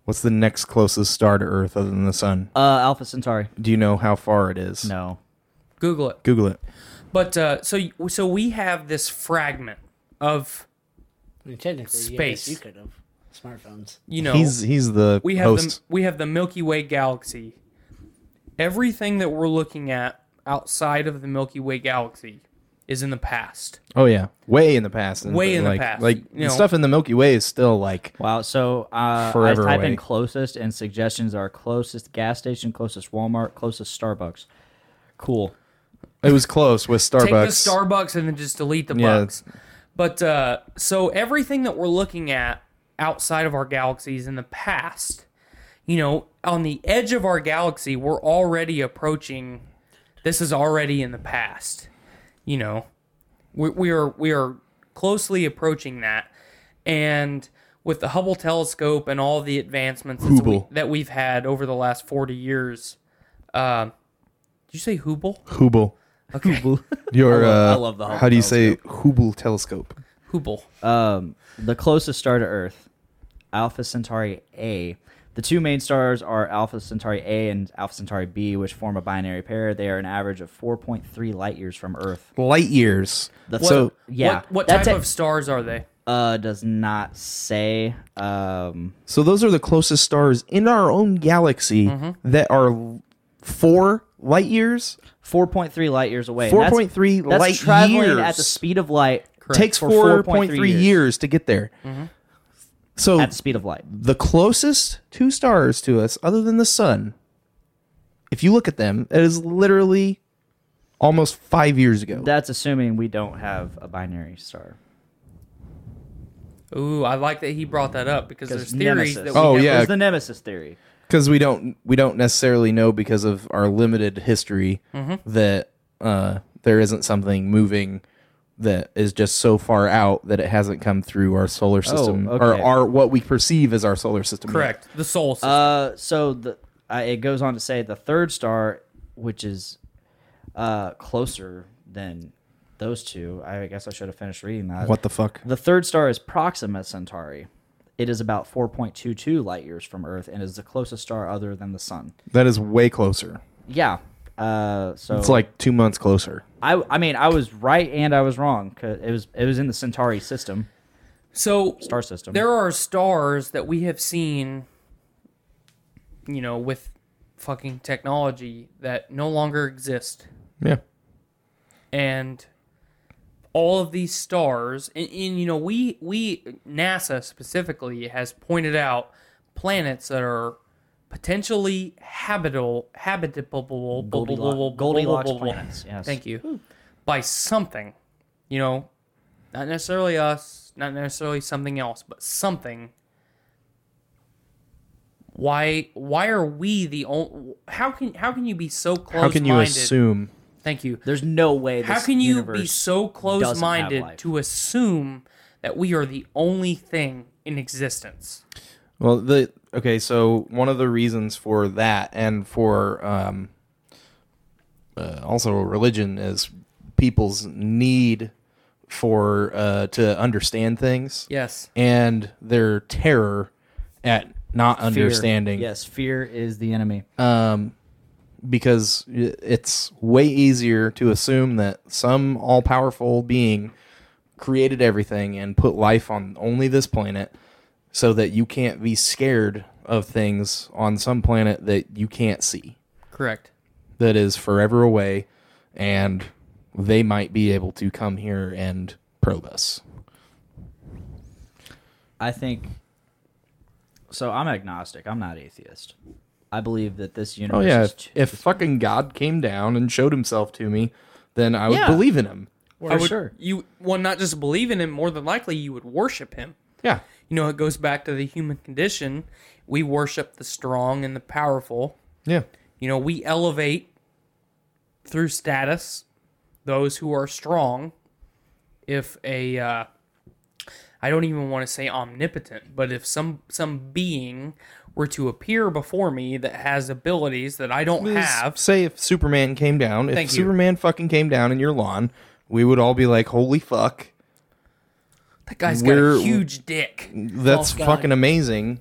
What's the next closest star to Earth other than the sun?
Uh, Alpha Centauri.
Do you know how far it is?
No.
google it
Google it.
but uh, so y- so we have this fragment of
I mean, technically,
Space.
Space. you could have smartphones.
you know
He's he's the
we have
host.
the we have the Milky Way galaxy. Everything that we're looking at outside of the Milky Way galaxy is in the past.
oh yeah, way in the past. and-
Way in the
like-
past,
Like
you
the
know.
stuff in the Milky Way is still like
Wow. So uh,
Forever
I type
away.
in closest, and suggestions are closest gas station, closest Walmart, closest Starbucks. Cool.
it was close with Starbucks.
Take the Starbucks and then just delete the
Yeah.
bucks. But uh, so everything that we're looking at outside of our galaxy is in the past. You know, on the edge of our galaxy, we're already approaching. This is already in the past. You know, we, we are we are closely approaching that, and with the Hubble telescope and all the advancements that we,
Hubble.
that we've had over the last forty years. Uh, did you say Hubble?
Hubble.
Okay.
[laughs] Your
I love-
uh,
I love the Hubble
how do you say Hubble telescope?
Hubble.
Um, the closest star to Earth, Alpha Centauri A. The two main stars are Alpha Centauri A and Alpha Centauri B, which form a binary pair. They are an average of 4.3 light years from Earth.
Light years.
That's
so
yeah.
What, what
That
type
te-
of stars are they?
uh, does not say. Um,
so those are the closest stars in our own galaxy
Mm-hmm.
that are l- four light years.
4.3 light years away. and that's-
4.3
that's
light
traveling
years.
at the speed of light.
Takes
For
four point three years. to get there.
Mm-hmm.
So
At the speed of light.
the closest two stars to us, other than the sun, if you look at them, it is literally almost five years ago.
That's assuming we don't have a binary star.
Ooh, I like that he brought that up because there's
Because
theories
Nemesis.
that we
Oh,
never-
yeah.
There's the nemesis theory.
because we don't we don't necessarily know because of our limited history that uh, there isn't something moving that is just so far out that it hasn't come through our solar system or
okay.
our what we perceive as our solar system.
correct. The soul system.
Uh, so the uh, it goes on to say the third star, which is uh, closer than those two. I guess I should have finished reading that.
What the fuck?
The third star is Proxima Centauri. It is about 4.22 light years from Earth and is the closest star other than the sun.
That is way closer.
Yeah. Uh, so
It's like two months closer.
I, I mean, I was right and I was wrong 'cause it was it was in the Centauri system,
so
star system.
there are stars that we have seen, you know, with fucking technology that no longer exist,
Yeah.
and all of these stars, and, and you know, we we NASA specifically has pointed out planets that are potentially habitable, habitable,
Goldilocks, Goldilocks planets. Yes.
Thank you. By something, you know, not necessarily us, not necessarily something else, but something Why why are we the only? How can how can you be so close?
How can you assume?
Thank you.
There's no way.
How
this
can you be
universe
so close minded
life.
to assume that we are the only thing in existence?
Well, the okay, so one of the reasons for that and for um, uh, also religion is people's need for uh, to understand things
Yes.
and their terror at not
Fear.
understanding
Yes, fear is the enemy.
because i- it's way easier to assume that some all powerful being created everything and put life on only this planet so that you can't be scared of things on some planet that you can't see,
Correct.
that is forever away, and they might be able to come here and probe us.
I think. So I'm agnostic. I'm not atheist. I believe that this
Oh,
universe.
yeah.
Is
If, if fucking God came down and showed himself to me, then I would
Yeah.
believe in him.
for sure.
You well, not just believe in him. More than likely, you would worship him.
Yeah.
You know, it goes back to the human condition. We worship the strong and the powerful.
Yeah.
You know, we elevate through status those who are strong. If a, uh, I don't even want to say omnipotent, but if some some being were to appear before me that has abilities that I don't
is,
have,
say if Superman came down, if
Thank you.
Superman fucking came down in your lawn, we would all be like, "Holy fuck,
that guy's got a
we're-
huge dick.
that's
False God.
fucking amazing."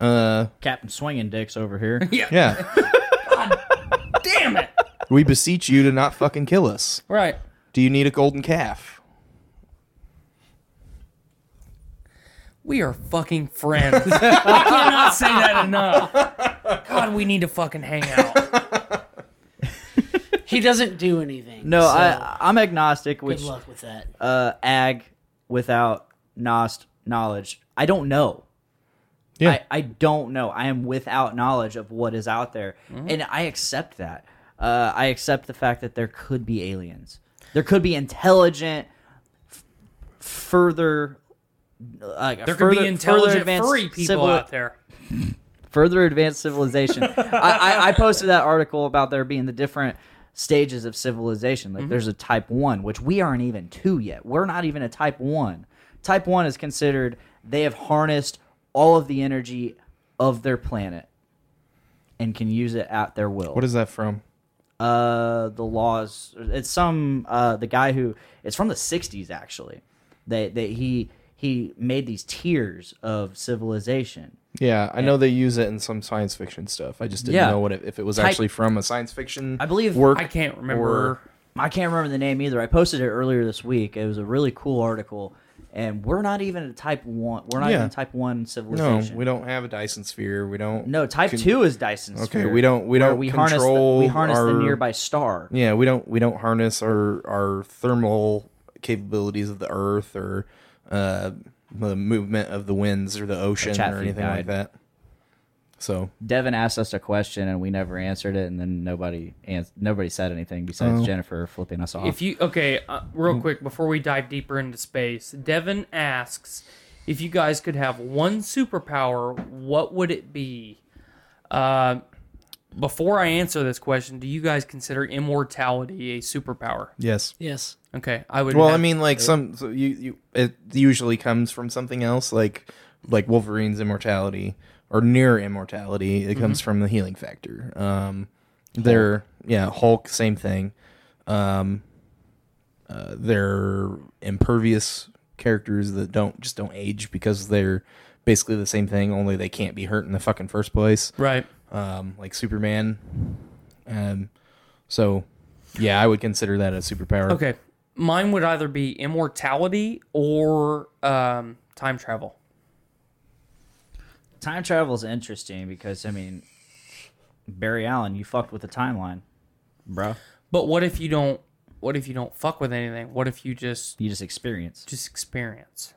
Uh,
Captain Swinging Dicks over here.
yeah,
Damn it!
we beseech you to not fucking kill us.
Right.
Do you need a golden calf?
We are fucking friends. [laughs] I cannot say that enough. God, we need to fucking hang out.
He doesn't do anything.
No,
so
I I'm agnostic, which
Good luck with that.
uh, ag without nost knowledge. I don't know.
Yeah.
I, I don't know. I am without knowledge of what is out there,
Mm-hmm.
and I accept that. Uh, I accept the fact that there could be aliens. There could be intelligent, f- further, like
There
further,
could be
further
intelligent
advanced
furry people
civil-
out there.
further advanced civilization. I, I, I posted that article about there being the different stages of civilization.
Mm-hmm.
Like there's a type one, which we aren't even to yet. We're not even a type one. Type one is considered they have harnessed all of the energy of their planet and can use it at their will.
What is that from?
uh the laws? It's some uh the guy who it's from the '60s actually. They they he he made these tiers of civilization.
Yeah, I know they use it in some science fiction stuff. I just didn't
Yeah.
know what it, if it was actually from a science fiction.
I believe
work.
I can't remember.
I can't remember the name either. I posted it earlier this week. It was a really cool article, and we're not even a type one. We're not
Yeah.
even a type one
No,
civilization.
we don't have a Dyson sphere. We don't.
No, type
Con-
two is Dyson's.
Okay, we don't- we don't
We harness the,
control
we harness
our-
the nearby star.
Yeah, we don't we don't harness our our thermal capabilities of the Earth or uh, the movement of the winds or the ocean
chat
or
feed
anything
died.
like that. So
Devin asked us a question, and we never answered it, and then nobody ans- nobody said anything
Oh.
besides Jennifer flipping us off.
If you okay, uh,
Mm-hmm.
real quick before we dive deeper into space, Devin asks if you guys could have one superpower, what would it be? Uh, before I answer this question, do you guys consider immortality a superpower?
yes.
Yes.
Okay, I would.
Well,
have-
I mean, like some so you you it usually comes from something else, like like Wolverine's immortality or near immortality.
Mm-hmm.
It comes from the healing factor. Um, their yeah, Hulk, same thing. Um, uh, they're impervious characters that don't just don't age because they're basically the same thing, only they can't be hurt in the fucking first place.
right.
Um, like Superman. Um, so yeah, I would consider that a superpower.
Okay, mine would either be immortality or um, time travel.
time travel is interesting because I mean, Barry Allen, you fucked with the timeline, bro.
But what if you don't? What if you don't fuck with anything? What if you just
You just experience.
just experience?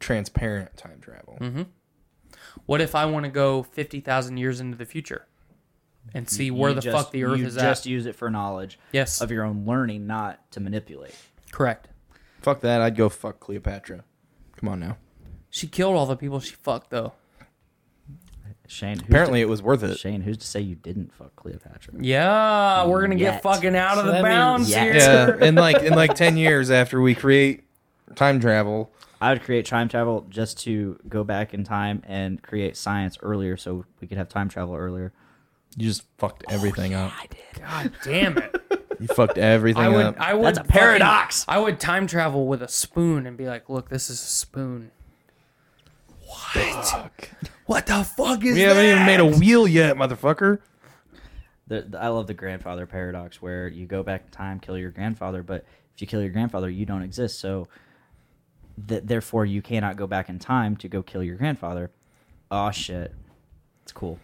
transparent time travel.
Mm-hmm.
What if I want to go fifty thousand years into the future and see where
You
the
just-
fuck the Earth
you
is
just
at?
use it for knowledge
Yes.
of your own learning not to manipulate
Correct.
Fuck that. I'd go fuck Cleopatra. Come on now.
She killed all the people she fucked, though.
Shane. who's
Apparently,
to-
it was worth it.
Shane, who's to say you didn't fuck Cleopatra?
Yeah, we're gonna
Yet.
get fucking out of
So
the
that
bounds
means-
here.
Yeah, [laughs] in like in like ten years after we create time travel,
I would create time travel just to go back in time and create science earlier, so we could have time travel earlier.
you just fucked
Oh,
everything up.
God damn it!
You fucked everything
I would,
up.
I would.
That's a
fucking-
paradox.
I would time travel with a spoon and be like, "Look, this is a spoon."
what the fuck is? We haven't even made a wheel yet, motherfucker.
The, the- I love the grandfather paradox, where you go back in time, kill your grandfather, but if you kill your grandfather, you don't exist. So, th- therefore, you cannot go back in time to go kill your grandfather. Oh shit, it's cool.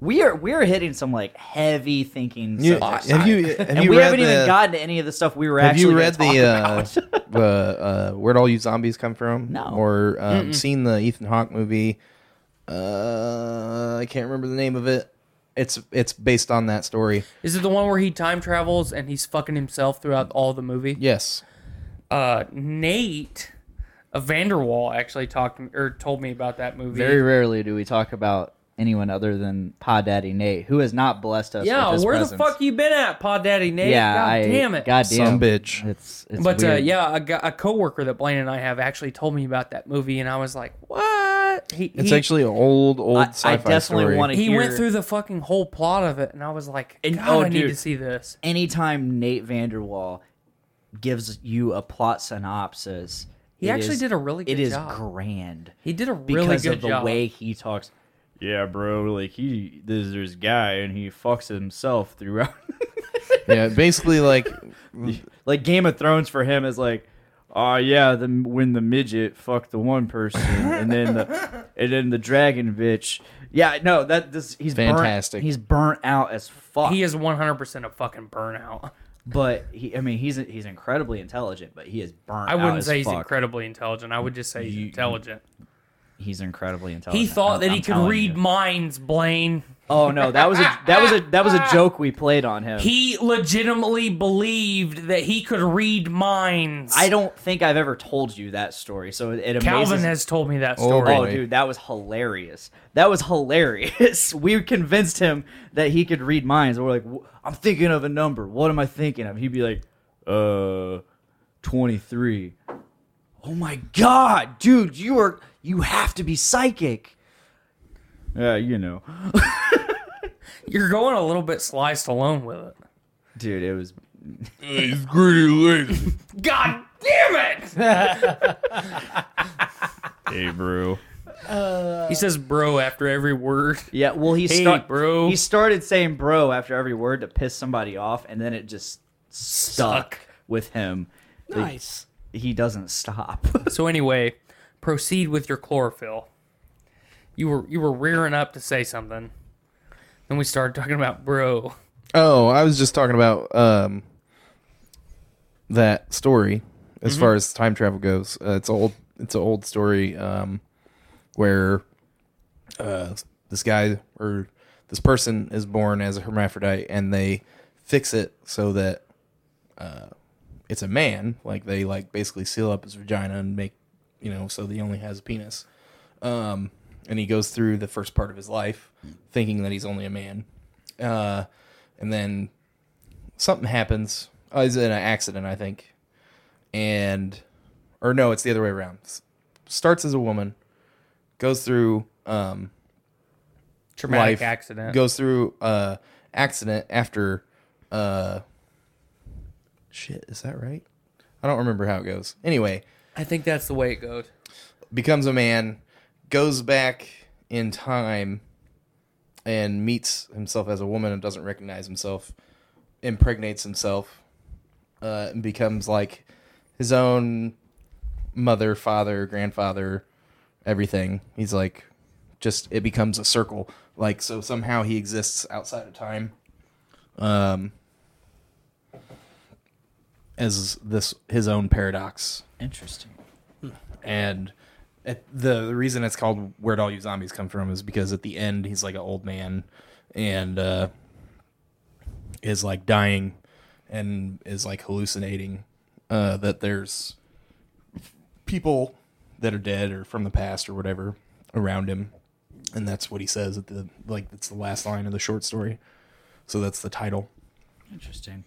We are we are hitting some like heavy thinking.
You-
subjects.
have
[laughs]
you have
and
you
we
read
haven't
the-
even gotten to any of the stuff we were
Have
actually
you read
gonna
[laughs] the uh,
talk about.
uh, uh, Where'd All You Zombies Come From?
No.
Or um, seen the Ethan Hawke movie? Uh, I can't remember the name of it. It's it's based on that story.
Is it the one where he time travels and he's fucking himself throughout all the movie?
Yes.
Uh, Nate of Vanderwall actually talked or told me about that movie.
Very rarely do we talk about anyone other than Pa Daddy Nate, who has not blessed us.
yeah,
with his
where
presence.
the fuck you been at, Pa Daddy Nate?
Yeah,
God
I,
damn it.
God damn
Some bitch.
It's, it's
but uh,
weird.
yeah, a, gu- a coworker that Blaine and I have actually told me about that movie, and I was like, "What?" He,
It's
he,
actually an old old
I,
sci-fi
I definitely
story.
want to.
he
hear,
went through the fucking whole plot of it, and I was like,
And-
"God,
oh,
I need
dude.
to see this."
anytime Nate Vanderwall gives you a plot synopsis.
He
it
actually
is-
did a really
It
good
is
job.
grand
He did a really
because
good
of the
job.
way he talks.
Yeah, bro. Like he, there's this guy, and he fucks himself throughout. [laughs]
Yeah, basically like
like Game of Thrones for him is like, oh yeah, the when the midget fucked the one person, and then
[laughs]
the and then the dragon bitch. Yeah, no, that this he's burnt-
Fantastic.
He's burnt out as fuck.
he is 100% a fucking burnout.
but he, I mean, he's he's incredibly intelligent, but he is burnt.
I
out
wouldn't
as
say he's
fuck.
incredibly intelligent. I would just say he's intelligent.
He's incredibly intelligent.
He thought
Oh, I'm-
that he
I'm
could
telling
read
you.
minds, Blaine.
Oh no, that was a that was a that was
[laughs]
a joke we played on him.
He legitimately believed that he could read minds.
I don't think I've ever told you that story, so it, it amazes.
Calvin has told me that
Oh,
story.
Oh,
Really?
dude, that was hilarious. That was hilarious. [laughs] We convinced him that he could read minds. We're like, "W- I'm thinking of a number. What am I thinking of? He'd be like, uh, 23. Oh my god, dude, you are you have to be psychic.
Yeah, you know,
You're going a little bit sliced alone with it.
dude, it
[laughs]
was.
He's greedy lazy.
[laughs]
God damn it!
[laughs] Hey, bro.
he says bro after every word. [laughs]
Yeah, well he
Hey,
start-
bro.
He started saying bro after every word to piss somebody off, and then it just stuck
Suck.
with him.
Nice.
He doesn't stop. [laughs]
So anyway, proceed with your chlorophyll. You were you were rearing up to say something. Then we started talking about bro.
Oh, I was just talking about um that story as far as time travel goes. Uh, it's a old it's an old story um where uh this guy or this person is born as a hermaphrodite and they fix it so that uh it's a man, like they like basically seal up his vagina and make you know so that he only has a penis. Um and he goes through the first part of his life thinking that he's only a man. Uh and then something happens. Oh, it's in an accident, I think, and or no, it's the other way around. S- Starts as a woman, goes through um,
Traumatic
life,
accident.
goes through uh, accident after uh, shit. Is that right? I don't remember how it goes. Anyway,
I think that's the way it goes.
becomes a man, goes back in time and meets himself as a woman and doesn't recognize himself, impregnates himself, uh, and becomes like his own mother, father, grandfather, everything. He's like, just, it becomes a circle. Like, so somehow he exists outside of time. Um, as this his own paradox
Interesting.
and at the, the reason it's called where'd all you zombies come from is because at the end he's like an old man and uh, is like dying and is like hallucinating uh, that there's people that are dead or from the past or whatever around him and that's what he says at the like. It's the last line of the short story, so that's the title.
Interesting.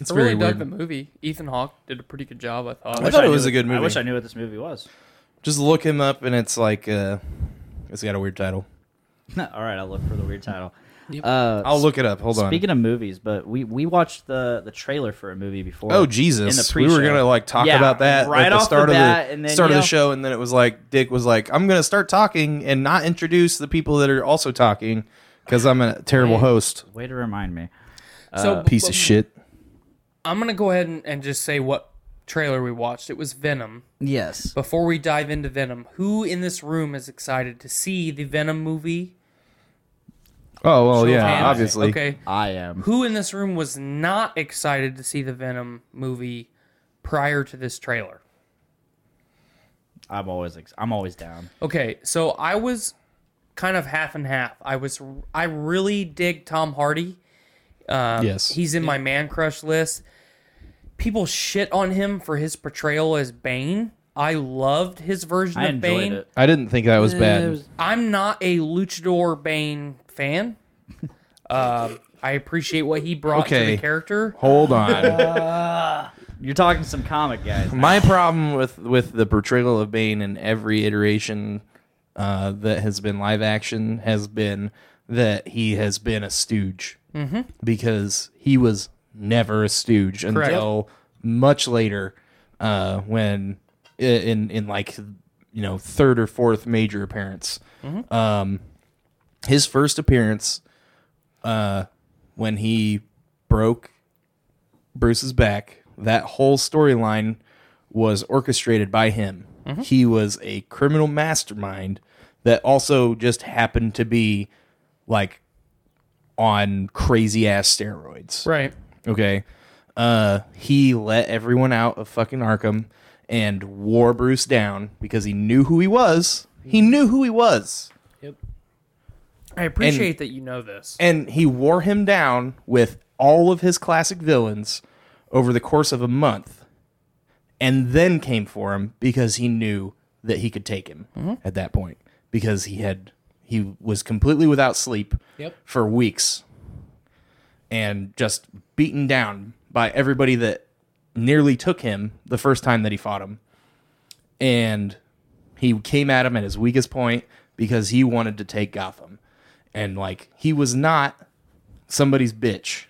It's
I
very
really dug
weird.
the movie. Ethan Hawke did a pretty good job, I thought.
I thought it was a good movie.
I wish I knew what this movie was.
Just look him up, and it's like uh, it's got a weird title.
[laughs] All right, I'll look for the weird title. Uh,
I'll look it up. Hold on.
Speaking of movies, but we we watched the the trailer for a movie before.
Oh Jesus!
In the
we were
pre-show.
gonna like talk
Yeah,
about that
right
at the
off the
start
bat,
of the
and then,
start
you
of
know-
the show, and then it was like Dick was like, "I'm gonna start talking and not introduce the people that are also talking because I'm a terrible host,
Way to remind me.
so,
piece of shit."
I'm going to go ahead and, and just say what trailer we watched. It was Venom.
Yes.
Before we dive into Venom, who in this room is excited to see the Venom movie?
Oh well, yeah,
Hands.
obviously.
Okay.
I am.
Who in this room was not excited to see the Venom movie prior to this trailer?
I'm always ex- I'm always down.
Okay, so I was kind of half and half. I was I really dig Tom Hardy. Um,
Yes.
he's in my man crush list. People shit on him for his portrayal as Bane. I loved his version
I
of
enjoyed
Bane.
it.
I didn't think that was bad.
I'm not a luchador Bane [laughs] fan. uh, I appreciate what he brought to
Okay.
the character. [laughs]
Hold on.
You're talking some comic guys.
My problem with with the portrayal of Bane in every iteration uh, that has been live action has been that he has been a stooge because he was never a stooge until much later uh, when i- in in like you know third or fourth major appearance. Um, his first appearance uh, when he broke Bruce's back. That whole storyline was orchestrated by him. He was a criminal mastermind that also just happened to be like on crazy ass steroids.
Right.
Okay. Uh, he let everyone out of fucking Arkham and wore Bruce down because he knew who he was. He knew who he was.
I appreciate that you know this.
And he wore him down with all of his classic villains over the course of a month and then came for him because he knew that he could take him at that point because he had he was completely without sleep
Yep.
for weeks and just beaten down by everybody that nearly took him the first time that he fought him and he came at him at his weakest point because he wanted to take Gotham. And like he was not somebody's bitch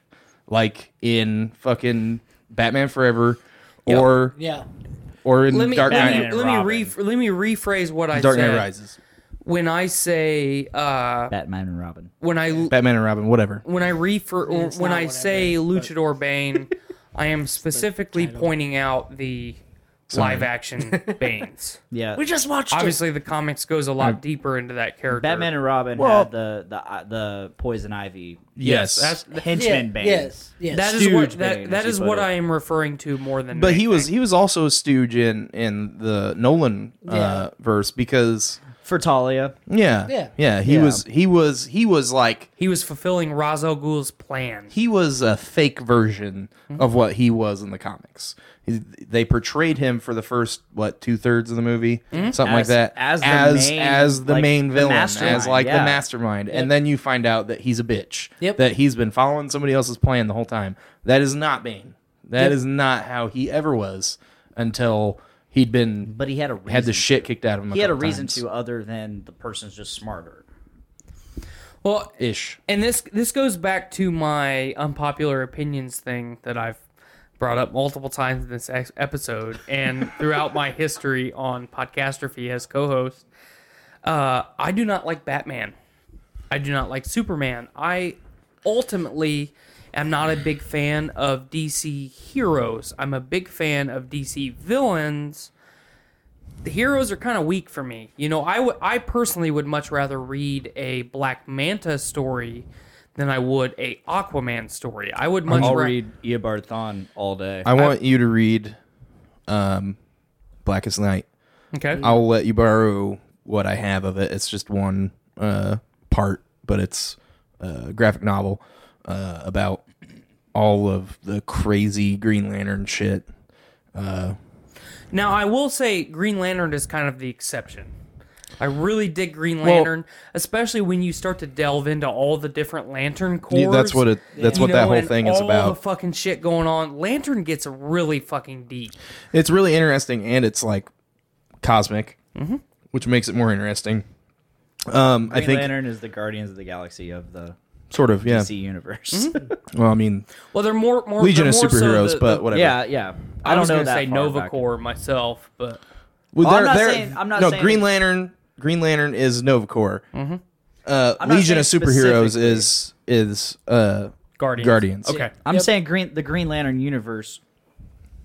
like in fucking Batman Forever or
Yeah.
or in
Let me,
Dark
let me,
Knight
let, me re- let me rephrase what I
Dark
said.
Knight Rises.
When I say uh,
Batman and Robin.
when I
Batman and Robin, whatever.
when I refer
It's
when
not
I
what I
say Luchador [laughs] Bane, I am specifically pointing out the live action
[laughs]
Banes.
Yeah.
We just watched
Obviously, the comics goes a
Um,
lot deeper into that character.
Batman and Robin
Well-
had the the uh, the poison ivy
Yes.
that's
it.
henchman band.
Yes. Yes.
that is what
Stooge Bane,
that, that
as
is
you put
what
it.
I am referring to more than.
but he was e-
anything.
he was also a stooge in in the Nolan uh,
Yeah.
verse because
for Talia.
yeah
Yeah.
yeah he
Yeah.
was he was he was like
he was fulfilling Ra's al Ghul's plan.
he was a fake version
Mm-hmm.
of what he was in the comics. He, they portrayed him for the first what two thirds of the movie, something like
Mm-hmm. As-
that,
as the
as
main-
as the
like,
main
the
villain, as
mastermind,
like the
yeah.
mastermind, and then you find out that he's a bitch,
Yep.
that he's been following somebody else's plan the whole time. That is not Bane. That is not how he ever was until he'd been
But he had a reason.
had the shit kicked out of him.
he had a
couple
reason
times.
to other than the person's just smarter.
Well,
ish.
and this this goes back to my unpopular opinions thing that I've brought up multiple times in this ex- episode and throughout my history on Podcastrophy as co-host. Uh, I do not like Batman. I do not like Superman. I ultimately am not a big fan of DC heroes. I'm a big fan of DC villains. The heroes are kind of weak for me. You know, I would- I personally would much rather read a Black Manta story than I would a Aquaman story. I would much
I'll
rather
read Eobard Thawne all day.
I want you to read, um, Blackest Night.
Okay.
I'll let you borrow what I have of it. It's just one uh, part, but it's a graphic novel uh, about all of the crazy Green Lantern shit.
Now I will say Green Lantern is kind of the exception. I really dig Green Lantern, especially when you start to delve into all the different Lantern cores.
Yeah, that's what it- that's
you
what that
know,
whole
and
thing is
All the
about.
fucking shit going on. Lantern gets really fucking deep.
It's really interesting, and it's like cosmic, which makes it more interesting. Um, I
Green
think
Lantern is the Guardians of the Galaxy of the
sort of, yeah.
DC universe.
Mm-hmm.
Well, I mean,
Well, they're more more
Legion
they're
of
more so
superheroes,
the-
but
the-
[laughs]
whatever.
yeah, yeah. I,
I,
don't
was
know
gonna
that
say
far back.
Nova Corps myself, but
Well,
Oh, I'm
they're-
not
they're-
saying- I'm not
no,
saying-
Green Lantern. Green Lantern is Novacore. Mm-hmm. Uh,
not
Legion of
saying
Superheroes
specifically.
is is uh,
Guardians.
Guardians.
Okay.
I'm saying Green the Green Lantern universe,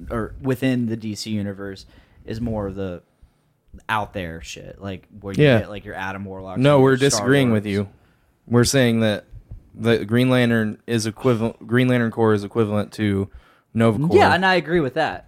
or within the DC universe, is more of the out there shit, like where you
Yeah.
get like your Adam Warlock.
No, we're disagreeing with you. We're saying that the Green Lantern is equivalent. Green Lantern Corps is equivalent to Nova Corps.
Yeah, and I agree with that.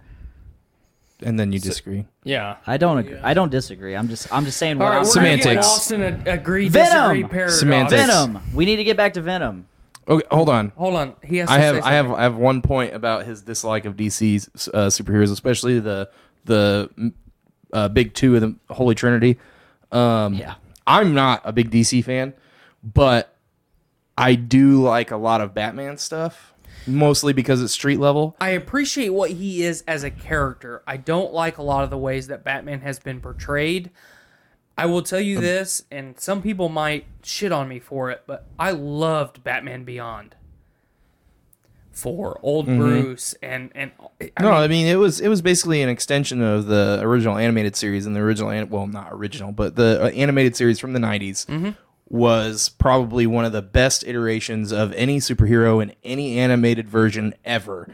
and then you disagree.
Yeah.
I don't agree. I don't disagree. I'm just I'm just saying.
All
what
right,
I'm
we're
saying.
gonna get
Semantics.
lost in a agree
Venom.
disagree paradox.
Semantics.
Venom. We need to get back to Venom.
Okay, hold on.
Hold on, he has. To
I have
say
I have
something.
I have one point about his dislike of DC's uh, superheroes, especially the the mm, uh, big two of the Holy Trinity. Um,
Yeah.
I'm not a big DC fan, but I do like a lot of Batman stuff, mostly because it's street level.
I appreciate what he is as a character. I don't like a lot of the ways that Batman has been portrayed. I will tell
Um,
you this, and some people might shit on me for it, but I loved Batman Beyond for old
Mm-hmm.
Bruce and and I
no,
mean,
I mean it was it was basically an extension of the original animated series, and the original an- well not original, but the uh, animated series from the 90s
Mm-hmm.
was probably one of the best iterations of any superhero in any animated version ever,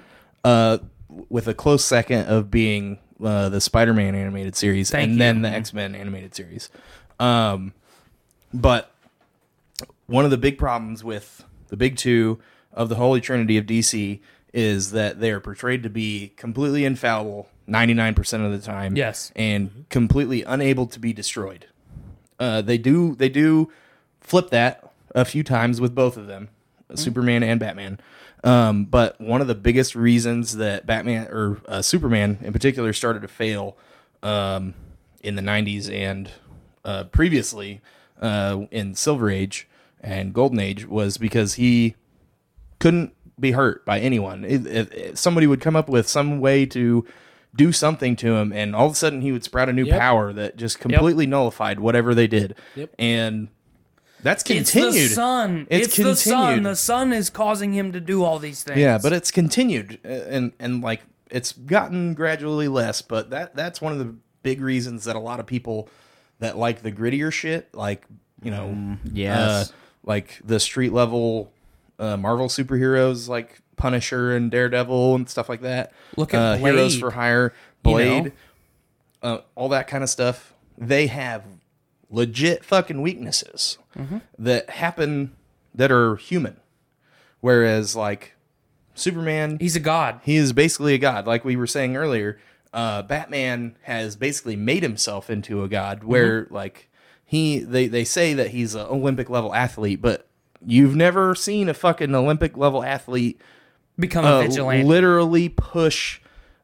uh, w- with a close second of being uh, the Spider-Man animated series
Thank
and
you.
then the X-Men animated series. Um, but one of the big problems with the big two of the Holy Trinity of DC is that they are portrayed to be completely infallible 99% of the time.
Yes.
And completely unable to be destroyed. Uh, they do they do flip that a few times with both of them, Superman and Batman. Um, but one of the biggest reasons that Batman or uh, Superman in particular started to fail um, in the 90s and uh, previously uh, in Silver Age and Golden Age was because he couldn't be hurt by anyone. If, if- if somebody would come up with some way to do something to him, and all of a sudden he would sprout a new power that just completely nullified whatever they did. Yep. And that's
it's
continued.
the sun. It's, the sun. The sun is causing him to do all these things.
Yeah, but it's continued, uh, and and like it's gotten gradually less. But that that's one of the big reasons that a lot of people that like the grittier shit, like you know,
Mm,
yes.
uh, like the street level uh, Marvel superheroes, like Punisher and Daredevil and stuff like that.
Look at
uh, Heroes
Blade,
for Hire, Blade, uh, all that kind of stuff. They have legit fucking weaknesses that happen that are human. Whereas like Superman,
he's a god.
he is basically a god, like we were saying earlier. Uh, Batman has basically made himself into a god,
Mm-hmm.
where like he they they say that he's an Olympic level athlete, but you've never seen a fucking Olympic level athlete
Become
uh,
Oh,
a Oh. vigilante.
literally push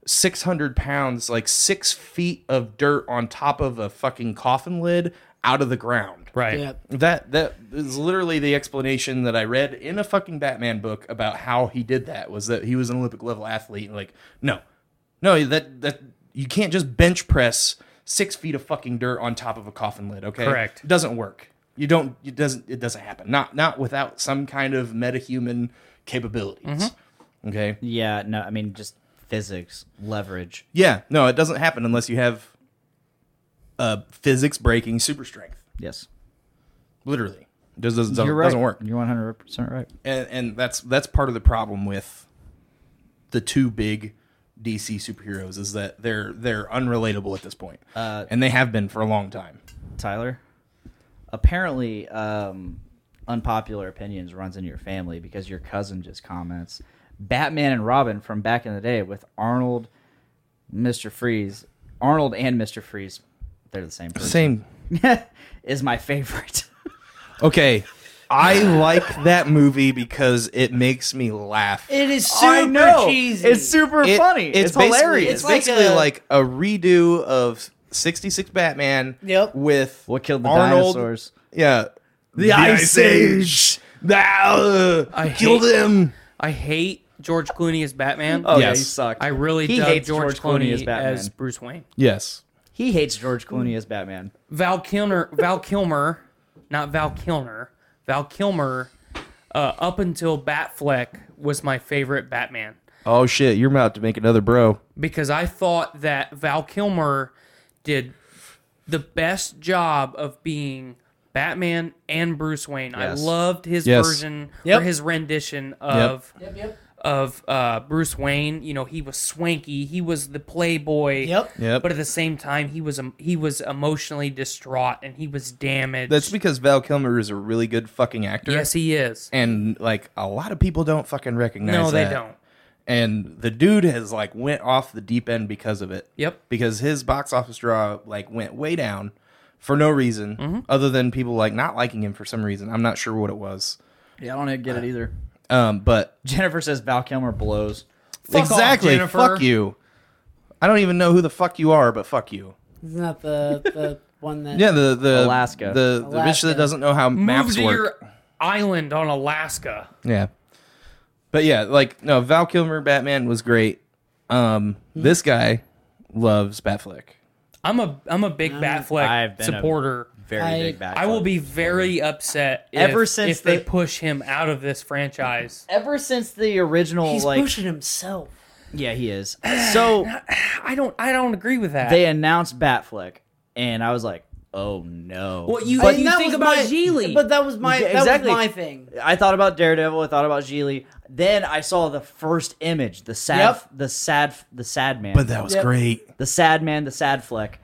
600 pounds, like six feet of dirt on top of a fucking coffin lid out of the ground.
right.
Yep.
That that is literally the explanation that I read in a fucking Batman book about how he did that was that he was an Olympic level athlete. and Like, no, no, that that you can't just bench press six feet of fucking dirt on top of a coffin lid. Okay,
Correct.
It doesn't work. You don't. It doesn't. It doesn't happen. Not not without some kind of metahuman capabilities.
Mm-hmm.
Okay.
Yeah, no, I mean just physics, leverage.
Yeah. No, it doesn't happen unless you have uh, physics breaking super strength.
Yes,
Literally, it just doesn't, doesn't,
you're right.
doesn't work.
You're 100 percent right.
and and that's that's part of the problem with the two big DC superheroes is that they're they're unrelatable at this point, uh, and they have been for a long time.
Tyler. Apparently, um, unpopular opinions runs in your family because your cousin just comments Batman and Robin from back in the day with Arnold, Mister Freeze, Arnold and Mister Freeze. They're the same person.
Same.
[laughs] is my favorite.
Okay, I like that movie because it makes me laugh.
It is super cheesy.
It's super
It-
funny. It's,
basically-
hilarious.
It's basically like a, redo of 66 Batman
Yep.
with
What killed the
Arnold-
dinosaurs?
Yeah. The, Ice Age. That, uh,
I
kill
hate-
them.
I hate George Clooney as Batman.
Oh yeah,
Yes.
he sucked.
I really
He
dug
hates
George,
George Clooney
Clooney,
as Batman.
as Bruce Wayne.
Yes.
he hates George Clooney as Batman.
Val Kilmer, Val Kilmer, not Val Kilmer, Val Kilmer, uh, up until Batfleck was my favorite Batman
Oh shit, you're about to make another bro.
because I thought that Val Kilmer did the best job of being Batman and Bruce Wayne.
Yes.
I loved his
Yes.
version
Yep.
or his rendition of
Yep, yep.
of uh, Bruce Wayne. You know, he was swanky. He was the playboy.
Yep.
Yep.
But at the same time, he was um, he was emotionally distraught and he was damaged.
That's because Val Kilmer is a really good fucking actor.
yes, he is.
And like a lot of people don't fucking recognize
No, they
that.
don't.
And the dude has like went off the deep end because of it.
Yep.
Because his box office draw like went way down for no reason
Mm-hmm.
other than people like not liking him for some reason. I'm not sure what it was.
Yeah, I don't even get
Uh,
it either.
Um but
Jennifer says Val Kilmer blows.
Fuck off,
exactly.
Jennifer.
fuck you. I don't even know who the fuck you are, but fuck you.
It's not the the one that.
Yeah, the the
Alaska.
the, the bitch
Alaska.
that doesn't know how
Move
maps
to
work.
your island on Alaska.
Yeah, but yeah, like no, Val Kilmer Batman was great. Um,
Hmm.
this guy loves Batfleck.
I'm a I'm a big Batfleck
I've been a-
supporter.
Very
I-
big Batman.
I will be very upset if,
Ever since
if they
the-
push him out of this franchise.
Ever since the original,
He's
like,
pushing himself.
yeah, he is. So
I don't I don't agree with that.
they announced Batfleck, and I was like, oh no.
what you,
But
you
that
think
was
about [laughs]
my-
Geely?
But that was my
Yeah,
that was
exactly.
my thing.
I thought about Daredevil. I thought about Geely. Then I saw the first image, the sad,
Yep.
the sad, the sad man,
But that was
Yep.
great.
the sad man, the sad fleck,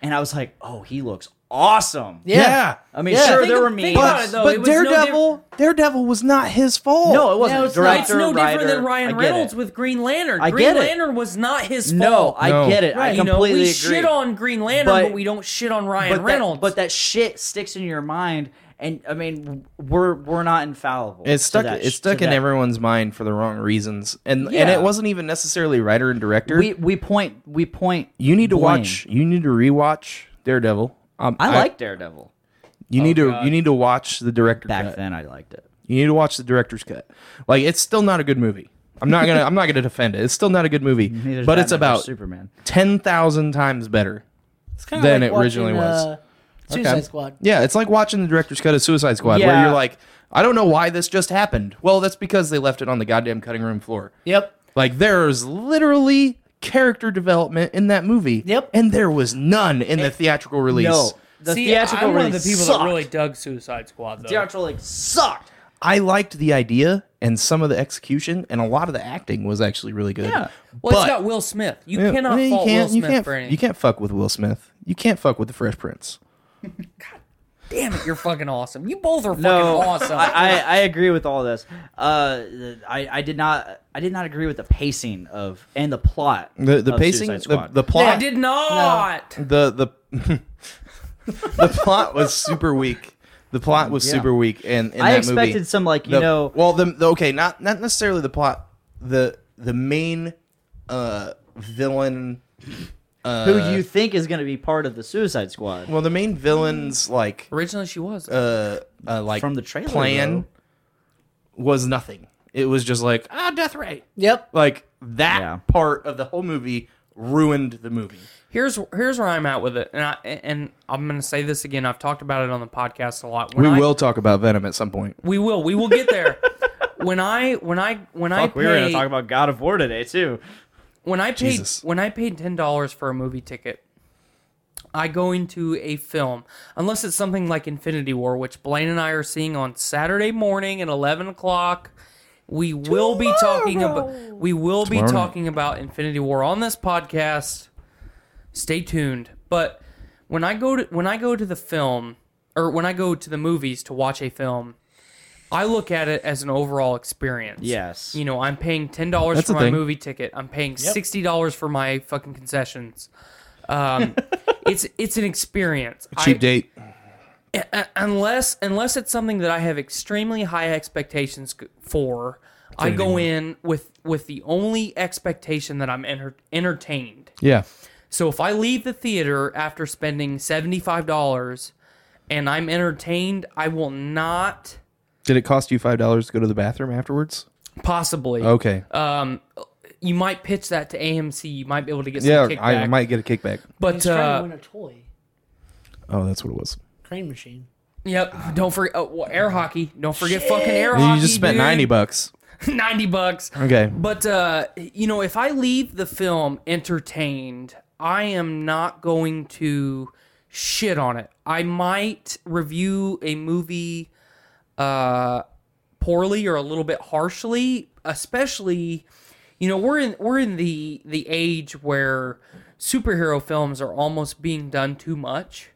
and I was like, oh, he looks awesome.
Yeah,
I mean,
Yeah.
sure,
Think
there
of-
were
think
memes.
about it, though.
but
it was no
Daredevil, Daredevil was not his fault.
no, it wasn't.
No, it's not.
Director,
it's no different
writer,
than
I
Ryan
get
Reynolds
it.
with Green Lantern.
I
Green
get it.
Lantern was not his
No,
fault.
I
No.
get it. I
you know,
completely
we
agree.
shit on Green Lantern, but,
But-
we don't shit on Ryan
but that-
Reynolds.
but that shit sticks in your mind, and I mean, we're we're not infallible.
It stuck.
to that,
it
sh-
stuck
to
in
that.
everyone's mind for the wrong reasons, and and
Yeah.
it wasn't even necessarily writer and director.
We we point we point.
you need to
blame.
watch. You need to rewatch Daredevil. Um,
I like Daredevil.
You need to. You need to watch the director
Back
cut.
then, I liked it.
You need to watch the director's cut. Like it's still not a good movie. I'm not gonna [laughs] I'm not gonna defend it. It's still not a good movie.
Neither's
but it's
Batman nor
about
Superman.
ten thousand times better.
It's kind
Than it originally was.
Uh, Suicide
Okay.
Squad.
Yeah, it's like watching the director's cut of Suicide Squad, where
Yeah.
you're like, I don't know why this just happened. Well, that's because they left it on the goddamn cutting room floor.
Yep.
Like there's literally character development in that movie.
Yep.
And there was none
Eh,
in the theatrical release.
No, the
See,
theatrical
I'm one of the
release
people
sucked.
that really dug Suicide Squad, though.
theatrical like sucked.
I liked the idea and some of the execution and a lot of the acting was actually really good.
Yeah.
well,
but-
it's got Will Smith. You
Yeah,
cannot
yeah,
fault Will
you
Smith
can't,
for anything.
You can't fuck with Will Smith. You can't fuck with the Fresh Prince.
Damn it, you're fucking awesome. You both are fucking
No,
awesome.
I, I I agree with all this. Uh, I I did not I did not agree with the pacing of and the plot.
The the
of
pacing,
Suicide
the,
Squad.
the
I
plot,
did not.
the the [laughs] the plot was super weak. The plot was super weak, and in
I
that
expected
movie.
some, like, you
The-
know-
Well, the, the- okay, not not necessarily the plot. The the main uh villain. Uh,
who you think is going to be part of the Suicide Squad?
Well, the main villain's like
Originally, she was.
uh, uh like
From the trailer,
plan was nothing. It was just like ah, death ray.
Yep.
Like that
Yeah.
part of the whole movie ruined the movie.
here's here's where I'm at with it, and I, and I'm gonna say this again. I've talked about it on the podcast a lot. When I-
talk about Venom at some point.
We will. We will get there. [laughs] when I when I when I
Fuck,
pay,
we were gonna talk about God of War today too.
when I paid
Jesus.
when I paid ten dollars for a movie ticket, I go into a film unless it's something like Infinity War, which Blaine and I are seeing on Saturday morning at eleven o'clock. We will be talking about we will be talking about Infinity War on this podcast. Stay tuned. But when I go to when I go to the film or when I go to the movies to watch a film, I look at it as an overall experience.
Yes.
You know, I'm paying ten dollars
That's
for
a
my
thing.
movie ticket. I'm paying sixty dollars for my fucking concessions. Um, it's it's an experience. I-
date.
uh, unless unless it's something that I have extremely high expectations g- for, I go in with with the only expectation that I'm enter- entertained.
Yeah.
So if I leave the theater after spending $75 and I'm entertained, I will not
Did it cost you five dollars to go to the bathroom afterwards?
possibly.
Okay.
Uh,
Um, you might pitch that to AMC. You might be able to get some
yeah,
kickback.
I might get a kickback.
But
He's trying to
uh,
win a toy
Oh, that's what it was.
crane machine.
yep. Don't forget oh, well, air hockey. Don't forget fucking air hockey.
You just spent
dude. [laughs]
ninety bucks.
90 bucks.
Okay.
But uh, you know, if I leave the film entertained, I am not going to shit on it. I might review a movie uh poorly or a little bit harshly, especially you know, we're in we're in the the age where superhero films are almost being done too much.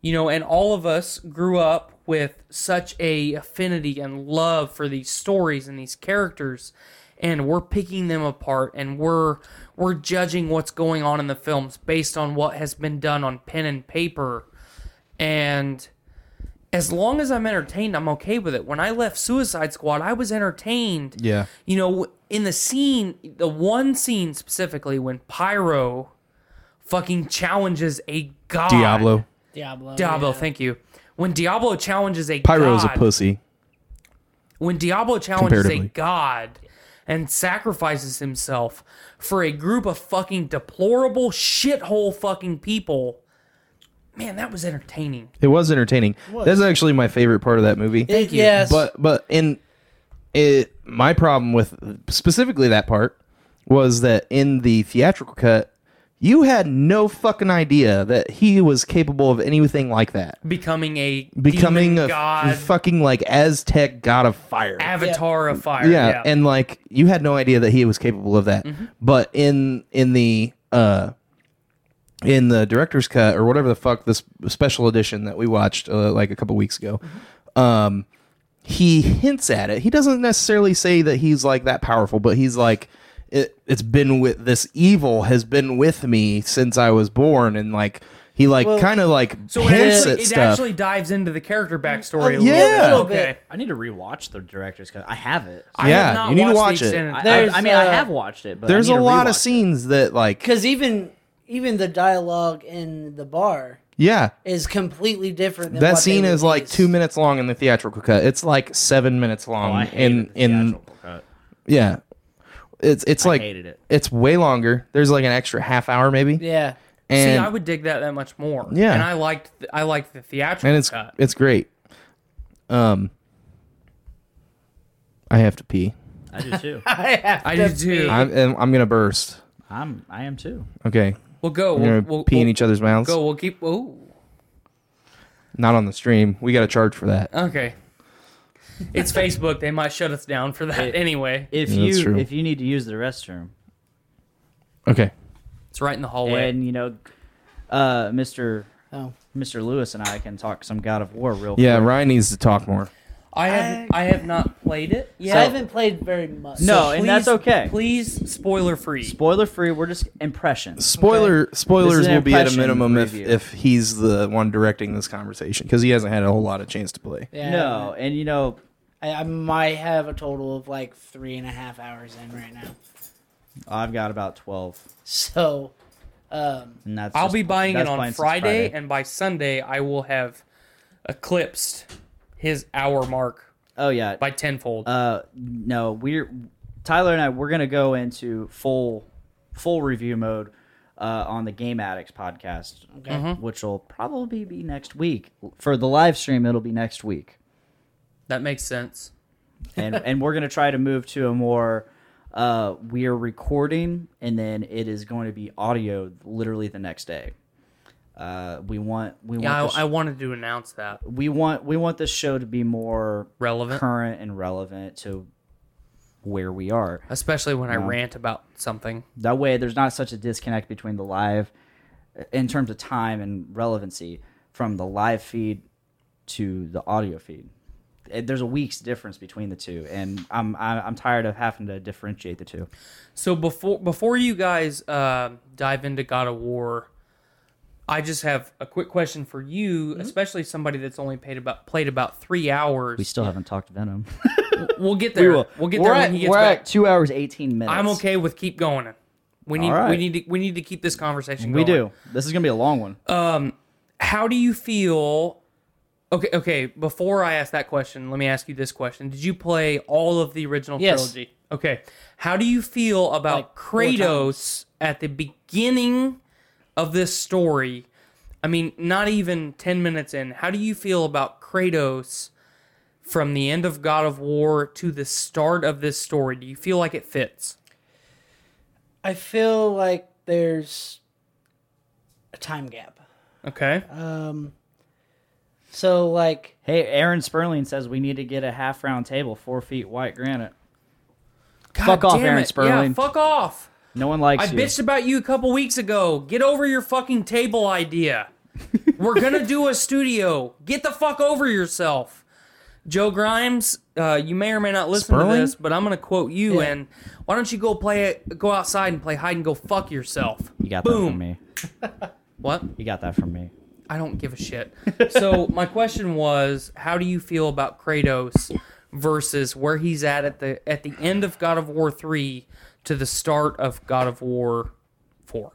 You know, and all of us grew up with such a affinity and love for these stories and these characters and we're picking them apart and we're we're judging what's going on in the films based on what has been done on pen and paper and as long as I'm entertained, I'm okay with it. When I left Suicide Squad, I was entertained.
Yeah.
You know, in the scene, the one scene specifically when Pyro fucking challenges a god.
Diablo.
Diablo.
Diablo, thank you. When Diablo challenges a
Pyro's
god,
a pussy.
when Diablo challenges a
Comparatively.
god and sacrifices himself for a group of fucking deplorable shithole fucking people, man, that was entertaining.
It was entertaining. That's actually my favorite part of that movie.
you. Yes.
But but in it, my problem with specifically that part was that in the theatrical cut, you had no fucking idea that he was capable of anything like that.
Becoming a
Becoming
demon
a
god,
fucking like Aztec god of fire.
avatar of fire.
yeah,
Yeah,
and like you had no idea that he was capable of that
Mm-hmm.
but in in the uh in the director's cut or whatever the fuck this special edition that we watched uh, like a couple weeks ago
Mm-hmm.
um he hints at it he doesn't necessarily say that he's like that powerful but he's like it, it's been with this evil has been with me since i was born and like he like kind of like
so it,
hints
actually,
at
it
stuff Oh,
actually dives into the character backstory. a little
yeah.
bit.
A little
okay.
I need to rewatch the director's cut. I have it.
I
Yeah,
have not
you need to
watched the
watch it.
extended-
I,
There's,
I, I mean, I
uh,
have watched it, but I
there's
need
a
to
lot of
rewatch it.
scenes that like
Because even even the dialogue in the bar
yeah
is completely different. Than
that
what they
scene is like
released.
two minutes long in the theatrical cut. It's like seven minutes long
Oh, I
in
hated the
in
theatrical cut.
yeah. It's it's like
hated it.
it's way longer. There's like an extra half hour maybe.
Yeah.
And
See, I would dig that that much more.
Yeah.
and I liked th- I liked the theatrical
and it's [laughs]
cut.
it's great. Um, I have to pee.
I do
[laughs]
too.
I do too.
I'm and I'm gonna burst.
I'm I am too.
Okay,
We'll go.
we're
We'll,
gonna
we'll,
pee in
we'll
each other's mouths.
go. We'll keep. Oh,
Not on the stream. We got to charge for that.
okay. It's Facebook. They might shut us down for that anyway.
If
Yeah, that's
you
true.
if you need to use the restroom
Okay.
It's right in the hallway.
and you know, uh, Mister
Oh.
Mister Lewis and I can talk some God of War real.
Yeah,
quick.
Ryan needs to talk more.
I have I have not played it.
I
Yeah.
haven't played very much.
oh,
No, and that's okay.
Please, spoiler free.
Spoiler free. We're just impressions.
Spoiler
This
spoilers
is an
will be at a
impression
minimum if,
review.
if he's the one directing this conversation because he hasn't had a whole lot of chance to play.
Yeah,
No, and you know,
I, I might have a total of like three and a half hours in right now.
I've got about twelve,
So, um,
and that's.
I'll
just-
be buying it
that's
on
since
Friday, and by Sunday I will have eclipsed his hour mark
oh yeah,
by tenfold.
uh, no, we're Tyler and I. We're gonna go into full full review mode uh, on the Game Addicts podcast,
Mm-hmm.
which will probably be next week. For the live stream, it'll be next week.
that makes sense.
and and we're gonna try to move to a more uh we are recording and then it is going to be audio literally the next day uh we want we want
Yeah,
this-
I, I wanted to announce that.
we want we want this show to be more
Relevant.
current and relevant to where we are
Especially when I rant about something.
that way there's not such a disconnect between the live uh, in terms of time and relevancy from the live feed to the audio feed Eh, there's a week's difference between the two and i'm I- i'm tired of having to differentiate the two
So before before you guys uh, dive into God of War, I just have a quick question for you, especially somebody that's only paid about played about three hours.
we still haven't talked [laughs] venom
We'll get there. We will. get there when he gets
we're
back.
at two hours 18 minutes
I'm okay with keep going. We need we
right.
need to we need to keep this conversation
We
going.
do. This is gonna be a long one.
Uh,
How do you feel Okay, okay, before I ask that question, let me ask you this question. Did you play all of the original
Yes.
trilogy? Okay. How do you feel about
Like, four
Kratos at the beginning of this story? I mean, not even 10 minutes in. How do you feel about Kratos from the end of God of War to the start of this story? Do you feel like it fits?
I feel like there's a time gap.
Okay.
Um, so like
Hey, Aaron Sperling says we need to get a half round table, four feet white granite.
God
fuck off,
damn
Aaron
it. Yeah,
Sperling.
fuck off.
No one likes
I
you.
bitched about you a couple weeks ago. Get over your fucking table
[laughs]
idea. We're gonna do a studio. Get the fuck over yourself. Joe Grimes, uh, you may or may not listen
Sperling?
to this, but I'm gonna quote you. And why don't you go play it? Go outside and play hide and go fuck yourself.
You got that
Boom.
from me.
What?
You got that from me.
I don't give a
[laughs]
shit. so my question was, how do you feel about Kratos versus where he's at at the at the end of God of War three to the start of God of War four?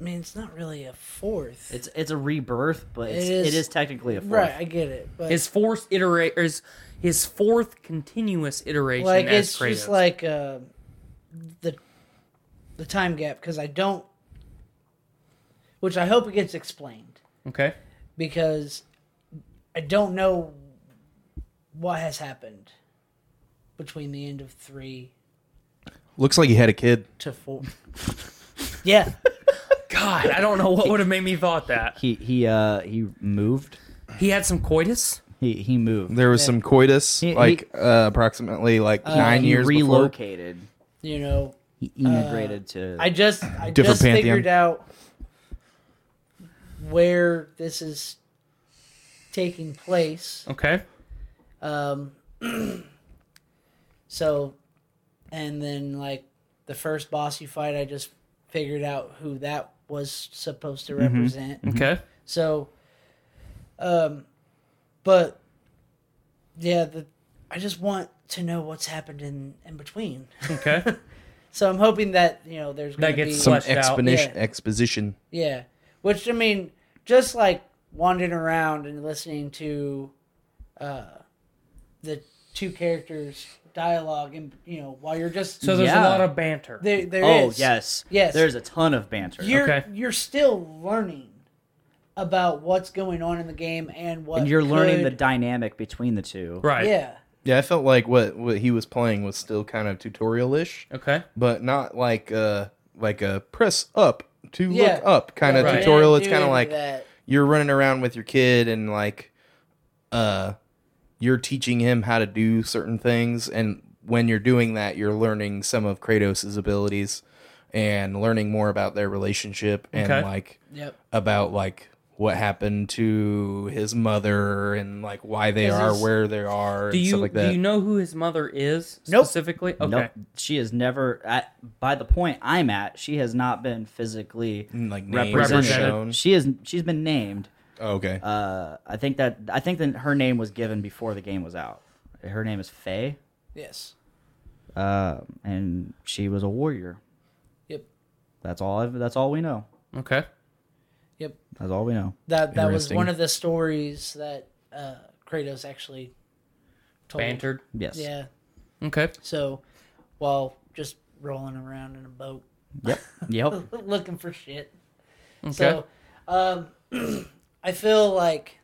I mean, it's not really a fourth.
It's it's a rebirth, but it's,
It is-
it is technically a fourth.
right, I get it, but
his fourth iterate is his fourth continuous iteration
like
as
it's
Kratos.
just like uh, the the time gap because I don't, which I hope it gets explained
okay
because I don't know what has happened between the end of three
Looks like he had a kid.
to four. [laughs] yeah,
god i don't know what would have made me thought that
He he uh he moved.
he had some coitus
He he moved.
There was some coitus,
He-
like uh, approximately like
Uh,
nine
he
years before.
relocated.
you know,
He integrated to.
Uh, I just I
Different
just
pantheon.
figured out where this is taking place.
okay
Um, [clears throat] so, and then like the first boss you fight, I just figured out who that was supposed to represent.
okay
So, um, but yeah, the I just want to know what's happened in in between. [laughs]
okay
So I'm hoping that you know there's gonna
gets
be
Some
fleshed out,
exponition,
yeah.
exposition.
Yeah. Which I mean, just like wandering around and listening to uh the two characters dialogue and you know, while you're just
[laughs] so there's
Yeah.
a lot of banter
there there
oh
is.
yes,
Yes.
There's a ton of banter.
You're
Okay.
you're still learning about what's going on in the game and what
and you're learning the
could-
dynamic between the two.
right
Yeah.
Yeah, I felt like what what he was playing was still kind of tutorial ish,
okay
but not like uh like a press up to
Yeah.
look up kind of
Right.
tutorial.
They
It's
do
kind of
any
like
that.
you're running around with your kid and like uh you're teaching him how to do certain things and when you're doing that you're learning some of Kratos' abilities and learning more about their relationship and
Okay.
like
Yep.
about like what happened to his mother and like why they
Is
are
this-
where they are and
do you
stuff like that.
do you know who his mother is
Nope.
specifically okay
Nope. She has never. At, by the point I'm at, she has not been physically
And, like names
represented.
shown.
She is. She's been named.
Oh, okay.
Uh, I think that I think that her name was given before the game was out. Her name is Faye,
Yes.
uh, and she was a warrior.
Yep.
That's all. I've, that's all we know.
okay
Yep.
That's all we know.
That that was
Interesting.
one of the stories that uh Kratos actually told.
bantered
Yes.
Yeah.
okay
So, while just rolling around in a boat [laughs]
Yep.
looking for shit.
okay
So, um, [clears throat] I feel like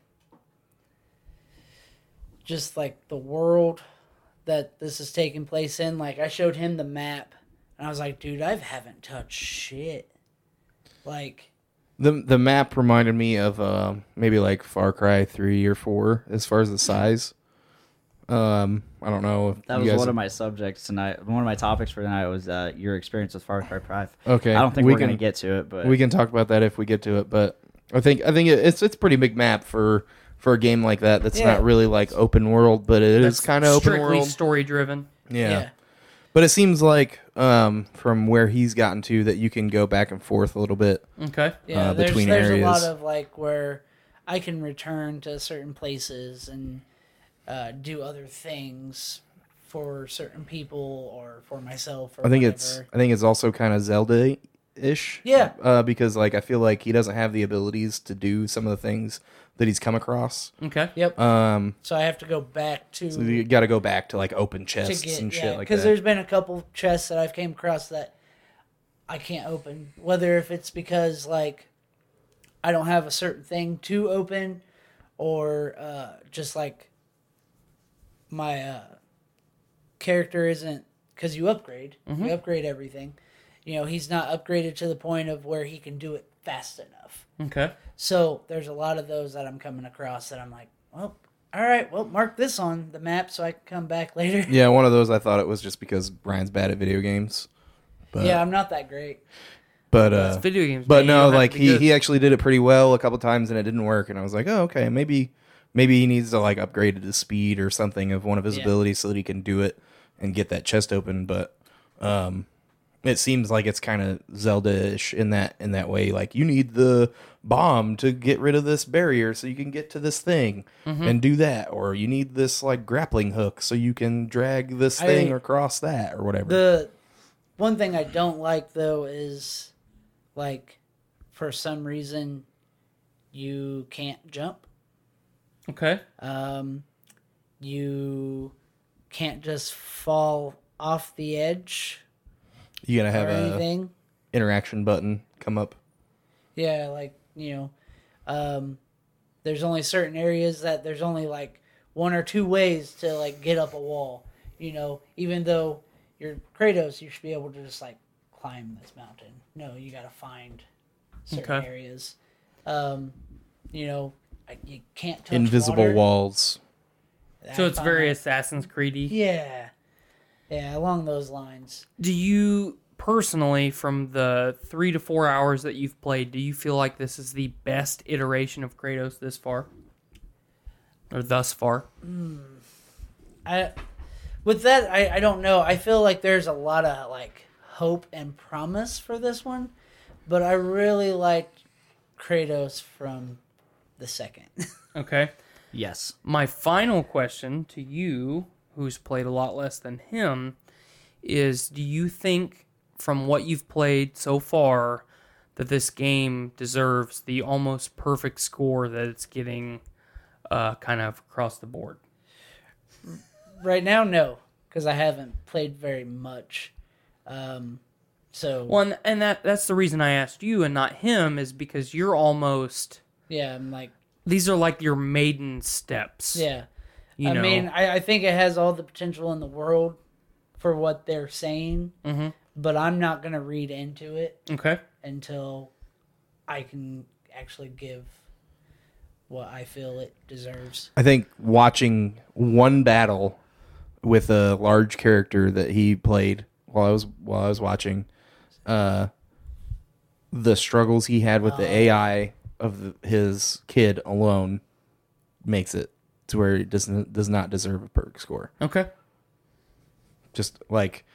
just like the world that this is taking place in. Like I showed him the map, and I was like, "Dude, I haven't touched shit." Like,
the the map reminded me of um, maybe like Far Cry three or four as far as the size. Um, I don't know. If
That
you
was
guys-
one of my subjects tonight. One of my topics for tonight was uh, your experience with Far Cry Five.
Okay,
I don't think
we
we are
can-
gonna get to it, but
We can talk about that if we get to it, but I think I think it- it's it's a pretty big map for for a game like that. That's
Yeah.
not really like open world, but it is kind of open
strictly
world.
story driven
yeah.
yeah,
but it seems like um, from where he's gotten to that you can go back and forth a little bit.
okay
yeah.
uh,
there's
between
there's a lot
areas.
of like where I can return to certain places and uh, do other things for certain people or for myself. Or
I think it's
whatever.
I think it's also kind of Zelda ish.
Yeah.
Uh, because like I feel like he doesn't have the abilities to do some of the things that he's come across.
Okay.
yep.
Um,
so I have to go back to
so you got to go back to like open
Mm-hmm. to
chests
get
and shit like
because
that.
there's been a couple chests that I've came across that I can't open. Whether if it's because like I don't have a certain thing to open, or uh, just like my uh, character isn't because you upgrade,
Mm-hmm.
you upgrade everything. You know, he's not upgraded to the point of where he can do it fast enough.
Okay.
So there's a lot of those that I'm coming across that I'm like, well, all right, well, mark this on the map so I can come back [laughs] later.
yeah, one of those I thought it was just because Brian's bad at video games. But
yeah, I'm not that great.
but uh
video games, man.
But
You don't
no,
have to
like
be
he
good.
he actually did it pretty well a couple times and it didn't work and I was like, "Oh, okay, maybe maybe he needs to like upgrade it to speed or something of one of his abilities so that he can do it and get that chest open, but um it seems like it's kind of Zelda-ish in that in that way. Like you need the bomb to get rid of this barrier so you can get to this thing
Mm-hmm.
and do that, or you need this like grappling hook so you can drag this
I-
thing across that or whatever.
The one thing I don't like though is like for some reason you can't jump.
Okay.
Um, you can't just fall off the edge
you gotta
or
have a
anything.
interaction button come up.
Yeah, like you know, um, there's only certain areas that there's only like one or two ways to like get up a wall. You know, even though you're Kratos, you should be able to just like climb this mountain. No, you got to find certain
Okay.
areas. Um, you know, I, you can't touch
Invisible
water.
walls.
I
So it's
found
very
that-
Assassin's Creedy.
yeah, yeah, along those lines.
Do you personally, from the three to four hours that you've played, do you feel like this is the best iteration of Kratos this far, or thus far?
I with that I, I don't know. I feel like there's a lot of like hope and promise for this one, but I really liked Kratos from the second. [laughs]
Okay.
Yes.
My final question to you, who's played a lot less than him, is do you think, from what you've played so far, that this game deserves the almost perfect score that it's getting uh, kind of across the board?
right now, no, because I haven't played very much. Um, so
Well, and, and that that's the reason I asked you and not him is because you're almost
yeah, I'm like
these are like your maiden steps.
yeah.
you
I
know?
mean, I, I think it has all the potential in the world for what they're saying,
Mm-hmm.
but I'm not gonna read into it.
okay,
until I can actually give what I feel it deserves.
I think watching one battle with a large character that he played while I was while I was watching, uh, the struggles he had with the AI of the, his kid alone makes it to where it doesn't does not deserve a perk score.
okay,
Just like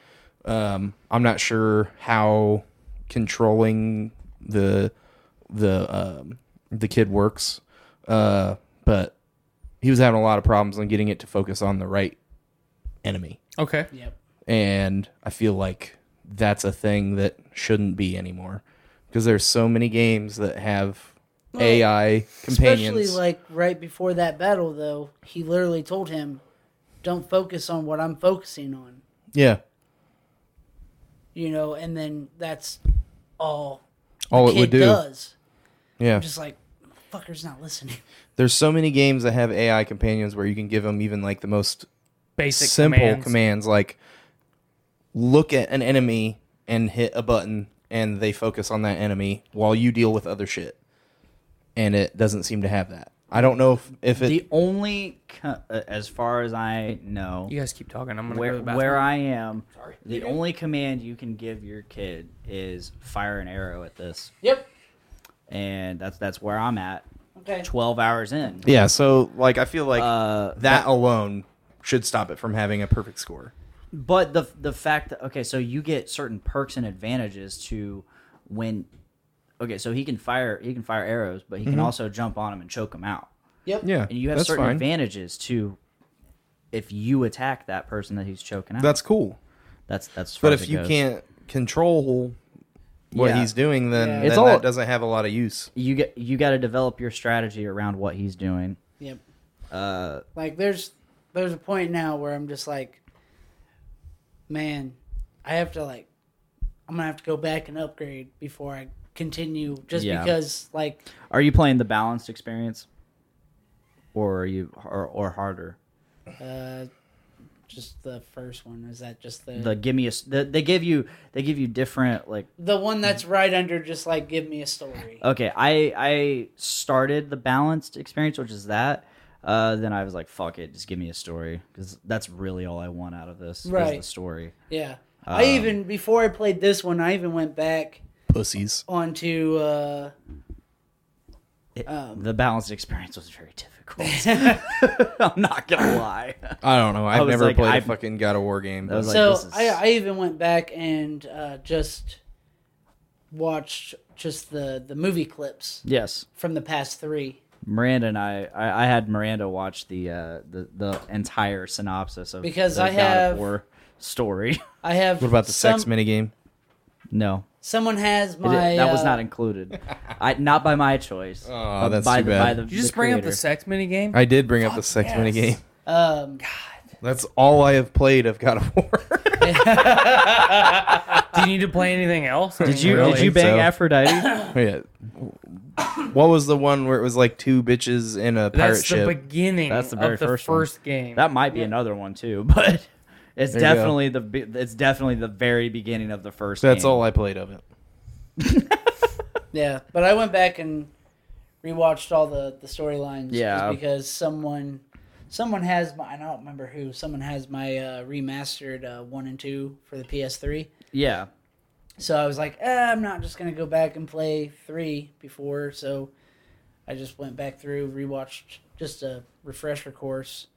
um, I'm not sure how controlling the the um, the kid works, uh, but he was having a lot of problems on getting it to focus on the right enemy,
okay,
Yep.
and I feel like that's a thing that shouldn't be anymore because there's so many games that have AI companions.
Especially like right before that battle, though, he literally told him, "Don't focus on what I'm focusing on,"
yeah,
you know, and then that's all
all it
kid
would do.
does.
Yeah,
I'm just like, fucker's not listening.
there's so many games that have AI companions where you can give them even like the most
basic
simple commands.
commands.
like look at an enemy and hit a button and they focus on that enemy while you deal with other shit and it doesn't seem to have that i don't know if, if it
The only, co- uh, as far as I know,
You guys keep talking. I'm gonna go
where
to the bathroom.
where I am, the only command you can give your kid is fire an arrow at this,
yep.
and that's that's where I'm at.
Okay.
Twelve hours in.
yeah so like i feel like
Uh,
that alone should stop it from having a perfect score
But the the fact that okay, so you get certain perks and advantages to when okay, so he can fire he can fire arrows,
Mm-hmm.
but he can also jump on him and choke him out.
Yep.
yeah
And you have certain advantages to if you attack that person that he's choking out.
That's cool.
that's that's. as far
But
as
if
it
you
goes.
can't control what
Yeah.
he's doing, then,
Yeah.
then
It's all-
that doesn't have a lot of use.
you get you got to develop your strategy around what he's doing.
Yep.
Uh,
Like there's there's a point now where I'm just like, man, I have to like, I'm gonna have to go back and upgrade before I continue, just
Yeah.
because like
are you playing the balanced experience, or are you or, or harder?
uh, just the first one is that just the
The give me a s- the, they give you they give you different like
the one that's right under just like give me a story.
okay I I started the balanced experience which is that. Uh, then I was like, "Fuck it, just give me a story," because that's really all I want out of this. Is the
Right.
story.
Yeah.
Um,
I even before I played this one, I even went back
Pussies.
onto uh
It-
Um,
the balanced experience was very difficult.
[laughs]
[laughs] I'm not gonna lie.
I don't know. I've
was
never
like,
played
I-
a fucking God of War game.
That was
but-
like,
so
this is-
I, I even went back and uh just watched just the the movie clips
yes,
from the past three.
Miranda and I, I, I had Miranda watch the uh, the the entire synopsis of
Because
the
I
God
have-
of War story. [laughs]
I have
what about the
some,
sex minigame?
no,
Someone has
it-
my
that was
uh,
not included. I not by my choice.
Aw,
but
that's
by
too
the,
bad.
By the,
Did you just
the
bring up the
creator.
sex mini game?
I did bring up the sex
yes.
minigame.
um
That's all I have played of
[laughs]
God of War.
Do you need to play anything else?
Did you
Really?
did you bang
[laughs]
So-
Aphrodite?
Oh, yeah. What was the one where it was like two bitches in a pirate
That's the
ship?
beginning.
That's the very
of the
first
first,
one.
game.
that might be another one too, [laughs] but it's
you go.
definitely the be- it's definitely the very beginning of the first.
That's
game.
all I played of it.
Yeah, but I went back and rewatched all the the storylines. just
Yeah.
because someone someone has my I don't remember who someone has my uh, remastered uh, one and two for the PS3.
Yeah,
So I was like, eh, I'm not just gonna go back and play three before. So I just went back through, rewatched just a refresher course,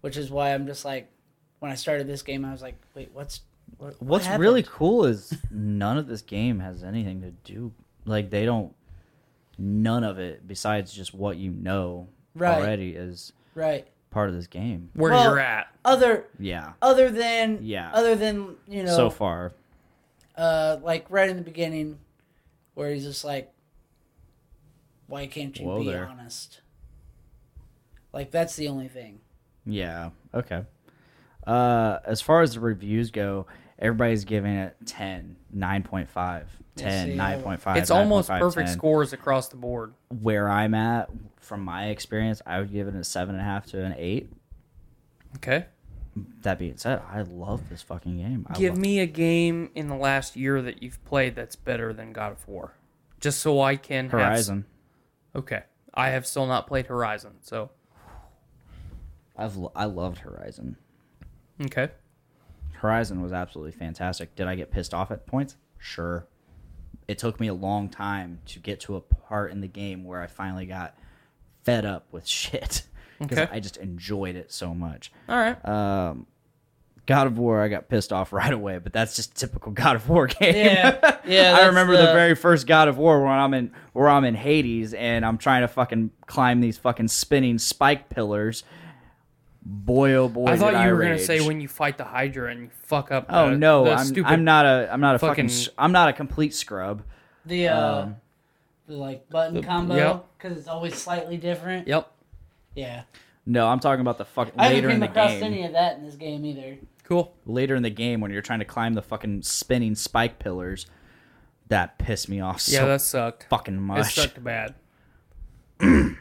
which is why I'm just like, when I started this game, I was like, wait, what's what, what
What's
happened?
really cool is none of this game has anything to do. Like they don't. None of it besides just what you know
Right.
already is
right?
part of this game.
Where
Well-
you're at.
Other
Yeah.
other than
Yeah.
other than you know
So far,
uh, like right in the beginning, where he's just like, "Why can't you
Whoa
be
there.
honest?" Like that's the only thing.
yeah. Okay. Uh, as far as the reviews go, everybody's giving it 10, 9.5, 10,
see,
9.5.
It's almost
9.5,
perfect
10.
scores across the board.
Where I'm at, from my experience, I would give it a 7.5 to an 8.
Okay.
That being said, I love this fucking game. I
Give
love-
me a game in the last year that you've played that's better than God of War, just so I can have s-
Horizon.
okay, I have still not played Horizon, so
I've lo- I loved Horizon.
okay.
Horizon was absolutely fantastic. Did I get pissed off at points? Sure. It took me a long time to get to a part in the game where I finally got fed up with [laughs] shit because
Okay.
I just enjoyed it so much.
All right.
Uh, God of War, I got pissed off [laughs] right away, but that's just typical [laughs] God of War game.
Yeah,
[laughs]
yeah,
I
that's
remember the...
the-
very first God of War where I'm in where I'm in Hades and I'm trying to fucking climb these fucking spinning spike pillars. Boy, oh boy!
I thought
did
you were gonna
rage.
say when you fight the Hydra and you fuck up.
Oh
the-
no,
Uh, the
I'm,
stupid
I'm not a I'm not a fucking,
fucking-
s- I'm not a complete scrub.
The uh, the like button combo
yep.
because it's always slightly different.
Yep.
Yeah,
No, I'm talking about the fuck
I
later
haven't
in
came
the
across
game.
any of that in this game either.
Cool.
Later in the game when you're trying to climb the fucking spinning spike pillars, that pissed me off
Yeah,
so
that sucked.
fucking
It
much. [laughs]
sucked bad. [coughs]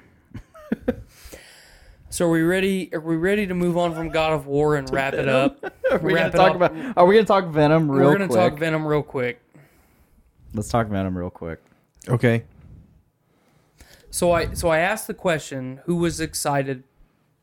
so are we ready? Are we ready to move on from God of War and wrap
[laughs]
it up?
Are we
wrap
gonna
it
talk
up.
about? Are we gonna talk Venom real
We're gonna
quick?
talk Venom real quick.
Let's talk about him real quick.
Okay.
So I so I asked the question: Who was excited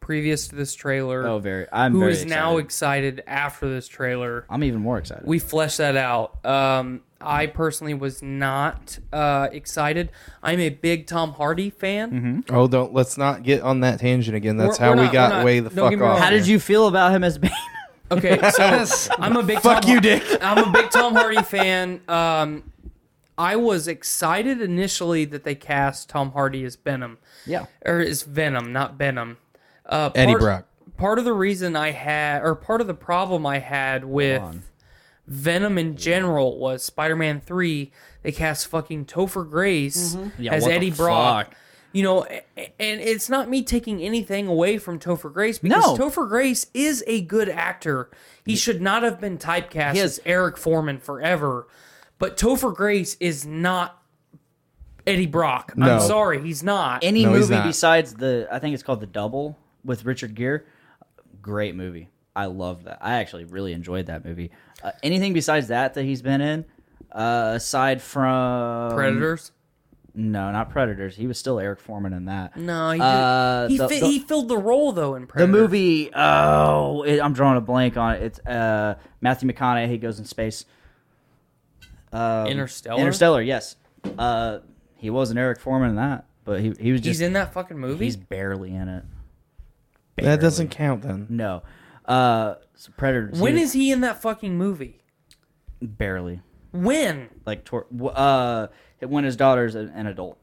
previous to this trailer?
Oh, very. I'm
Who
very
is now
excited.
excited after this trailer?
I'm even more excited.
We fleshed that out. Um, I personally was not uh, excited. I'm a big Tom Hardy fan.
Oh, don't let's not get on that tangent again. That's
We're-
how
we're
we
not-
got
we're not-
way the
don't get
fuck
me wrong.
off.
How
[laughs]
did you feel about him as Bane?
Okay, so I'm a big
Fuck
Tom
you,
Har-
Dick.
[laughs] I'm a big Tom Hardy fan. Um, I was excited initially that they cast Tom Hardy as Venom,
[laughs] yeah.
or as Venom, not Venom. Uh,
Eddie
part-
Brock.
part of the reason I had, or part of the problem I had with Venom in general was Spider-Man Three. They cast fucking Topher Grace as
what the
Eddie Brock.
fuck?
You know, a- a- and it's not me taking anything away from Topher Grace because
No.
Topher Grace is a good actor. He should not have been typecast as Eric Foreman forever, but Topher Grace is not Eddie Brock.
No.
I'm sorry, he's not.
Any
No, he's
movie
not.
besides the, I think it's called The Double with Richard Gere. Great movie. I love that. I actually really enjoyed that movie. Uh, anything besides that that he's been in, uh, aside
Um,
from
Predators.
No, not Predators. He was still Eric Foreman in that.
No, he,
Uh,
did. he,
the-
fi-
the-
he filled the role though in
The
Predator.
movie, oh, it, I'm drawing a blank on it. It's uh, Matthew McConaughey goes in space. Um,
Interstellar?
Interstellar, yes. Uh, he wasn't Eric Foreman in that, but he, he was
He's
just
in that fucking movie.
he's barely in it.
That doesn't count then.
No, uh, so Predators.
when
he
is he in that fucking movie?
was barely
When?
like tor- w- uh, when his daughter's an, an adult?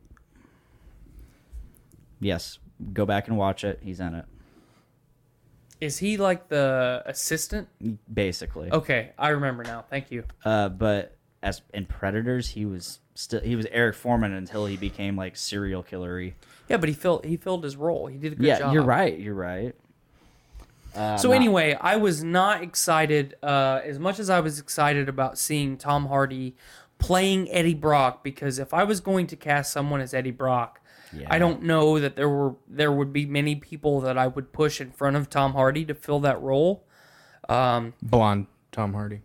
Yes, go back and watch it. He's in it,
Is he like the assistant?
basically.
Okay, I remember now. Thank you.
Uh, but as in Predators, he was still he was Eric Foreman until he became like serial killery.
Yeah, but he filled he filled his role. He did a good
yeah,
job.
you're right. You're right. Uh,
So
not-
anyway, I was not excited uh, as much as I was excited about seeing Tom Hardy playing Eddie Brock because if I was going to cast someone as Eddie Brock, I don't know that there were there would be many people that I would push in front of Tom Hardy to fill that role.
Blonde Tom Hardy.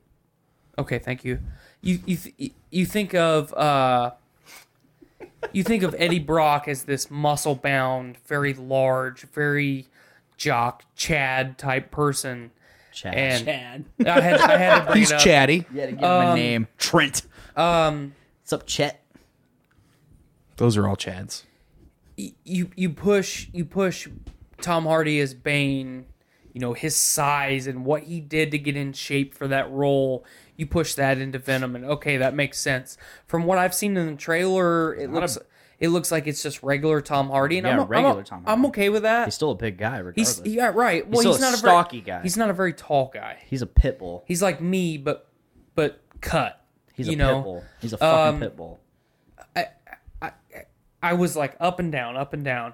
Okay, thank you. You you th- you think of uh, you think of Eddie Brock as this muscle bound, very large, very jock Chad type person,
Chad.
and
Chad.
I had I had to bring
He's
it up.
chatty.
Yeah, to give him a name, Trent. Um, what's up, Chet?
Those are all Chads.
you you push you push Tom Hardy as Bane, you know his size and what he did to get in shape for that role. You push that into Venom, and okay, that makes sense. From what I've seen in the trailer, it looks it looks like it's just regular Tom Hardy, and
Yeah,
I'm, I'm-
regular Tom Hardy.
I'm okay with that.
He's still a big guy, regardless.
He's,
He's,
yeah, right. Well,
still
he's,
a
not
stocky
a very,
guy.
He's not a very tall guy.
a pit bull.
He's like me, but but cut.
He's
you
a
know, um,
pit bull. He's a fucking pit bull.
I was like up and down, up and down.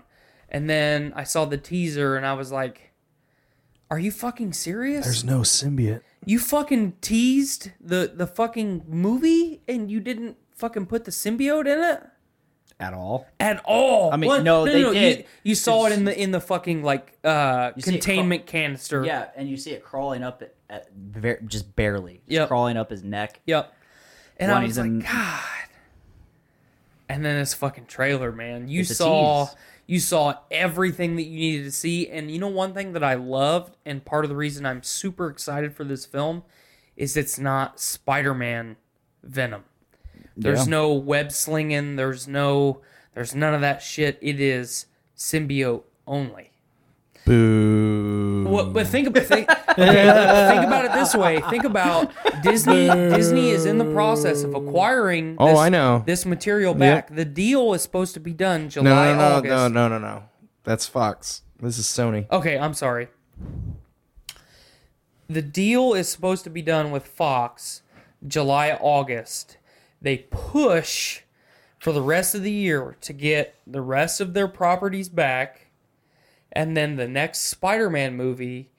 And then I saw the teaser and I was like, are you fucking serious?
There's no symbiote.
you fucking teased the the fucking movie and you didn't fucking put the symbiote in it
At all?
at all. I
mean, no, they did.
You, you saw it in the in the fucking like uh
see it
containment canister.
Yeah, and you see it crawling up at, at ver- just barely, just
Yep.
crawling up his neck.
Yep. And
When
I
he's
was like,
in-
God. And then this fucking trailer, man. You
It's a
saw
tease.
you saw everything that you needed to see. And you know one thing that I loved, and part of the reason I'm super excited for this film, is it's not Spider Man Venom. There's no web slinging. There's no. There's none of that shit. It is symbiote only.
Boo.
Well, but think
[laughs]
about think, okay, look, think about it this way. Think about Disney. Disney is in the process of acquiring.
Oh,
this-
I know.
this material back. The deal is supposed to be done
No,
July
no, no,
August.
no, no, no, no. That's Fox. This is Sony.
Okay, I'm sorry. The deal is supposed to be done with Fox July August. They push for the rest of the year to get the rest of their properties back. And then the next Spider Man movie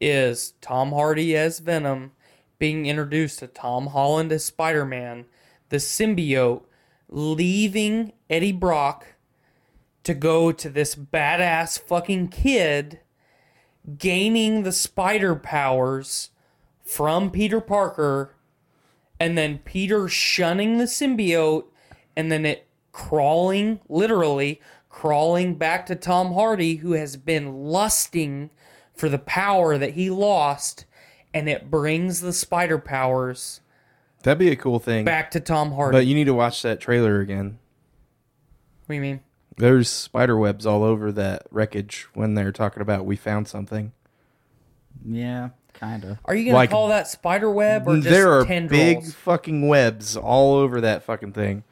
is Tom Hardy as Venom being introduced to Tom Holland as Spider Man, the symbiote leaving Eddie Brock to go to this badass fucking kid gaining the spider powers from Peter Parker and then Peter shunning the symbiote and then it crawling literally crawling back to Tom Hardy who has been lusting for the power that he lost and it brings the spider powers
That'd be a cool thing.
back to Tom Hardy.
But you need to watch that trailer again.
what do you mean?
There's spider webs all over that wreckage when they're talking about we found something.
Yeah, kind of.
Are you gonna
Like,
call that spider web or just
there are
tendrils?
big fucking webs all over that fucking thing.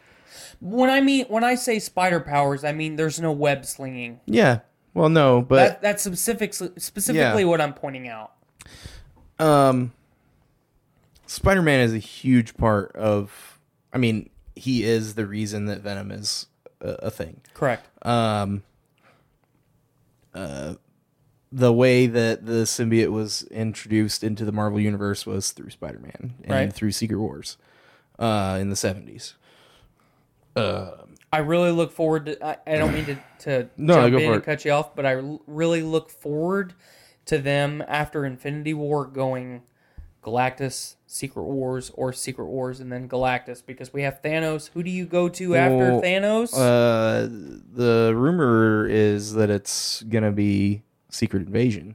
When I mean when I say spider powers, I mean there's no web slinging.
Yeah, Well, no, but
That, that's specific, specifically
Yeah.
what I'm pointing out.
um, Spider-Man is a huge part of. I mean, he is the reason that Venom is a, a thing.
Correct.
um, uh, the way that the symbiote was introduced into the Marvel universe was through Spider-Man and
Right.
through Secret Wars uh, in the seventies.
I really look forward to. I, I don't mean to to
[clears throat] No,
jump
go
in
for
and
it.
cut you off, but I l- really look forward to them after Infinity War going Galactus, Secret Wars, or Secret Wars, and then Galactus because we have Thanos. Who do you go to after
Well,
Thanos?
Uh, the rumor is that it's gonna be Secret Invasion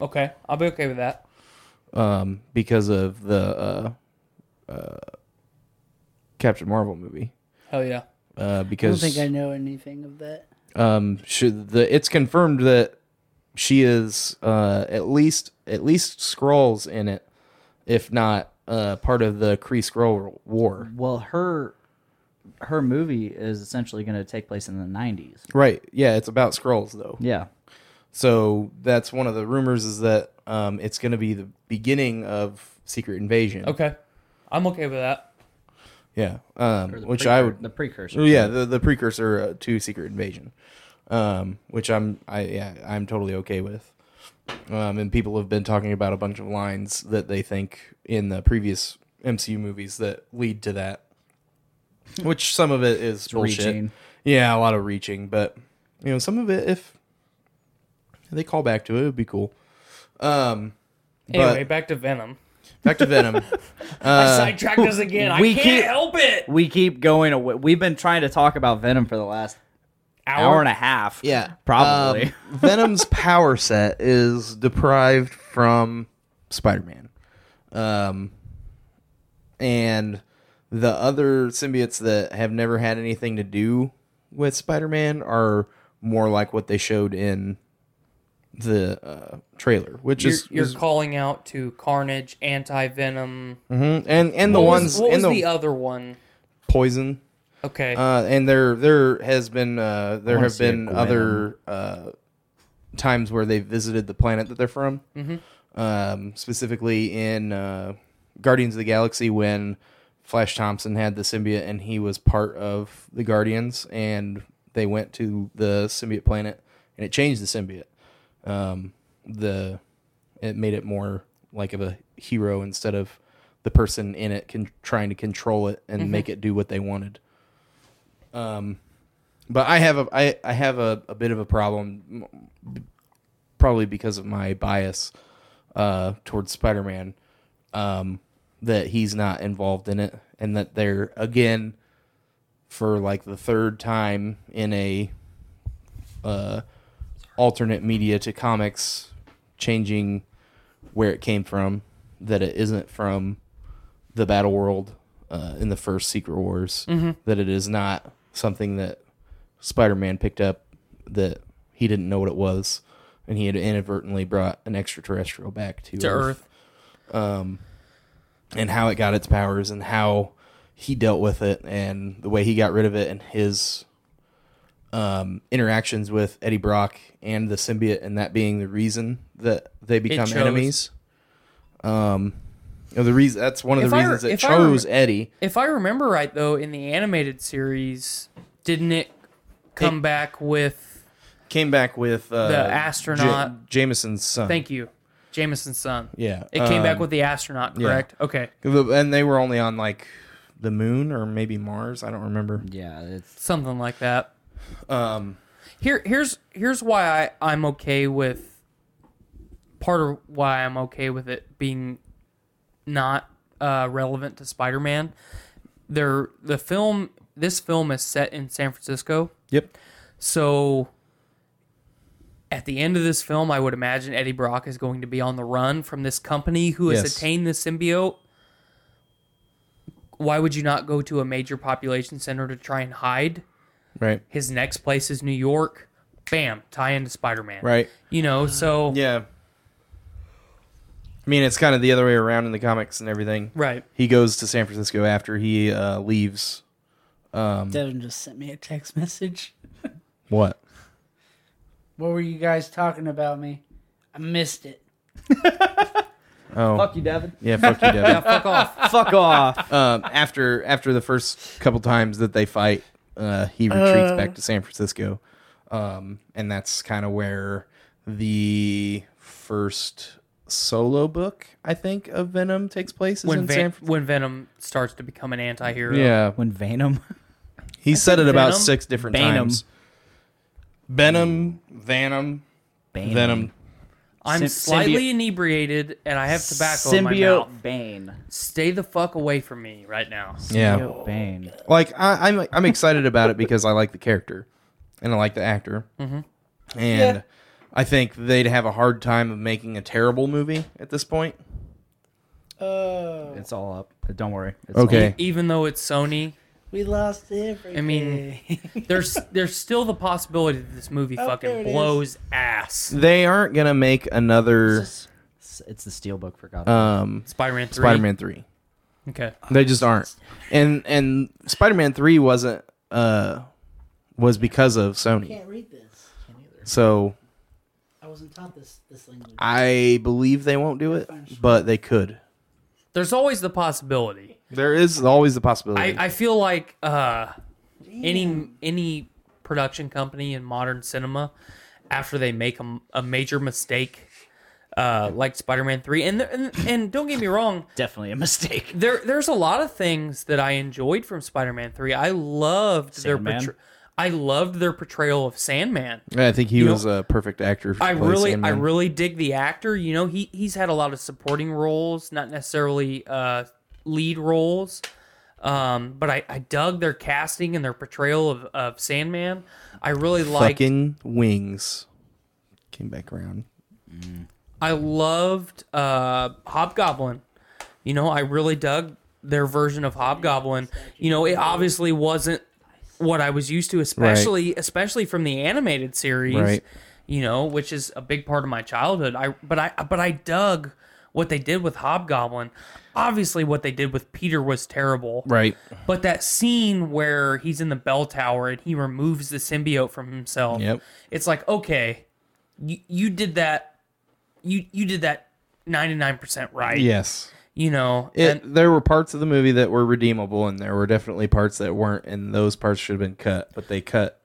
okay, I'll be okay with that.
um, because of the uh, uh, Captain Marvel movie.
Hell yeah.
Uh,
I don't
because
think I know anything of that.
um she, the it's confirmed that she is uh at least at least scrolls in it if not uh part of the Kree scroll war
Well, her her movie is essentially going to take place in the '90s.
right yeah it's about scrolls though
Yeah,
so that's one of the rumors is that um it's going to be the beginning of secret invasion
Okay, I'm okay with that.
yeah um which i would
the precursor.
Oh, yeah, the, the precursor uh, to Secret Invasion, um, which I'm I yeah I'm totally okay with. Um, and people have been talking about a bunch of lines that they think in the previous MCU movies that lead to
[laughs]
that, which some of it is bullshit.
reaching.
Yeah, a lot of reaching, but you know some of it if they call back to it, it'd be cool. Um,
Anyway, back to Venom.
back to
[laughs]
Venom.
I sidetracked us again. I
we
can't
keep-
help it.
We keep going away. We've been trying to talk about Venom for the last hour, and a half.
Yeah,
Probably. [laughs]
[laughs]
Um, Venom's power set is deprived from Spider-Man, um, and the other symbiotes that have never had anything to do with Spider-Man are more like what they showed in the uh, trailer, which
You're,
is,
you're
is-
calling out to Carnage, Anti Venom.
Mhm. and and the
What
ones
was, what was
and
the,
the,
other one?
poison.
Okay.
Uh, and there there has been uh, there have
see a
been
Gwen.
other uh, times where they visited the planet that they're from.
Mm-hmm.
Um, specifically in uh, Guardians of the Galaxy when Flash Thompson had the symbiote and he was part of the Guardians and they went to the symbiote planet and it changed the symbiote. Um, the it made it more like of a hero instead of the person in it con- trying to control it and
Mm-hmm.
make it do what they wanted. But I have a I, I have a, a bit of a problem, m- probably because of my bias uh, towards Spider Man, um, that he's not involved in it, and that they're again for like the third time in a uh, alternate media to comics, changing where it came from, that it isn't from the battle world uh, in the first Secret Wars,
Mm-hmm.
that it is not something that Spider-Man picked up that he didn't know what it was, and he had inadvertently brought an extraterrestrial back to,
to Earth.
and how it got its powers, and how he dealt with it, and the way he got rid of it, and his um, interactions with Eddie Brock and the symbiote, and that being the reason that they become
chose-
enemies. Um, you know, the reason that's one of
If
the
I
reasons
re-
it
if I rem-
chose Eddie.
If I remember right, though, in the animated series, didn't it come
It-
back with
Came back with uh,
The astronaut-
Ja- Jameson's son.
thank you, Jameson's son?
Yeah,
it came back
um,
with the astronaut,
yeah.
correct? Okay,
The- And they were only on like the moon or maybe Mars. I don't remember.
yeah, it's
something like that.
Um,
Here, here's here's why I, I'm okay with part of why I'm okay with it being not uh, relevant to Spider-Man. There, the film, this film is set in San Francisco.
yep.
So at the end of this film, I would imagine Eddie Brock is going to be on the run from this company who has
Yes.
attained the symbiote. Why would you not go to a major population center to try and hide?
Right.
His next place is New York. Bam, tie into Spider Man.
Right.
You know, so
Yeah. I mean, it's kind of the other way around in the comics and everything.
right.
He goes to San Francisco after he uh, leaves.
[laughs] Devin just sent me a text message.
What?
What were you guys talking about me? I missed it.
Oh,
Fuck you, Devin. [laughs]
yeah, fuck
[laughs]
you, Devin.
Fuck off.
Fuck off.
um, after after the first couple times that they fight, uh, he retreats back to San Francisco, um, and that's kind of where the first solo book I think of Venom takes place. Is
When,
in
Van-
San
when Venom starts to become an anti hero.
Yeah,
When Venom.
he said it about
Venom?
six different
Venom.
times. Venom, Venom,
Bane.
Venom.
I'm
Sym-
slightly
symbiote-
inebriated and I have tobacco in my mouth.
Symbiote Bane.
Stay the fuck away from me right now.
Yeah,
Symbiote Oh, Bane.
like I, I'm I'm excited about it because I like the character, and I like the actor, mm-hmm. and I think they'd have a hard time of making a terrible movie at this point.
Oh,
It's all up. Don't worry. It's
Okay.
Even though it's Sony,
we lost everything.
I
[laughs]
mean, there's there's still the possibility that this movie
there
fucking
it is.
blows ass.
They aren't gonna make another
It's, it's the Steelbook for God's
Uh,
um,
Spider-Man 3.
Spider-Man three.
Okay.
They just aren't. And and Spider-Man three wasn't uh was because of Sony.
can't read this.
So
I wasn't taught this this language.
I believe they won't do it, but they could.
There's always the possibility.
There is always the possibility.
I, I feel like uh, any any production company in modern cinema, after they make a, m- a major mistake, uh, like Spider-Man three, and, there- and and don't get me wrong,
definitely a mistake.
there there's a lot of things that I enjoyed from Spider-Man three. I loved their
Sandman?
portray- I loved their portrayal of Sandman.
I, think he
know,
was a perfect actor. to
I
play
really, I
Sandman.
really dig the actor. You know, he he's had a lot of supporting roles, not necessarily uh, lead roles. Um, but I, I dug their casting and their portrayal of, of Sandman. I really liked.
fucking wings came back around.
I loved uh, Hobgoblin. You know, I really dug their version of Hobgoblin. You know, it obviously wasn't what I was used to, especially especially from the animated series.
Right.
You know, which is a big part of my childhood. I but I but I dug what they did with Hobgoblin. Obviously, what they did with Peter was terrible.
Right.
But that scene where he's in the bell tower and he removes the symbiote from himself.
Yep.
It's like, okay, you, you did that you you did that 99% right.
Yes.
You know,
It,
and
there were parts of the movie that were redeemable, and there were definitely parts that weren't, and those parts should have been cut. But they cut.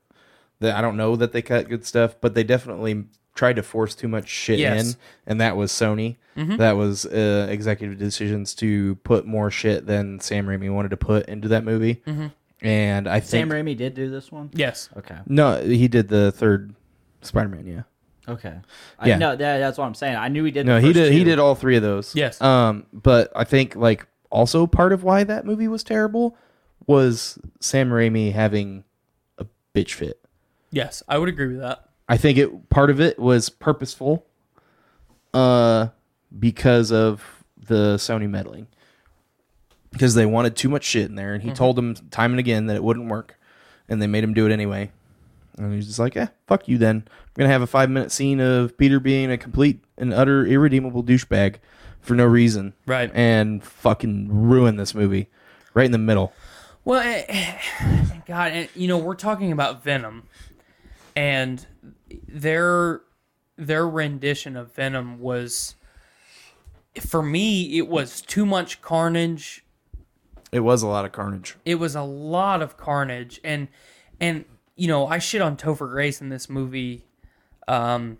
The, I don't know that they cut good stuff, but they definitely tried to force too much shit
Yes.
in, and that was Sony. That was uh, executive decisions to put more shit than Sam Raimi wanted to put into that movie. And I
Sam
think
Raimi did do this one.
yes.
Okay.
no, he did the third Spider-Man. Yeah.
Okay.
Yeah.
I, no, that, that's what I'm saying. I knew he did.
No,
the
he
first
did. He
two.
did all three of those.
Yes.
Um, but I think like also part of why that movie was terrible was Sam Raimi having a bitch fit.
Yes, I would agree with that.
I think it part of it was purposeful, uh, because of the Sony meddling, because they wanted too much shit in there, and he told them time and again that it wouldn't work, and they made him do it anyway. And he's just like, "Eh, fuck you." Then I'm gonna have a five minute scene of Peter being a complete and utter irredeemable douchebag for no reason,
Right.
And fucking ruin this movie right in the middle.
Well, eh, God, and, you know, we're talking about Venom, and their their rendition of Venom was, for me, it was too much carnage.
It was a lot of carnage.
it was a lot of carnage and and you know i shit on topher grace in this movie um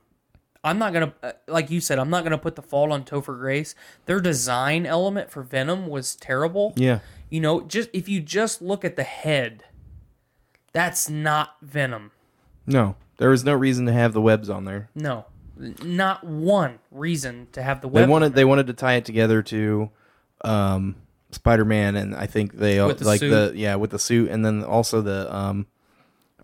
i'm not gonna uh, like you said i'm not gonna put the fault on topher grace their design element for venom was terrible
Yeah.
you know just if you just look at the head that's not venom
No, there was no reason to have the webs on there.
no N- not one reason to have the
They
web
wanted they wanted to tie it together to um, Spider Man, and I think they
With the
like
suit.
the yeah with the suit, and then also the um,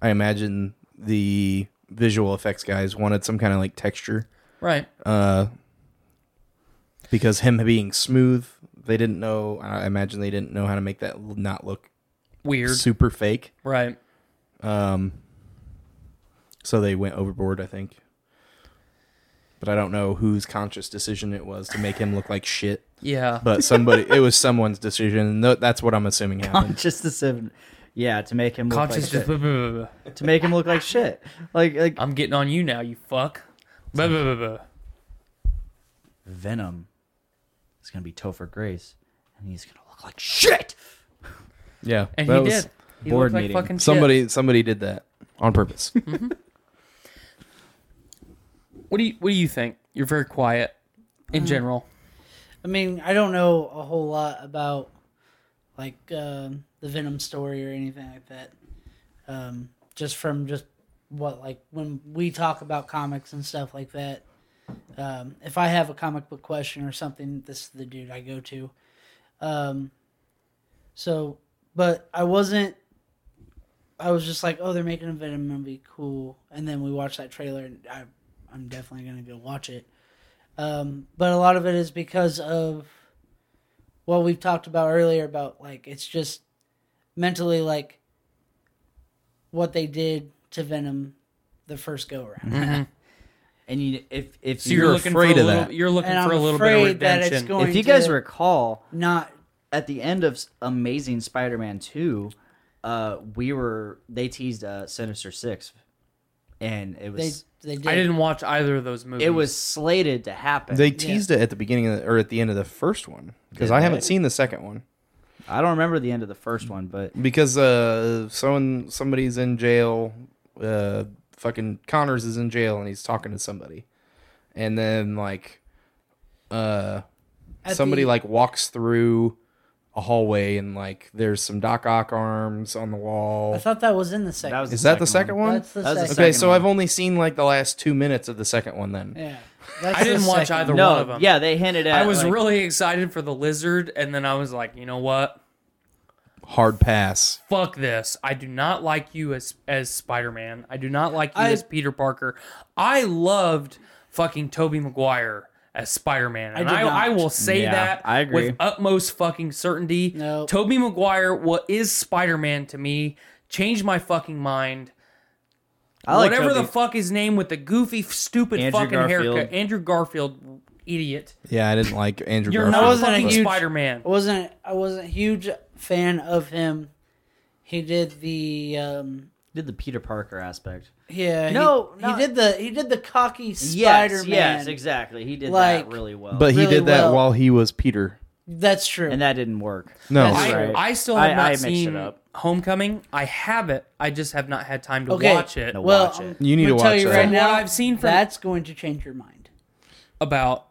I imagine the visual effects guys wanted some kind of like texture
right
uh, because him being smooth, they didn't know. I imagine they didn't know how to make that l- not look
weird
super fake.
right
Um, so they went overboard, I think. But I don't know whose conscious decision it was to make him look like shit
yeah
[laughs]
but somebody it was someone's decision and tho- that's what i'm assuming happened
Just the seven.
yeah, to make him look
Koch is
like
just. Uh,
shit.
"Buh, buh, buh, buh."
to make him look like shit. Like like
I'm getting on you now, you fuck. Buh, buh, buh, buh.
Venom is gonna be Topher Grace, and he's gonna look like shit.
Yeah,
And
that
he
was-
did. He
board
looked like
meeting.
fucking shit.
Somebody somebody did that on purpose.
What do you What do you think? You're very quiet
Mm-hmm.
in general.
I mean, I don't know a whole lot about like um, the Venom story or anything like that. Um, just from just what like when we talk about comics and stuff like that. Um, if I have a comic book question or something, this is the dude I go to. Um, so, but I wasn't. I was just like, oh, they're making a Venom movie, cool. And then we watched that trailer, and I, I'm definitely gonna go watch it. Um, but a lot of it is because of what we've talked about earlier about like it's just mentally like what they did to Venom the first go around.
And you, if if
So you're,
you
looking
afraid
for a
of
little,
that.
You're looking
And
for
I'm
a little bit of
afraid that
redemption.
it's going
if you guys
to
recall
not
at the end of S- Amazing Spider-Man two, uh, we were they teased uh, Sinister Six, and it
they
was
they did.
I didn't watch either of those movies.
it was slated to happen.
they teased it at the beginning of the, or at the end of the first one because
Did
I
they?
haven't seen the second one
I don't remember the end of the first one, but
because uh someone somebody's in jail uh fucking Connors is in jail and he's talking to somebody and then like uh
At
somebody
the-
like walks through a hallway and like there's some Doc Ock arms on the wall
I thought that was in the second.
was-
is that the second one,
that's the
That was the
second.
okay
second
so
one.
I've only seen like the last two minutes of the second one then
Yeah, that's
I didn't
the
watch
second.
either
no,
one of them.
yeah, they hinted at.
I was
like,
really excited for the lizard, and then I was like, you know what?
hard pass
Fuck this. I do not like you as as Spider Man. I do not like you
I-
as Peter Parker. I loved fucking Toby Maguire as Spider Man. And
did
I,
not.
I, will say
Yeah,
that
I agree.
with utmost fucking certainty.
No.
Toby Maguire what is Spider Man to me changed my fucking mind.
I like
Whatever
Toby.
the fuck his name with the goofy, stupid
Andrew
fucking
Garfield.
haircut. Andrew Garfield, idiot.
yeah I didn't like Andrew
You're
Garfield
not
wasn't a
fucking
huge-
Spider Man.
I wasn't I wasn't a huge fan of him. He did the um
did the Peter Parker aspect.
yeah he-
No,
he,
not-
did the he did the cocky Spider
Yes,
Man
yes, exactly. He did
Like-
that really well,
but he
really
did that
well.
while he was Peter
That's true
and that didn't work.
no
That's
I,
right.
I still have
I-
not
I mixed it
seen
up.
Homecoming. I have it. I just have not had time to
okay
watch it.
No.
well
watch it.
I'm
You need
gonna
to
tell
watch
you
that.
right
From
now
what I've seen from-
that's going to change your mind
About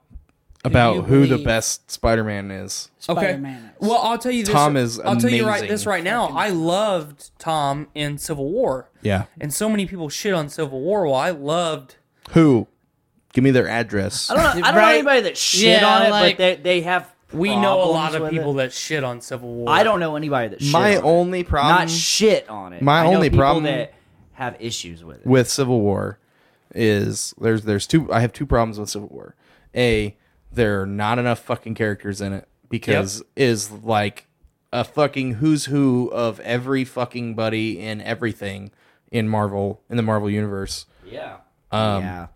you
about who the
believe-
best Spider-Man is.
okay.
Spider-Man is.
Well, I'll tell you. This,
Tom is
I'll tell you right
amazing.
this right now. I loved Tom in Civil War,
Yeah.
and so many people shit on Civil War. Well, I loved.
Who? Give me their address.
I don't, know, I don't know
Right?
anybody that shit
Yeah,
on it,
like-
but they they have.
We know a lot
problems
of
with
people
it.
that shit on Civil War.
I don't know anybody that. Shit
My
on it.
only problem
not shit on it.
My
I know
only
people
problem-
that have issues with it.
with Civil War is there's there's two I have two problems with Civil War. A, there are not enough fucking characters in it because is like a fucking who's who of every fucking buddy in everything in Marvel in the Marvel universe.
yeah,
Um,
yeah.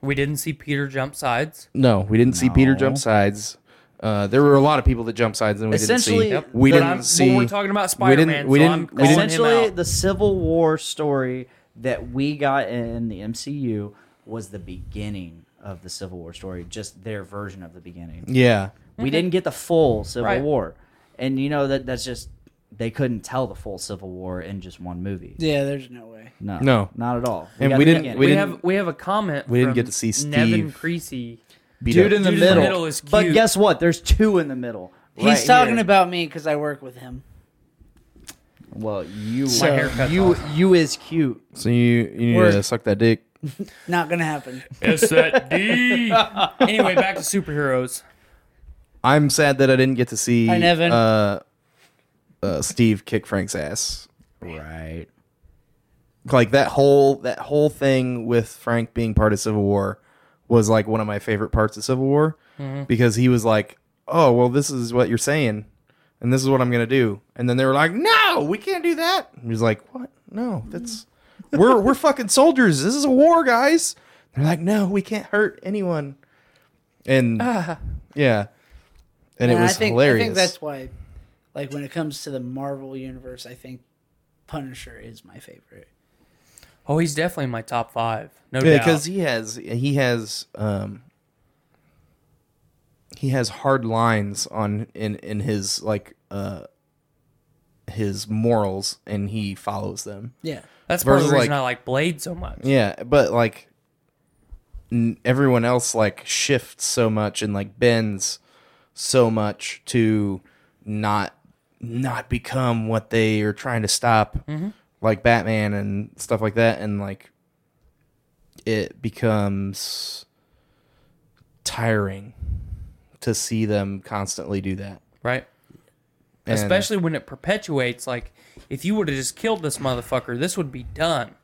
We didn't see Peter jump sides.
No, we didn't see Peter
No.
jump sides. Uh, there were a lot of people that jump sides and we didn't see.
Essentially- Yep.
We
But
didn't
I'm- but
see.
We're talking about
we
Spider
didn't-
Man.
we
so
didn't-
I'm
we didn't-
calling him
Essentially,
out.
the Civil War story that we got in the MCU was the beginning of the Civil War story, just their version of the beginning.
Yeah.
We didn't get the full Civil
Right.
War, and you know that that's just they couldn't tell the full Civil War in just one movie.
yeah there's no way
No,
No.
not at all.
And
got
we
the
didn't-
beginning.
we,
we didn't-
have we have a comment.
we didn't
from
get to see
Nevin
Steve.
Creasy.
Beat
Dude
up.
in the
Dude in the
middle.
middle is cute.
But guess what? There's two in the middle.
he's
right
talking
here.
about me because I work with him
well, you.
My haircut's
you you is cute.
So you you need to
Word.
suck that dick.
not gonna happen
It's that D. [laughs] anyway, back to superheroes.
I'm sad that I didn't get to see
Hi, Nevin.
Uh, uh, Steve kick Frank's ass.
Right.
Like that whole that whole thing with Frank being part of Civil War was like one of my favorite parts of Civil War
Mm-hmm.
because he was like, "Oh, well this is what you're saying and this is what I'm going to do." And then they were like, "No, we can't do that." And he's like, "What? No, that's
Mm-hmm.
we're
[laughs]
we're fucking soldiers. This is a war, guys." They're like, "No, we can't hurt anyone."
[laughs]
And yeah. And, it was
I think,
hilarious.
I think that's why, like, when it comes to the Marvel universe, I think Punisher is my favorite.
Oh, he's definitely in my top five. No
Yeah,
doubt.
because he has he has um he has hard lines on in in his like uh his morals and he follows them.
Yeah.
that's part of the
versus,
reason
like-
I like Blade so much.
Yeah, but like n- everyone else like shifts so much and like bends so much to not not become what they are trying to stop
Mm-hmm.
like Batman and stuff like that and like it becomes tiring to see them constantly do that.
Right.
And-
Especially when it perpetuates. Like, if you would have just killed this motherfucker, this would be done.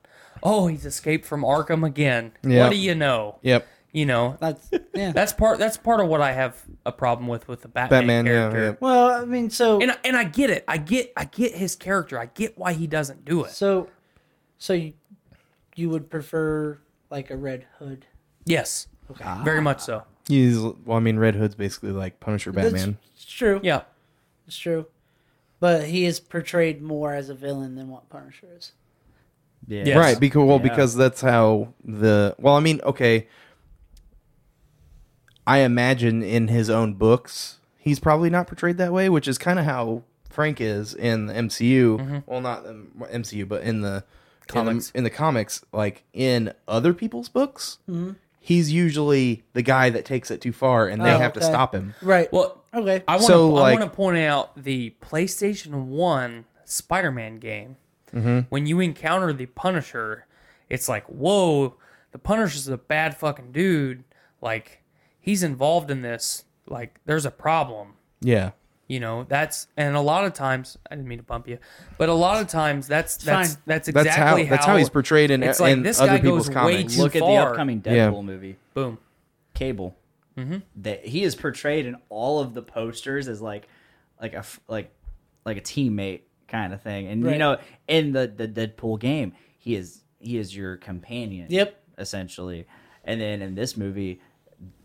Oh, he's escaped from Arkham again.
Yep.
What do you know?
Yep.
You know, [laughs]
That's yeah.
that's part. That's part of what I have a problem with with the Batman,
Batman, yeah,
character.
yeah.
well, I mean, so
And I- and I get it. I get I get his character. I get why he doesn't do it.
so so you, you would prefer like a Red Hood?
Yes.
Okay.
Ah.
Very much so.
He's well I mean Red Hood's basically like Punisher Batman.
It's true.
Yeah.
It's true. But he is portrayed more as a villain than what Punisher is.
Yeah.
Yes.
Right, because well, because that's how the well, I mean, okay. I imagine in his own books, he's probably not portrayed that way, which is kind of how Frank is in the MCU. Well, not the MCU, but in the
Comics.
In the, in the comics, like in other people's books,
Mm-hmm.
he's usually the guy that takes it too far, and they
Oh,
have to
okay.
stop him.
Right.
Well,
okay.
I want to
So, like-
I want to point out the PlayStation 1 Spider-Man game.
Mm-hmm.
When you encounter the Punisher, it's like, "Whoa, the Punisher's a bad fucking dude. Like he's involved in this. Like there's a problem."
Yeah,
You know, that's and a lot of times I didn't mean to bump you, but a lot of times that's that's
fine.
that's
that's
exactly
how that's how he's portrayed in,
it's like
in
this
other
guy
people's
goes way
comics.
too
Look at the
far.
upcoming Deadpool
Yeah.
movie,
boom. Mm-hmm.
Cable. That he is portrayed in all of the posters as like, like a f- like, like a teammate kind of thing, and you
Right.
know, in the the Deadpool game, he is he is your companion.
Yep.
Essentially, and then in this movie,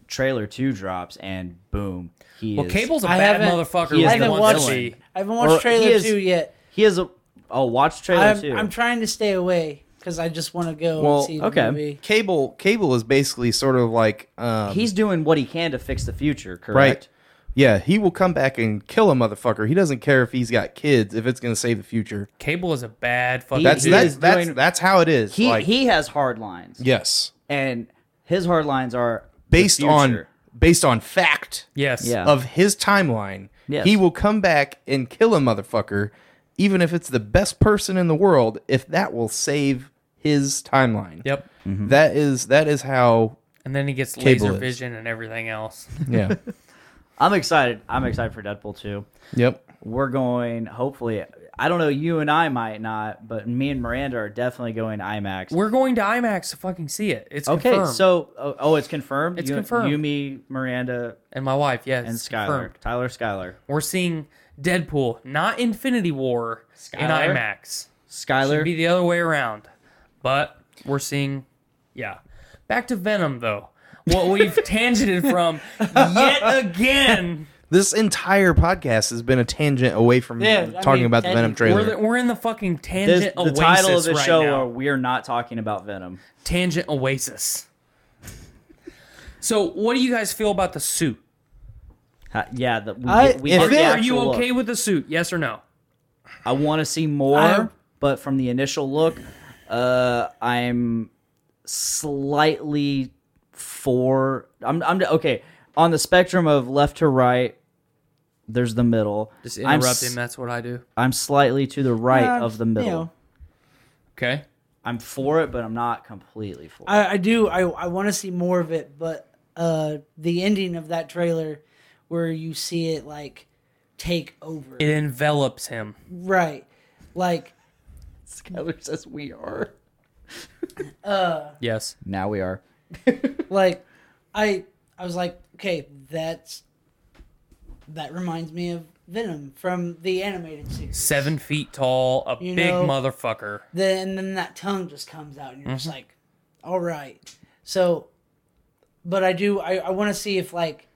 trailer two drops, and boom, he
Well,
is.
Cable's a
I
bad
haven't-
motherfucker.
he is
when he
I haven't
the
wants
watched.
to
villain.
be.
I haven't watched
Or he
trailer
is-
two yet.
He is a. Oh, watch trailer
I'm,
two.
I'm trying to stay away because I just want to go
Well,
and see the
okay.
movie.
Cable Cable is basically sort of like um,
He's doing what he can to fix the future. Correct.
Right. Yeah, he will come back and kill a motherfucker. He doesn't care if he's got kids if it's going to save the future.
Cable is a bad fucking.
That's
He
dude.
that's
is
that's,
doing-
that's how it is.
He
Like,
he has hard lines,
yes,
and his hard lines are the
based on
future.
based on fact
yes.
Yeah.
of his timeline,
Yes.
he will come back and kill a motherfucker, even if it's the best person in the world, if that will save his timeline.
Yep.
That is that is how.
And then he gets
Cable
laser
is.
vision and everything else.
[laughs]
Yeah.
I'm excited. I'm excited for Deadpool 2.
yep.
We're going, hopefully, I don't know, you and I might not, but me and Miranda are definitely going IMAX.
We're going to IMAX to fucking see it. It's
okay,
confirmed.
so, oh, oh, it's confirmed?
It's
you,
confirmed.
You, me, Miranda,
and my wife, yes,
and
it's
Skylar.
confirmed.
Tyler Skylar.
We're seeing Deadpool, not Infinity War, in
Skylar?
IMAX. Should
Skylar?
be the other way around, but we're seeing, yeah. Back to Venom though.
[laughs]
What we've tangented from yet again.
This entire podcast has been a tangent away from
Yeah, I
talking
mean,
about the Venom
technically-
trailer.
We're, the, we're in the fucking
This-
tangent
the
oasis
title of the
right
show
now.
are We're Not Talking About Venom.
Tangent Oasis. So, what do you guys feel about the suit?
Ha- yeah, the, we,
I-
get, we
if
get the
it-
Are
actual
you
look.
okay with the suit? Yes or no?
I want to see more,
I'm-
but from the initial look, uh, I'm slightly for. I'm, I'm okay on the spectrum of left to right. There's the middle.
Just
I'm, s-
interrupt him. That's what I do.
I'm slightly to the right
Uh,
of the
you
middle.
know,
Okay.
I'm for it, but I'm not completely for it.
I, I do. I, I want to see more of it, but uh, the ending of that trailer where you see it like take over,
It envelops him.
right? Like
Skylar says we are.
Yes.
Now we are.
like I I was like, okay, that's that reminds me of Venom from the animated series.
Seven feet tall, a
You
big
know-
motherfucker.
Then and then that tongue just comes out and you're
Mm-hmm.
just like, all right. So but I do I, I wanna see if like